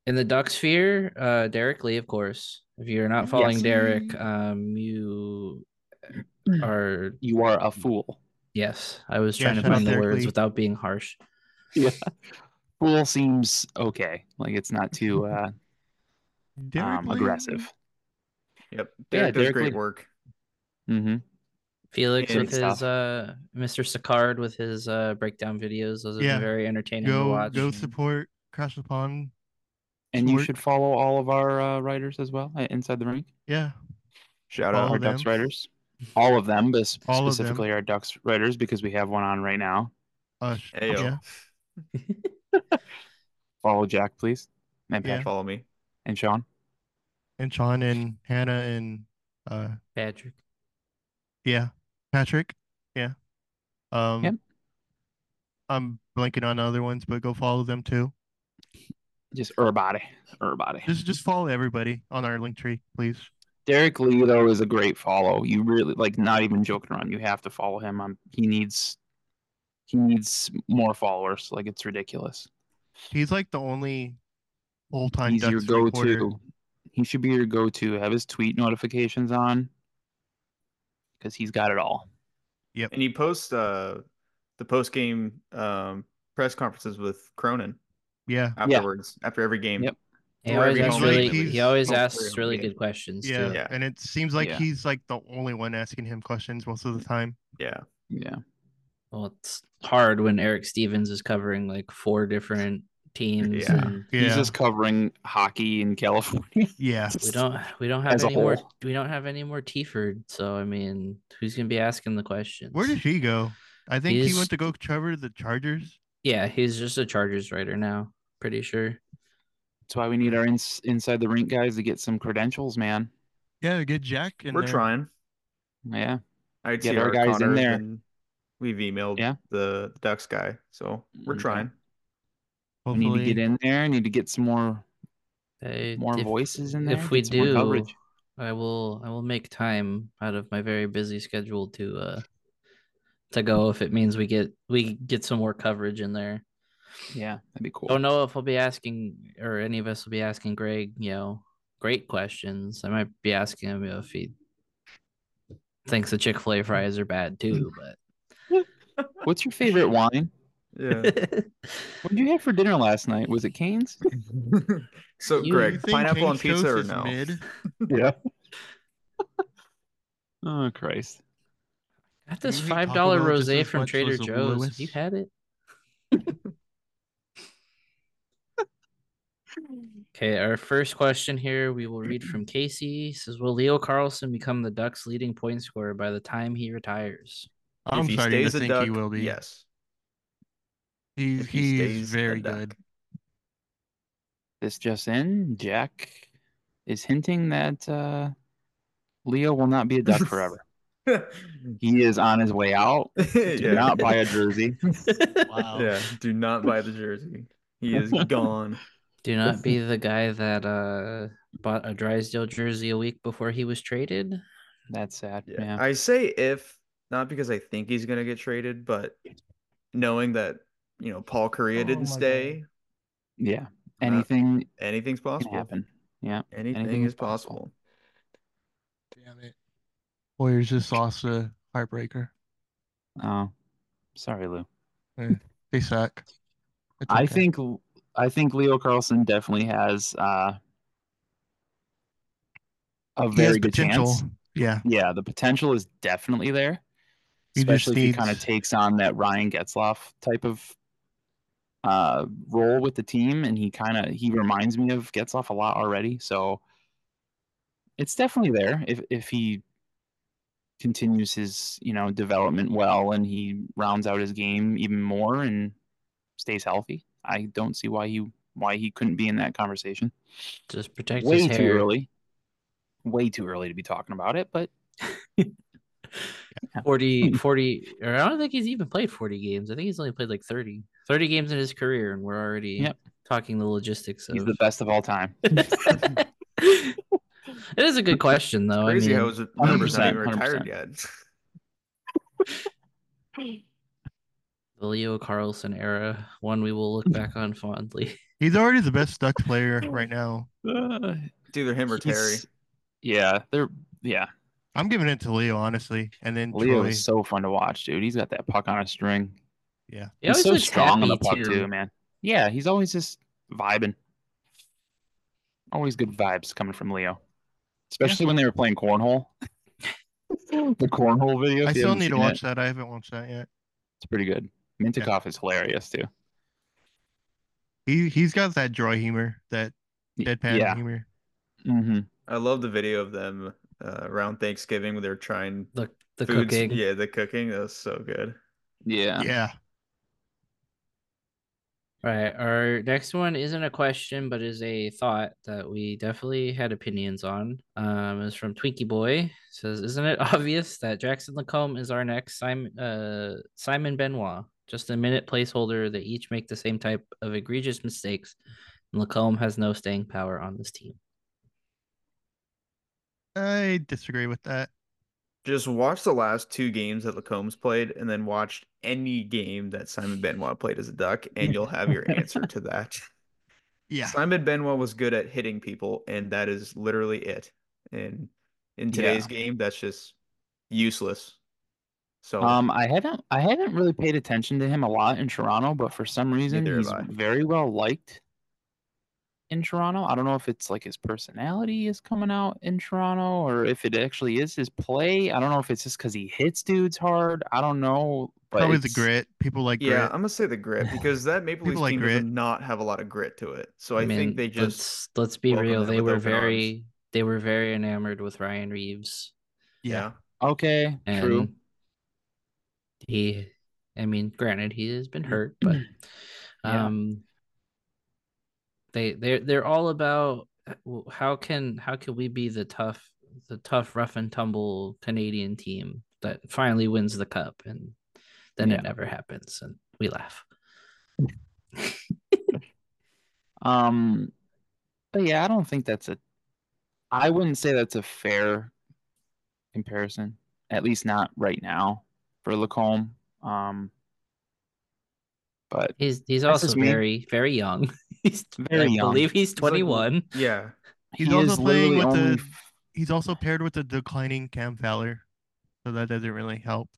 Speaker 2: In the Duck sphere, uh, Derek Lee, of course. If you're not following
Speaker 3: Yes.
Speaker 2: Derek, um, you are
Speaker 3: you are
Speaker 4: Mm.
Speaker 3: a fool.
Speaker 2: yes. I was
Speaker 4: Yeah,
Speaker 2: trying to
Speaker 4: shout out
Speaker 2: find the
Speaker 4: Derek
Speaker 2: words
Speaker 4: Lee.
Speaker 2: without being harsh.
Speaker 3: Yeah. fool seems okay. Like it's not too uh,
Speaker 4: Derek
Speaker 3: um,
Speaker 4: Lee-
Speaker 3: aggressive.
Speaker 5: Yep. Derek does
Speaker 3: Derek
Speaker 5: great
Speaker 3: Lee.
Speaker 5: work.
Speaker 3: Mm-hmm.
Speaker 2: Felix
Speaker 5: Yeah,
Speaker 2: with
Speaker 3: it's
Speaker 2: his
Speaker 3: tough.
Speaker 2: uh Mr. Sicard with his uh breakdown videos. Those have
Speaker 4: Yeah.
Speaker 2: been very entertaining to
Speaker 4: Go
Speaker 2: watch.
Speaker 4: go support Crash the Pond.
Speaker 3: And you
Speaker 4: Short.
Speaker 3: should follow all of our uh, writers as well at Inside the Rink.
Speaker 4: Yeah.
Speaker 5: Shout
Speaker 4: All
Speaker 5: out.
Speaker 3: our
Speaker 4: of
Speaker 3: Ducks
Speaker 4: them.
Speaker 3: writers. All of them, but s-
Speaker 4: All of them.
Speaker 3: specifically our Ducks writers because we have one on right now.
Speaker 4: Us.
Speaker 5: Hey, yo.
Speaker 4: Uh, Yeah.
Speaker 3: Follow Jack, please, and
Speaker 4: Yeah.
Speaker 3: Patrick
Speaker 5: Follow me.
Speaker 3: and Sean.
Speaker 4: And Sean and Hannah and uh
Speaker 2: Patrick.
Speaker 4: yeah. Patrick. Yeah. Um
Speaker 3: Yep.
Speaker 4: I'm blanking on other ones, but go follow them too.
Speaker 3: Just everybody, everybody.
Speaker 4: Just just follow everybody on our link tree, please.
Speaker 3: Derek Lee though is a great follow. You really like not even joking around. You have to follow him. Um, he needs he needs more followers. Like it's ridiculous.
Speaker 4: He's like the only full time
Speaker 3: He's your
Speaker 4: Ducks
Speaker 3: go
Speaker 4: reporter.
Speaker 3: to. He should be your go to. Have his tweet notifications on because he's got it all.
Speaker 5: And he posts uh, the post game um, press conferences with Cronin
Speaker 4: Yeah.
Speaker 5: afterwards, after every game.
Speaker 3: Yep.
Speaker 2: He
Speaker 5: Wherever
Speaker 2: always
Speaker 5: you
Speaker 2: asks
Speaker 5: go,
Speaker 2: really
Speaker 4: he's-
Speaker 2: he always
Speaker 5: he's
Speaker 2: asks
Speaker 5: very
Speaker 2: really
Speaker 5: engaged.
Speaker 2: good questions
Speaker 4: Yeah.
Speaker 2: too.
Speaker 5: Yeah.
Speaker 4: And it seems like
Speaker 3: Yeah.
Speaker 4: he's like the only one asking him questions most of the time.
Speaker 5: Yeah.
Speaker 3: Yeah.
Speaker 2: Well, it's hard when Eric Stevens is covering like four different teams.
Speaker 5: Yeah.
Speaker 2: and
Speaker 4: Yeah.
Speaker 3: He's just covering hockey in California.
Speaker 4: yeah.
Speaker 2: we don't we don't have
Speaker 3: As a
Speaker 2: any more
Speaker 3: whole.
Speaker 2: we don't have any more Tiford. So I mean, who's gonna be asking the questions?
Speaker 4: Where did he go? I think he
Speaker 2: He's-
Speaker 4: went to go cover the Chargers.
Speaker 2: yeah, he's just a Chargers writer now, pretty sure.
Speaker 3: That's why we need our ins- inside the rink guys to get some credentials, man.
Speaker 4: Yeah, get Jack. In
Speaker 5: We're
Speaker 4: there.
Speaker 5: trying.
Speaker 3: Yeah.
Speaker 5: I
Speaker 3: Get our guys in there.
Speaker 5: We've emailed
Speaker 3: Yeah. Mm-hmm.
Speaker 5: the, the Ducks guy. So we're
Speaker 3: Okay.
Speaker 5: trying.
Speaker 3: We need to get
Speaker 4: Hopefully.
Speaker 3: in there. Need to get some more
Speaker 2: Hey,
Speaker 3: more
Speaker 2: if-
Speaker 3: voices in there.
Speaker 2: If we
Speaker 3: get some more
Speaker 2: do,
Speaker 3: coverage.
Speaker 2: I will. I will make time out of my very busy schedule to uh to go if it means we get we get some more coverage in there.
Speaker 3: yeah, that'd be cool.
Speaker 2: Don't know if I'll be asking or any of us will be asking Greg. You know, great questions. I might be asking him if he thinks the Chick Fil A fries are bad too.
Speaker 3: What's your favorite wine?
Speaker 5: Yeah.
Speaker 2: But
Speaker 3: What did you have for dinner last night? Was it Canes?
Speaker 5: so,
Speaker 2: You-
Speaker 4: You
Speaker 5: Greg,
Speaker 4: think
Speaker 5: pineapple
Speaker 4: King
Speaker 5: on pizza
Speaker 4: Stos
Speaker 5: or
Speaker 4: is
Speaker 5: no?
Speaker 4: mid?
Speaker 3: yeah. oh Christ!
Speaker 2: got this
Speaker 4: You hate Taco
Speaker 2: five dollar
Speaker 4: Bell just
Speaker 2: rosé
Speaker 4: as
Speaker 2: from
Speaker 4: much
Speaker 2: Trader
Speaker 4: as
Speaker 2: Joe's. Have
Speaker 4: Lewis?
Speaker 2: you had it? Okay, our first question here we will read from Casey. He says, Will Leo Carlson become the Ducks' leading point scorer by the time he retires?
Speaker 4: I'm
Speaker 5: if he
Speaker 4: starting to
Speaker 5: stays a
Speaker 4: think
Speaker 5: duck,
Speaker 4: he will be.
Speaker 5: Yes.
Speaker 4: He's,
Speaker 5: If he
Speaker 4: he's
Speaker 5: stays a
Speaker 4: very
Speaker 5: duck.
Speaker 4: good.
Speaker 3: This just in: Jack is hinting that uh, Leo will not be a duck forever. he is on his way out. Do
Speaker 5: yeah.
Speaker 3: not buy a jersey.
Speaker 4: Wow.
Speaker 5: Yeah. Do not buy the jersey. He is gone.
Speaker 2: Do not be the guy that uh, bought a Drysdale jersey a week before he was traded.
Speaker 3: That's sad.
Speaker 5: Yeah.
Speaker 3: Yeah.
Speaker 5: I say if not because I think he's gonna get traded, but knowing that you know Paul Korea
Speaker 4: Oh
Speaker 5: didn't
Speaker 4: my God.
Speaker 5: stay,
Speaker 3: yeah. Anything
Speaker 5: anything's
Speaker 3: can
Speaker 5: possible.
Speaker 3: happen. Yeah.
Speaker 5: Anything,
Speaker 3: Anything
Speaker 5: is
Speaker 3: is possible.
Speaker 5: possible.
Speaker 4: Damn it. Warriors just lost a heartbreaker.
Speaker 3: Oh, sorry, Lou.
Speaker 4: They suck. It's
Speaker 3: I
Speaker 4: okay.
Speaker 3: think I think Leo Carlson definitely has uh, a
Speaker 4: he has
Speaker 3: very good
Speaker 4: potential.
Speaker 3: chance.
Speaker 4: Yeah.
Speaker 3: Yeah, the potential is definitely there,
Speaker 4: He just
Speaker 3: especially if he kind of
Speaker 4: needs-
Speaker 3: takes on that Ryan Getzloff type of uh, role with the team, and he kind of he reminds me of Getzloff a lot already. So it's definitely there if if he continues his you know development well and he rounds out his game even more and stays healthy. I don't see why he why he couldn't be in that conversation.
Speaker 2: Just protect
Speaker 3: Way
Speaker 2: his
Speaker 3: too
Speaker 2: hair.
Speaker 3: early. way too early to be talking about it, but Hmm.
Speaker 2: 40 40 or i don't think he's even played 40 games i think he's only played like 30 30 games in his career and we're already
Speaker 3: Yep.
Speaker 2: talking the logistics of
Speaker 3: he's the best of all time.
Speaker 2: it is a good question though
Speaker 5: Crazy
Speaker 2: I mean,
Speaker 5: how his numbers not
Speaker 3: 100%,
Speaker 5: even retired
Speaker 3: 100%.
Speaker 5: yet.
Speaker 2: the leo carlson era one we will look back on fondly
Speaker 4: He's already the best Ducks player right now.
Speaker 3: Uh,
Speaker 5: It's either him or Terry.
Speaker 3: he's- Yeah, they're yeah.
Speaker 4: I'm giving it to Leo, honestly. And then
Speaker 3: Leo
Speaker 4: Troy.
Speaker 3: is so fun to watch, dude. He's got that puck on a string.
Speaker 2: He
Speaker 3: he's
Speaker 2: always
Speaker 3: so
Speaker 2: looks
Speaker 3: strong on the
Speaker 2: happy,
Speaker 3: puck too. man. Yeah, he's always just vibing. Always good vibes coming from Leo, especially when they were playing cornhole. the cornhole video.
Speaker 4: I
Speaker 3: if you
Speaker 4: still
Speaker 3: haven't
Speaker 4: need to
Speaker 3: seen it,
Speaker 4: watch that. I haven't watched that yet.
Speaker 3: It's pretty good. Mintikoff is hilarious too.
Speaker 4: He he's got that dry humor, that deadpan
Speaker 3: Yeah.
Speaker 4: humor.
Speaker 3: hmm
Speaker 5: I love the video of them uh, around Thanksgiving when they're trying
Speaker 2: the, the
Speaker 5: foods.
Speaker 2: cooking
Speaker 5: Yeah, the cooking. That was so good.
Speaker 3: Yeah.
Speaker 4: Yeah.
Speaker 2: All right. Our next one isn't a question, but is a thought that we definitely had opinions on. Um, is from Twinkie Boy. It says, isn't it obvious that Jackson Lacombe is our next Simon uh, Simon Benoit? Just a minute placeholder. They each make the same type of egregious mistakes, and Lacombe has no staying power on this team.
Speaker 4: I disagree with that.
Speaker 5: Just watch the last two games that Lacomb's played, and then watch any game that Simon Benoit played as a Duck, and you'll have your answer to that.
Speaker 4: Yeah.
Speaker 5: Simon Benoit was good at hitting people, and that is literally it. And in today's game, that's just useless. So
Speaker 3: Um, I haven't I haven't really paid attention to him a lot in Toronto, but for some reason
Speaker 5: Neither have
Speaker 3: he's
Speaker 5: I.
Speaker 3: very well liked in Toronto. I don't know if it's like his personality is coming out in Toronto or if it actually is his play. I don't know if it's just because he hits dudes hard. I don't know. But
Speaker 4: Probably the
Speaker 3: it's-
Speaker 4: grit. People like
Speaker 5: yeah, I'm
Speaker 4: grit.
Speaker 5: gonna say the grit because that Maple Leafs
Speaker 4: People like
Speaker 5: team
Speaker 4: grit.
Speaker 5: does not have a lot of grit to it. So I, think they just
Speaker 2: let's, let's be
Speaker 5: welcomed
Speaker 2: real.
Speaker 5: him
Speaker 2: They
Speaker 5: with
Speaker 2: were
Speaker 5: open
Speaker 2: very they were very enamored with Ryan Reeves.
Speaker 4: Yeah.
Speaker 3: Okay.
Speaker 2: And
Speaker 3: True.
Speaker 2: He, I mean, granted, he has been hurt, but
Speaker 3: Yeah.
Speaker 2: um, they they they're all about w- how can how can we be the tough the tough rough and tumble Canadian team that finally wins the cup, and then
Speaker 3: Yeah.
Speaker 2: it never happens, and we laugh.
Speaker 3: Um but yeah, I don't think that's a I wouldn't say that's a fair comparison. At least not right now for Lacombe. Um but
Speaker 2: He's he's
Speaker 3: That's
Speaker 2: also
Speaker 3: just me.
Speaker 2: very very young. he's
Speaker 3: Very
Speaker 2: I
Speaker 3: young.
Speaker 2: believe he's
Speaker 5: like-
Speaker 2: twenty one.
Speaker 5: yeah.
Speaker 4: He's
Speaker 3: he
Speaker 4: also
Speaker 3: is
Speaker 4: playing
Speaker 3: literally
Speaker 4: with the-
Speaker 3: only f-
Speaker 4: He's also paired with a declining Cam Fowler. So that doesn't really help.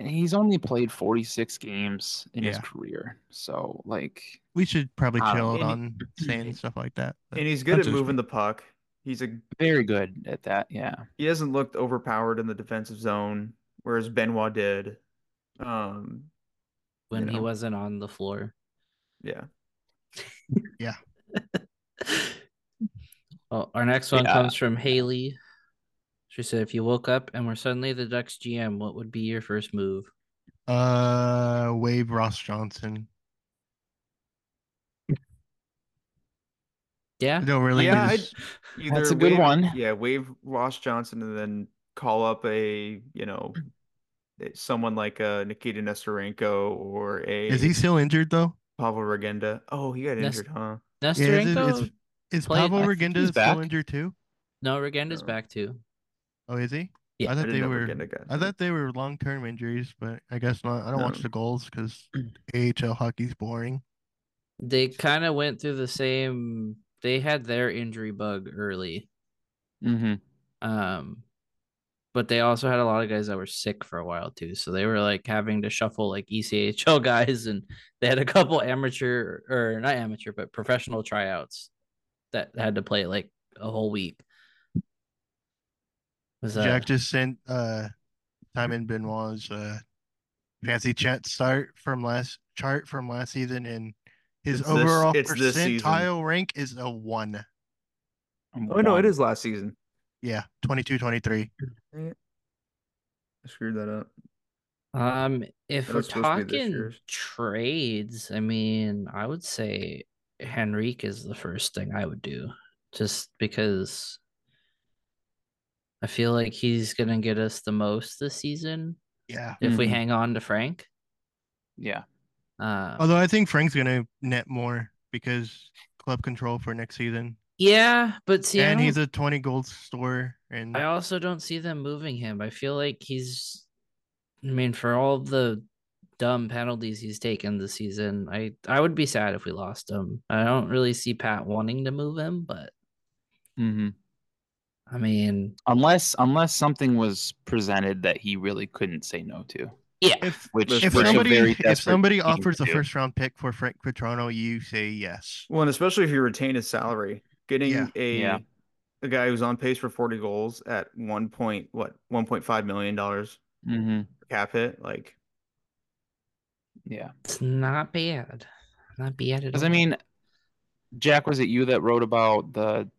Speaker 3: he's only played 46 games in his
Speaker 4: Yeah.
Speaker 3: career. So like
Speaker 4: We should probably
Speaker 3: Uh,
Speaker 4: chill
Speaker 5: and-
Speaker 4: on saying stuff like that. but-
Speaker 5: And he's good
Speaker 4: That's
Speaker 5: at
Speaker 4: just
Speaker 5: moving
Speaker 4: me.
Speaker 5: the puck. He's a
Speaker 3: very good at that. Yeah.
Speaker 5: he hasn't looked overpowered in the defensive zone, whereas Benoit did. Um,
Speaker 2: when he
Speaker 5: know.
Speaker 2: wasn't on the floor.
Speaker 5: yeah,
Speaker 2: Well, our next one
Speaker 3: Yeah.
Speaker 2: comes from Haley. She said, "If you woke up and were suddenly the Ducks GM, what would be your first move?"
Speaker 4: Uh, wave Ross Johnson. I
Speaker 2: Yeah,
Speaker 4: don't really.
Speaker 5: Yeah,
Speaker 4: use-
Speaker 5: either
Speaker 3: That's a good
Speaker 5: waive-
Speaker 3: one.
Speaker 5: Yeah, waive Ross Johnson and then call up a you know someone like uh, Nikita Nestorenko or a
Speaker 4: Is he still injured though?
Speaker 5: Pavel Regenda. Oh, he got
Speaker 2: Nest-
Speaker 5: injured, huh?
Speaker 4: Yeah, is, it,
Speaker 2: Nestorenko.
Speaker 4: is, is
Speaker 2: played-
Speaker 4: Pavel
Speaker 2: I
Speaker 3: think
Speaker 4: Regenda
Speaker 3: he's
Speaker 4: still
Speaker 3: back.
Speaker 4: injured too?
Speaker 2: no, Regenda's
Speaker 5: Uh,
Speaker 2: back too.
Speaker 4: Oh, is he?
Speaker 2: Yeah,
Speaker 4: I
Speaker 5: I
Speaker 4: thought
Speaker 5: didn't
Speaker 4: they
Speaker 5: know
Speaker 4: were.
Speaker 5: Regenda got
Speaker 4: I
Speaker 5: injured.
Speaker 4: thought they were long-term injuries, but I guess not. I don't watch
Speaker 5: No.
Speaker 4: the goals because AHL hockey's boring.
Speaker 2: They kind of went through the same. They had their injury bug early,
Speaker 3: Mhm.
Speaker 2: um, but they also had a lot of guys that were sick for a while too. So they were like having to shuffle like E ECHL guys, and they had a couple amateur or not amateur, but professional tryouts that had to play like a whole week. Was that
Speaker 4: Jack just sent uh Simon Benoit's uh fancy chat start from last chart from last season, and his
Speaker 5: It's this-
Speaker 4: overall
Speaker 5: it's this season.
Speaker 4: percentile rank is a one.
Speaker 5: Oh no,
Speaker 3: One.
Speaker 5: it is last season.
Speaker 4: Yeah, 22 23.
Speaker 5: I screwed that up.
Speaker 2: um if
Speaker 5: That
Speaker 2: we're
Speaker 5: was supposed to be this
Speaker 2: talking
Speaker 5: year's.
Speaker 2: trades, I mean, I would say Henrique is the first thing I would do just because I feel like he's gonna get us the most this season
Speaker 4: Yeah.
Speaker 2: if we
Speaker 5: Hmm.
Speaker 3: Mhm.
Speaker 2: hang on to Frank.
Speaker 3: Yeah.
Speaker 2: Uh,
Speaker 4: Although I think Frank's gonna net more because club control for next season,
Speaker 2: yeah, but see, I
Speaker 4: and
Speaker 2: don't-
Speaker 4: he's a twenty gold store, and
Speaker 2: I also don't see them moving him. I feel like he's, I mean, for all the dumb penalties he's taken this season, I I would be sad if we lost him. I don't really see Pat wanting to move him, but
Speaker 3: Mm-hmm.
Speaker 2: I mean,
Speaker 3: Unless unless something was presented that he really couldn't say no to,
Speaker 2: yeah,
Speaker 4: if
Speaker 3: which
Speaker 5: If
Speaker 4: if
Speaker 3: which a
Speaker 4: somebody
Speaker 3: very
Speaker 4: if
Speaker 3: desperate
Speaker 4: somebody
Speaker 3: team would
Speaker 4: offers a
Speaker 3: do.
Speaker 4: first round pick for Frank Petrano, you say yes.
Speaker 5: Well, and especially if you retain his salary, getting
Speaker 4: Yeah.
Speaker 5: a
Speaker 3: Yeah.
Speaker 5: a guy who's on pace for forty goals at one point what one point five million dollars
Speaker 3: Mhm.
Speaker 5: cap hit, like
Speaker 3: yeah,
Speaker 2: it's not bad, not bad at
Speaker 3: because
Speaker 2: all.
Speaker 3: I mean, Jack, was it you that wrote about the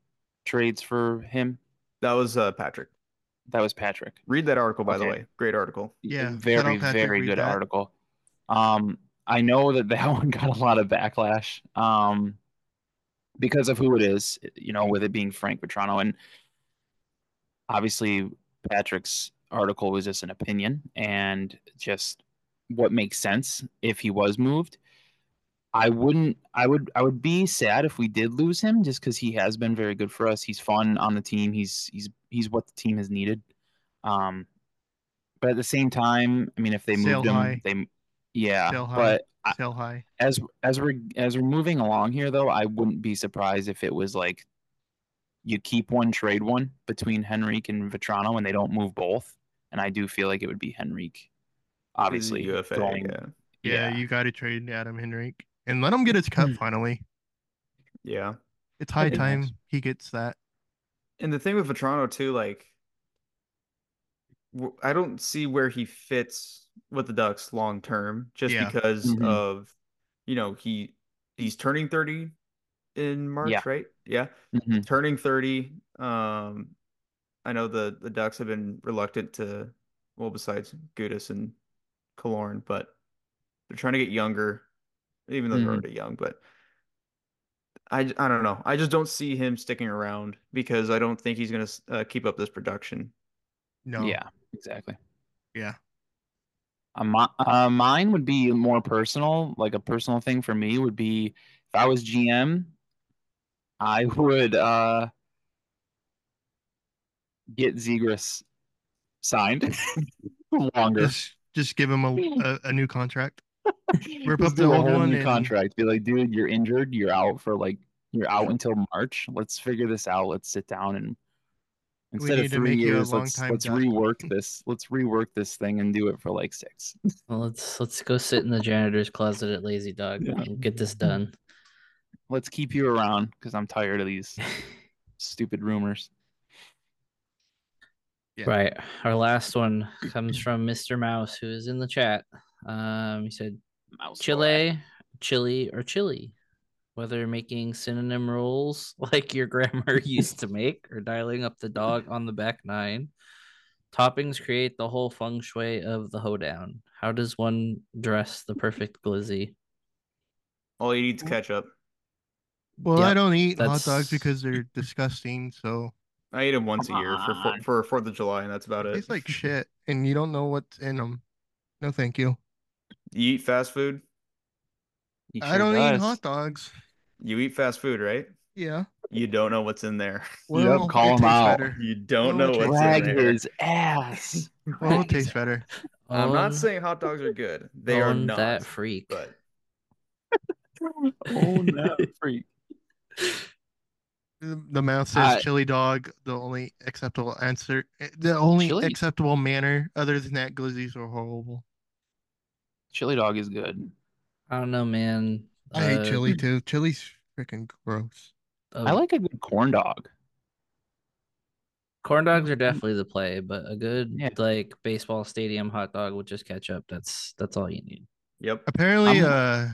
Speaker 3: trades for him?
Speaker 5: that was uh, Patrick.
Speaker 3: That was Patrick.
Speaker 5: Read that article, by the
Speaker 3: Okay.
Speaker 5: way. Great article.
Speaker 4: Yeah, shout
Speaker 3: very
Speaker 4: out Patrick,
Speaker 3: very
Speaker 4: read
Speaker 3: good
Speaker 4: that.
Speaker 3: article. Um, I know that that one got a lot of backlash. Um, because of who it is, you know, with it being Frank Petrano, and obviously Patrick's article was just an opinion and just what makes sense if he was moved. I wouldn't. I would. I would be sad if we did lose him, just because he has been very good for us. He's fun on the team. He's he's he's what the team has needed. Um, but at the same time, I mean, if they
Speaker 4: Sail
Speaker 3: moved him,
Speaker 4: high.
Speaker 3: they yeah.
Speaker 4: Sail high.
Speaker 3: But I,
Speaker 4: Sell high.
Speaker 3: as as we're as we're moving along here, though, I wouldn't be surprised if it was like you keep one, trade one between Henrique and Vetrano, and they don't move both. And I do feel like it would be Henrique,
Speaker 5: He's a
Speaker 3: obviously.
Speaker 5: UFA.
Speaker 3: going-
Speaker 5: Yeah.
Speaker 4: Yeah,
Speaker 3: yeah.
Speaker 4: you got to trade Adam Henrique and let him get his cup
Speaker 3: Hmm.
Speaker 4: finally.
Speaker 5: Yeah.
Speaker 4: It's high
Speaker 3: be
Speaker 4: time
Speaker 3: nice.
Speaker 4: he gets that.
Speaker 5: And the thing with Vetrano too, like, w- I don't see where he fits with the Ducks long term, just
Speaker 4: Yeah.
Speaker 5: because
Speaker 3: Mhm.
Speaker 5: of, you know, he he's turning thirty in March,
Speaker 3: Yeah.
Speaker 5: right? Yeah,
Speaker 3: Mhm.
Speaker 5: turning thirty. Um, I know the the Ducks have been reluctant to, well, besides Gudis and Kalorn, but they're trying to get younger, even though they're
Speaker 4: Mm-hmm.
Speaker 3: Mhm.
Speaker 5: already young. But I, j- I don't know. I just don't see him sticking around because I don't think he's going to uh, keep up this production.
Speaker 4: No.
Speaker 3: Yeah, exactly.
Speaker 4: Yeah.
Speaker 3: Uh, my, uh, mine would be more personal. Like a personal thing for me would be if I was GM, I would uh, get Zegras signed longer.
Speaker 4: Just just give him a, a, a new contract. Rip
Speaker 3: Just
Speaker 4: up the
Speaker 3: do a
Speaker 4: old
Speaker 3: whole
Speaker 4: one
Speaker 3: new
Speaker 4: and-
Speaker 3: contract. Be like, dude, you're injured. You're out for like you're out until March. Let's figure this out. Let's sit down and instead
Speaker 4: need
Speaker 3: of
Speaker 4: to
Speaker 3: three
Speaker 4: make you a
Speaker 3: years, let's
Speaker 4: long-time
Speaker 3: let's
Speaker 4: duck.
Speaker 3: rework this. Let's rework this thing and do it for like six.
Speaker 2: well, let's let's go sit in the janitor's closet at Lazy Dog
Speaker 3: Yeah.
Speaker 2: and get this done.
Speaker 3: Let's keep you around because I'm tired of these stupid rumors.
Speaker 4: Yeah.
Speaker 2: Right. Our last one comes from Mr. Mouse, who is in the chat. Um, he said
Speaker 3: Mouse
Speaker 2: Chile, chili, or chili, whether making synonym rules like your grammar used to make, or dialing up the dog on the back nine. Toppings create the whole feng shui of the hoedown. How does one dress the perfect glizzy?
Speaker 5: All he needs is ketchup.
Speaker 4: Well, I
Speaker 2: Yep,
Speaker 4: don't eat hot
Speaker 2: that's-
Speaker 4: dogs because they're disgusting. So
Speaker 5: I eat him once a year for
Speaker 3: Come
Speaker 5: for, for Fourth of July, and that's about
Speaker 4: it
Speaker 5: it.
Speaker 4: tastes like shit, and you don't know what's in them. No, thank you.
Speaker 5: you eat fast food.
Speaker 3: He
Speaker 4: I
Speaker 3: sure
Speaker 4: don't eat
Speaker 3: does.
Speaker 4: hot dogs.
Speaker 5: You eat fast food, right?
Speaker 4: Yeah.
Speaker 5: You don't know what's in there.
Speaker 4: Well,
Speaker 3: call
Speaker 4: it
Speaker 3: 'em
Speaker 4: tastes
Speaker 3: out.
Speaker 4: better.
Speaker 5: You don't
Speaker 4: Well,
Speaker 5: know what's
Speaker 3: Drag
Speaker 5: in there.
Speaker 3: his ass.
Speaker 4: Well,
Speaker 3: Drag
Speaker 4: it
Speaker 3: his
Speaker 4: tastes better.
Speaker 5: I'm
Speaker 2: Own-
Speaker 5: not saying hot dogs are good. They are
Speaker 2: own
Speaker 5: not.
Speaker 2: that freak.
Speaker 5: But
Speaker 3: Oh no, freak.
Speaker 4: The the mouth says
Speaker 3: I-
Speaker 4: chili dog. The only acceptable answer, eh, the only
Speaker 3: Chili.
Speaker 4: acceptable manner, other than that, glizzies are horrible.
Speaker 3: Chili dog is good.
Speaker 2: I don't know, man.
Speaker 4: I hate
Speaker 2: Uh,
Speaker 4: chili too. Chili's freaking gross.
Speaker 2: a-
Speaker 3: I like a good corn dog.
Speaker 2: corn dogs are definitely the play, but a good
Speaker 3: Yeah.
Speaker 2: like baseball stadium hot dog with just ketchup. That's that's all you need.
Speaker 5: yep.
Speaker 4: Apparently,
Speaker 3: I'm-
Speaker 4: uh,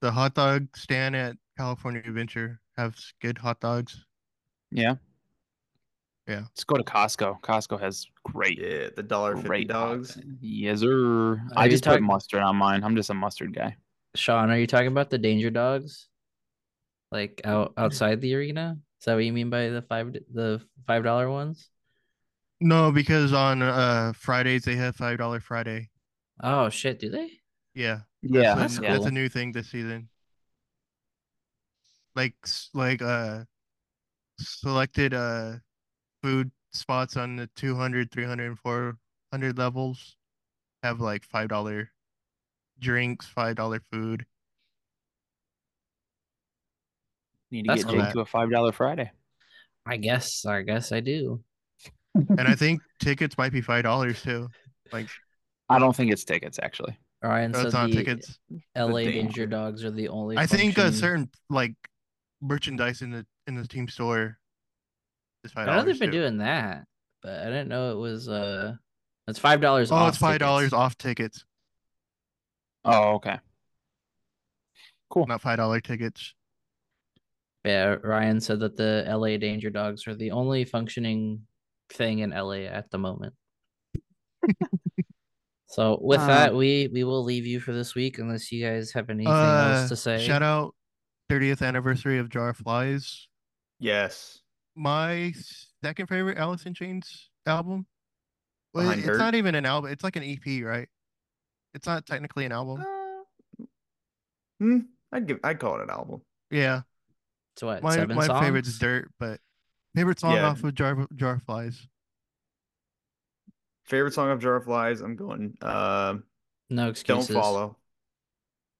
Speaker 4: the hot dog stand at California Adventure has good hot dogs.
Speaker 3: Yeah.
Speaker 4: Yeah.
Speaker 3: Let's go to Costco. Costco has great,
Speaker 5: Yeah, the dollar fifty
Speaker 3: great
Speaker 5: dogs.
Speaker 3: dogs. Yes, sir.
Speaker 2: Are
Speaker 3: I
Speaker 2: you
Speaker 3: just put
Speaker 2: talking-
Speaker 3: mustard on mine. I'm just a mustard guy.
Speaker 2: Sean, are you talking about the danger dogs? Like
Speaker 4: Mm-hmm.
Speaker 2: out outside the arena? Is that what you mean by the five the five dollar ones?
Speaker 4: No, because on uh Fridays they have five dollar Friday.
Speaker 2: Oh shit, do they?
Speaker 4: Yeah,
Speaker 3: Yeah,
Speaker 2: that's
Speaker 4: that's, a-
Speaker 2: cool.
Speaker 4: that's a new thing this season. Like s- like uh selected uh food spots on the 200, 300 and 400 levels have like $5 drinks, $5 food.
Speaker 3: Need to
Speaker 2: That's
Speaker 3: get
Speaker 2: cool.
Speaker 3: Jake to a five dollar Friday.
Speaker 2: I guess I guess I do.
Speaker 4: And I think tickets might be $5 too.
Speaker 3: I don't think it's tickets actually.
Speaker 2: All right, and
Speaker 4: That's
Speaker 2: so
Speaker 4: on
Speaker 2: the
Speaker 4: tickets.
Speaker 2: LA
Speaker 5: The damn-
Speaker 2: Danger Dogs are the only.
Speaker 4: I think a
Speaker 2: function-
Speaker 4: certain like merchandise in the in the team store is $5.
Speaker 2: I know they've been
Speaker 4: too. Oh,
Speaker 2: doing that, but I didn't know it was. Uh, it's five dollars.
Speaker 4: Oh, it's $5 off tickets,
Speaker 3: Oh, okay. Cool.
Speaker 4: not $5 tickets.
Speaker 2: Yeah, Ryan said that the LA Danger Dogs are the only functioning thing in LA at the moment. so with
Speaker 3: Uh,
Speaker 4: Um,
Speaker 2: that, we we will leave you for this week unless you guys have anything
Speaker 4: Uh,
Speaker 2: else to say.
Speaker 4: Shout out 30th anniversary of Jar of Flies.
Speaker 5: Yes.
Speaker 4: My second favorite Alice in Chains album. Well,
Speaker 5: Behind
Speaker 4: it's
Speaker 5: Hurt?
Speaker 4: not even an album. It's like an EP, right? It's not technically an album.
Speaker 5: Uh, hmm, I'd give. I'd call it an album.
Speaker 4: Yeah,
Speaker 2: So what?
Speaker 4: my
Speaker 2: seven
Speaker 4: my
Speaker 2: songs?
Speaker 4: favorite's Dirt, but favorite song
Speaker 5: Yeah.
Speaker 4: off of Jar Jar of Flies.
Speaker 5: Favorite song of Jar of Flies. I'm going. Uh,
Speaker 2: No
Speaker 5: Don't
Speaker 2: excuses.
Speaker 5: follow.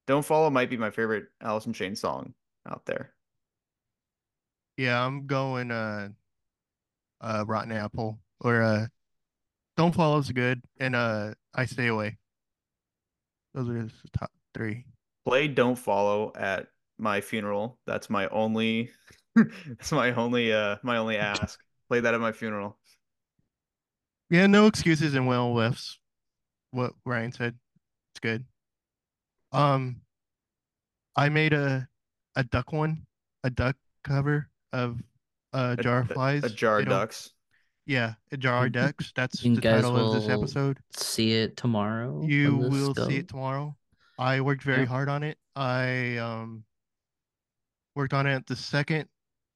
Speaker 5: Don't follow might be my favorite Alice in Chains song out there.
Speaker 4: Yeah, I'm going uh, uh, Rotten Apple or uh, Don't Fall's good, and uh, I Stay Away. Those are just the top three.
Speaker 5: Play Don't Follow at my funeral. That's my only. that's my only. Uh, my only ask. Play that at my funeral.
Speaker 4: Yeah, no excuses and well lifts. What Ryan said, it's good. Um, I made a a duck one, a duck cover of uh
Speaker 5: A-
Speaker 4: jar of flies.
Speaker 5: A jar of
Speaker 4: They don't-
Speaker 5: ducks.
Speaker 4: Yeah, a jar of ducks. That's
Speaker 2: You
Speaker 4: the
Speaker 2: guys
Speaker 4: title of this
Speaker 2: will
Speaker 4: episode.
Speaker 2: See it tomorrow. when
Speaker 4: You
Speaker 2: this
Speaker 4: will see
Speaker 2: goes.
Speaker 4: it tomorrow. I worked very
Speaker 2: Yeah.
Speaker 4: hard on it. I um worked on it at the second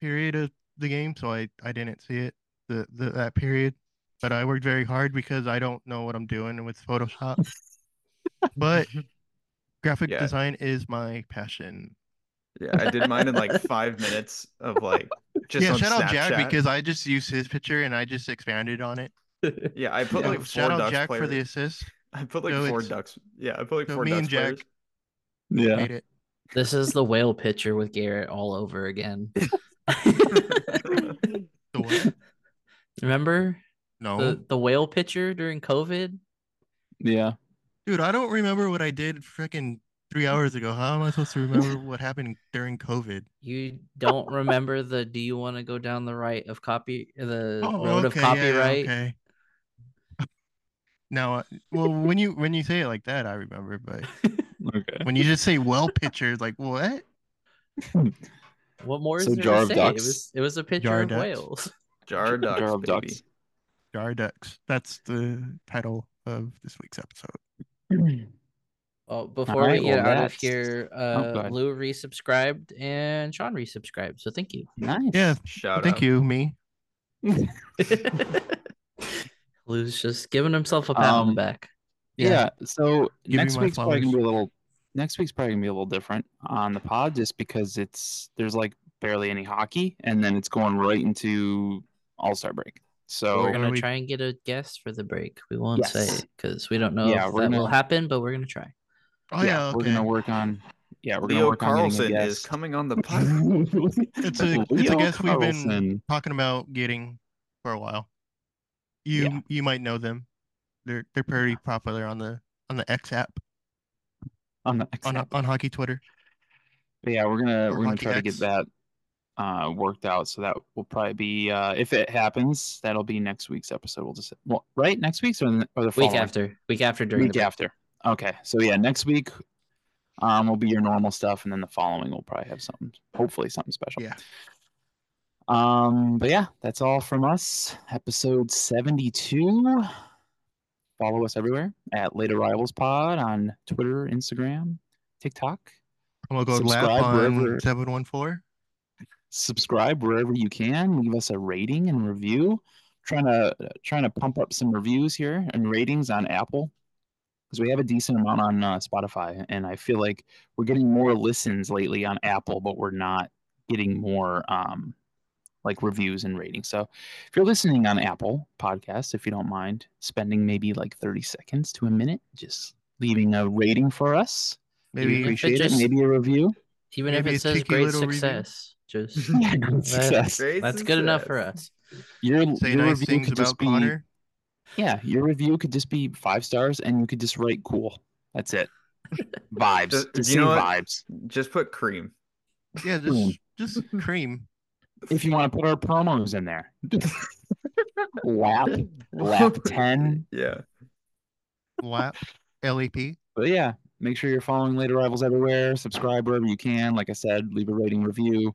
Speaker 4: period of the game, so I I didn't see it the, the that period. But I worked very hard because I don't know what I'm doing with Photoshop. but graphic
Speaker 5: Yeah.
Speaker 4: design is my passion.
Speaker 5: Yeah, I did mine in like five minutes of like just
Speaker 4: yeah,
Speaker 5: on
Speaker 4: shout out
Speaker 5: Snapchat.
Speaker 4: Jack because I just used his picture and I just expanded on it.
Speaker 5: yeah, I put
Speaker 4: So
Speaker 5: like four
Speaker 4: shout out
Speaker 5: ducks
Speaker 4: Jack for
Speaker 5: players.
Speaker 4: the assist.
Speaker 5: I put like
Speaker 4: so
Speaker 5: four
Speaker 4: it's-
Speaker 5: ducks. Yeah, I put like
Speaker 4: so
Speaker 5: four
Speaker 4: me
Speaker 5: ducks
Speaker 4: and Jack-
Speaker 5: players.
Speaker 3: Yeah.
Speaker 4: Made it.
Speaker 2: This is the whale picture with Garrett all over again.
Speaker 4: The what?
Speaker 2: Remember
Speaker 4: No.
Speaker 2: the, the whale picture during COVID?
Speaker 3: Yeah.
Speaker 4: Dude, I don't remember what I did freaking three hours ago. How am I supposed to remember what happened during COVID?
Speaker 2: You don't remember the do you want to go down the right of copy the road of
Speaker 4: yeah, yeah,
Speaker 2: copyright?
Speaker 4: Oh, okay. Now, uh, well, when you when you say it like that, I remember. But
Speaker 3: Okay.
Speaker 4: when you just say "well pictures," like what?
Speaker 2: What more is
Speaker 3: So
Speaker 2: there
Speaker 3: Jar
Speaker 2: to
Speaker 3: of
Speaker 2: say? It
Speaker 3: Ducks?
Speaker 2: was it was a picture
Speaker 4: Jar of
Speaker 2: of
Speaker 4: Ducks?
Speaker 2: whales.
Speaker 5: Jar of ducks,
Speaker 3: Jar of
Speaker 5: baby.
Speaker 3: ducks.
Speaker 4: Jar ducks. That's the title of this week's episode.
Speaker 2: Well, Oh, before
Speaker 3: right,
Speaker 2: we get
Speaker 3: well,
Speaker 2: out of
Speaker 3: that's-
Speaker 2: here,
Speaker 3: Oh, go
Speaker 2: uh,
Speaker 3: ahead.
Speaker 2: Lou resubscribed and Sean resubscribed. So thank you.
Speaker 3: Nice.
Speaker 4: Yeah,
Speaker 5: Shout
Speaker 4: thank
Speaker 5: out.
Speaker 4: you, me.
Speaker 2: Lou's just giving himself a pat on the
Speaker 3: Um,
Speaker 2: back.
Speaker 4: Yeah.
Speaker 3: Yeah. so
Speaker 4: Give me
Speaker 3: next
Speaker 4: my
Speaker 3: week's probably gonna
Speaker 4: flowers.
Speaker 3: be a little. Next week's probably gonna be a little different on the pod, just because it's there's like barely any hockey, and then it's going right into All Star break. So
Speaker 2: we're gonna
Speaker 4: we-
Speaker 2: try and get a guest for the break. We won't say
Speaker 3: Yes.
Speaker 2: it because we don't know
Speaker 3: Yeah,
Speaker 2: if
Speaker 3: we're
Speaker 2: that
Speaker 3: gonna-
Speaker 2: will happen, but we're gonna try.
Speaker 4: Oh yeah,
Speaker 3: we're
Speaker 4: okay.
Speaker 3: gonna work on. Yeah, we're gonna
Speaker 5: Leo
Speaker 3: work on
Speaker 5: Carlson
Speaker 3: getting a
Speaker 5: is
Speaker 3: guest.
Speaker 5: coming on the podcast.
Speaker 3: it's
Speaker 4: It's a it's a guest we've been talking about getting for a while. You
Speaker 3: Yeah.
Speaker 4: you might know them. They're they're pretty popular on the on the X app
Speaker 3: on the
Speaker 4: on on hockey Twitter.
Speaker 3: But yeah, we're gonna
Speaker 4: Or
Speaker 3: we're gonna
Speaker 4: Hockey
Speaker 3: try to get
Speaker 4: X.
Speaker 3: that uh worked out. So that will probably be uh if it happens, that'll be next week's episode. We'll just well, right next week's or the, or the
Speaker 2: Week
Speaker 3: following?
Speaker 2: after, week after during
Speaker 3: week
Speaker 2: the break.
Speaker 3: after. Okay, so yeah, next week um will be your normal stuff, and then the following we'll probably have something, hopefully something special.
Speaker 4: Yeah.
Speaker 3: Um, but yeah, that's all from us. Episode seventy-two. Follow us everywhere at Later Rivals Pod on Twitter, Instagram, TikTok.
Speaker 4: I'm gonna go lap
Speaker 3: Subscribe
Speaker 4: on
Speaker 3: wherever-
Speaker 4: seven one four.
Speaker 3: subscribe wherever you can leave us a rating and review trying to trying to pump up some reviews here and ratings on Apple because we have a decent amount on uh, Spotify, and I feel like we're getting more listens lately on Apple, but we're not getting more um, like reviews and ratings. So if you're listening on Apple Podcasts, if you don't mind spending maybe like 30 seconds to a minute, just leaving a rating for us, we
Speaker 4: Maybe
Speaker 2: if it
Speaker 3: appreciate it.
Speaker 2: just-
Speaker 3: Maybe a review.
Speaker 2: Even if
Speaker 4: Maybe
Speaker 2: it
Speaker 4: a
Speaker 2: says
Speaker 4: cheeky
Speaker 2: great
Speaker 4: little review.
Speaker 2: success, just
Speaker 3: Yeah, good
Speaker 2: Right.
Speaker 3: success.
Speaker 5: Great
Speaker 2: that's good enough for
Speaker 5: success.
Speaker 2: us.
Speaker 3: Your,
Speaker 4: say
Speaker 3: your
Speaker 4: nice
Speaker 3: review
Speaker 4: things
Speaker 3: could
Speaker 4: about
Speaker 3: just be-
Speaker 4: Connor.
Speaker 3: Yeah, your review could just be five stars, and you could just write cool. That's it. Vibes.
Speaker 5: Just-
Speaker 3: Just,
Speaker 5: you know
Speaker 3: say
Speaker 5: what?
Speaker 3: vibes.
Speaker 5: Just put cream.
Speaker 4: Yeah,
Speaker 3: Boom.
Speaker 4: just just cream.
Speaker 3: If you want to put our promos in there, lap lap ten.
Speaker 5: Yeah.
Speaker 4: Lap. LEP.
Speaker 3: But yeah, make sure you're following Late Arrivals everywhere. Subscribe wherever you can. Like I said, leave a rating review.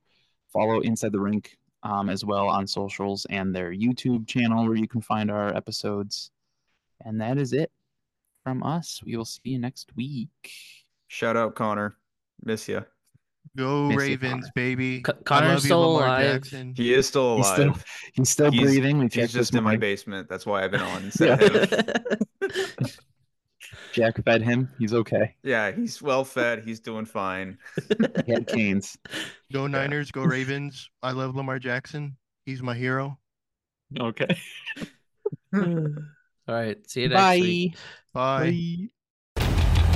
Speaker 3: Follow Inside the Rink um, as well on socials and their YouTube channel where you can find our episodes. And that is it from us. We will see you next week.
Speaker 5: Shout out Connor. Miss ya.
Speaker 4: Go
Speaker 3: Miss you,
Speaker 4: Ravens,
Speaker 3: Connor.
Speaker 4: baby.
Speaker 2: Co-
Speaker 4: I
Speaker 2: Connor's
Speaker 4: love you,
Speaker 2: still
Speaker 4: Lamar
Speaker 2: alive.
Speaker 4: Jackson.
Speaker 5: He is still
Speaker 3: He's still-
Speaker 5: alive.
Speaker 3: He's still
Speaker 5: He's-
Speaker 3: breathing. We
Speaker 5: He's
Speaker 3: checked
Speaker 5: just
Speaker 3: this
Speaker 5: in my
Speaker 3: morning.
Speaker 5: basement. That's why I've been on.
Speaker 3: Yeah.
Speaker 5: instead of him.
Speaker 3: Jack fed him. He's okay.
Speaker 5: yeah, he's well fed. He's doing fine.
Speaker 3: He had canes.
Speaker 4: Go Niners, go Ravens. I love Lamar Jackson. He's my hero.
Speaker 3: Okay.
Speaker 2: All right. See you next week.
Speaker 3: Bye.
Speaker 4: Bye.
Speaker 3: Bye.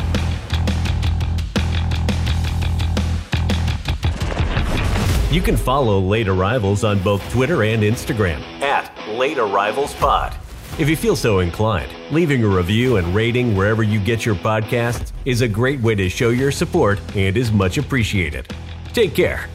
Speaker 1: You can follow Late Arrivals on both Twitter and Instagram at Late Arrivals Pod. If you feel so inclined, leaving a review and rating wherever you get your podcasts is a great way to show your support and is much appreciated. Take care.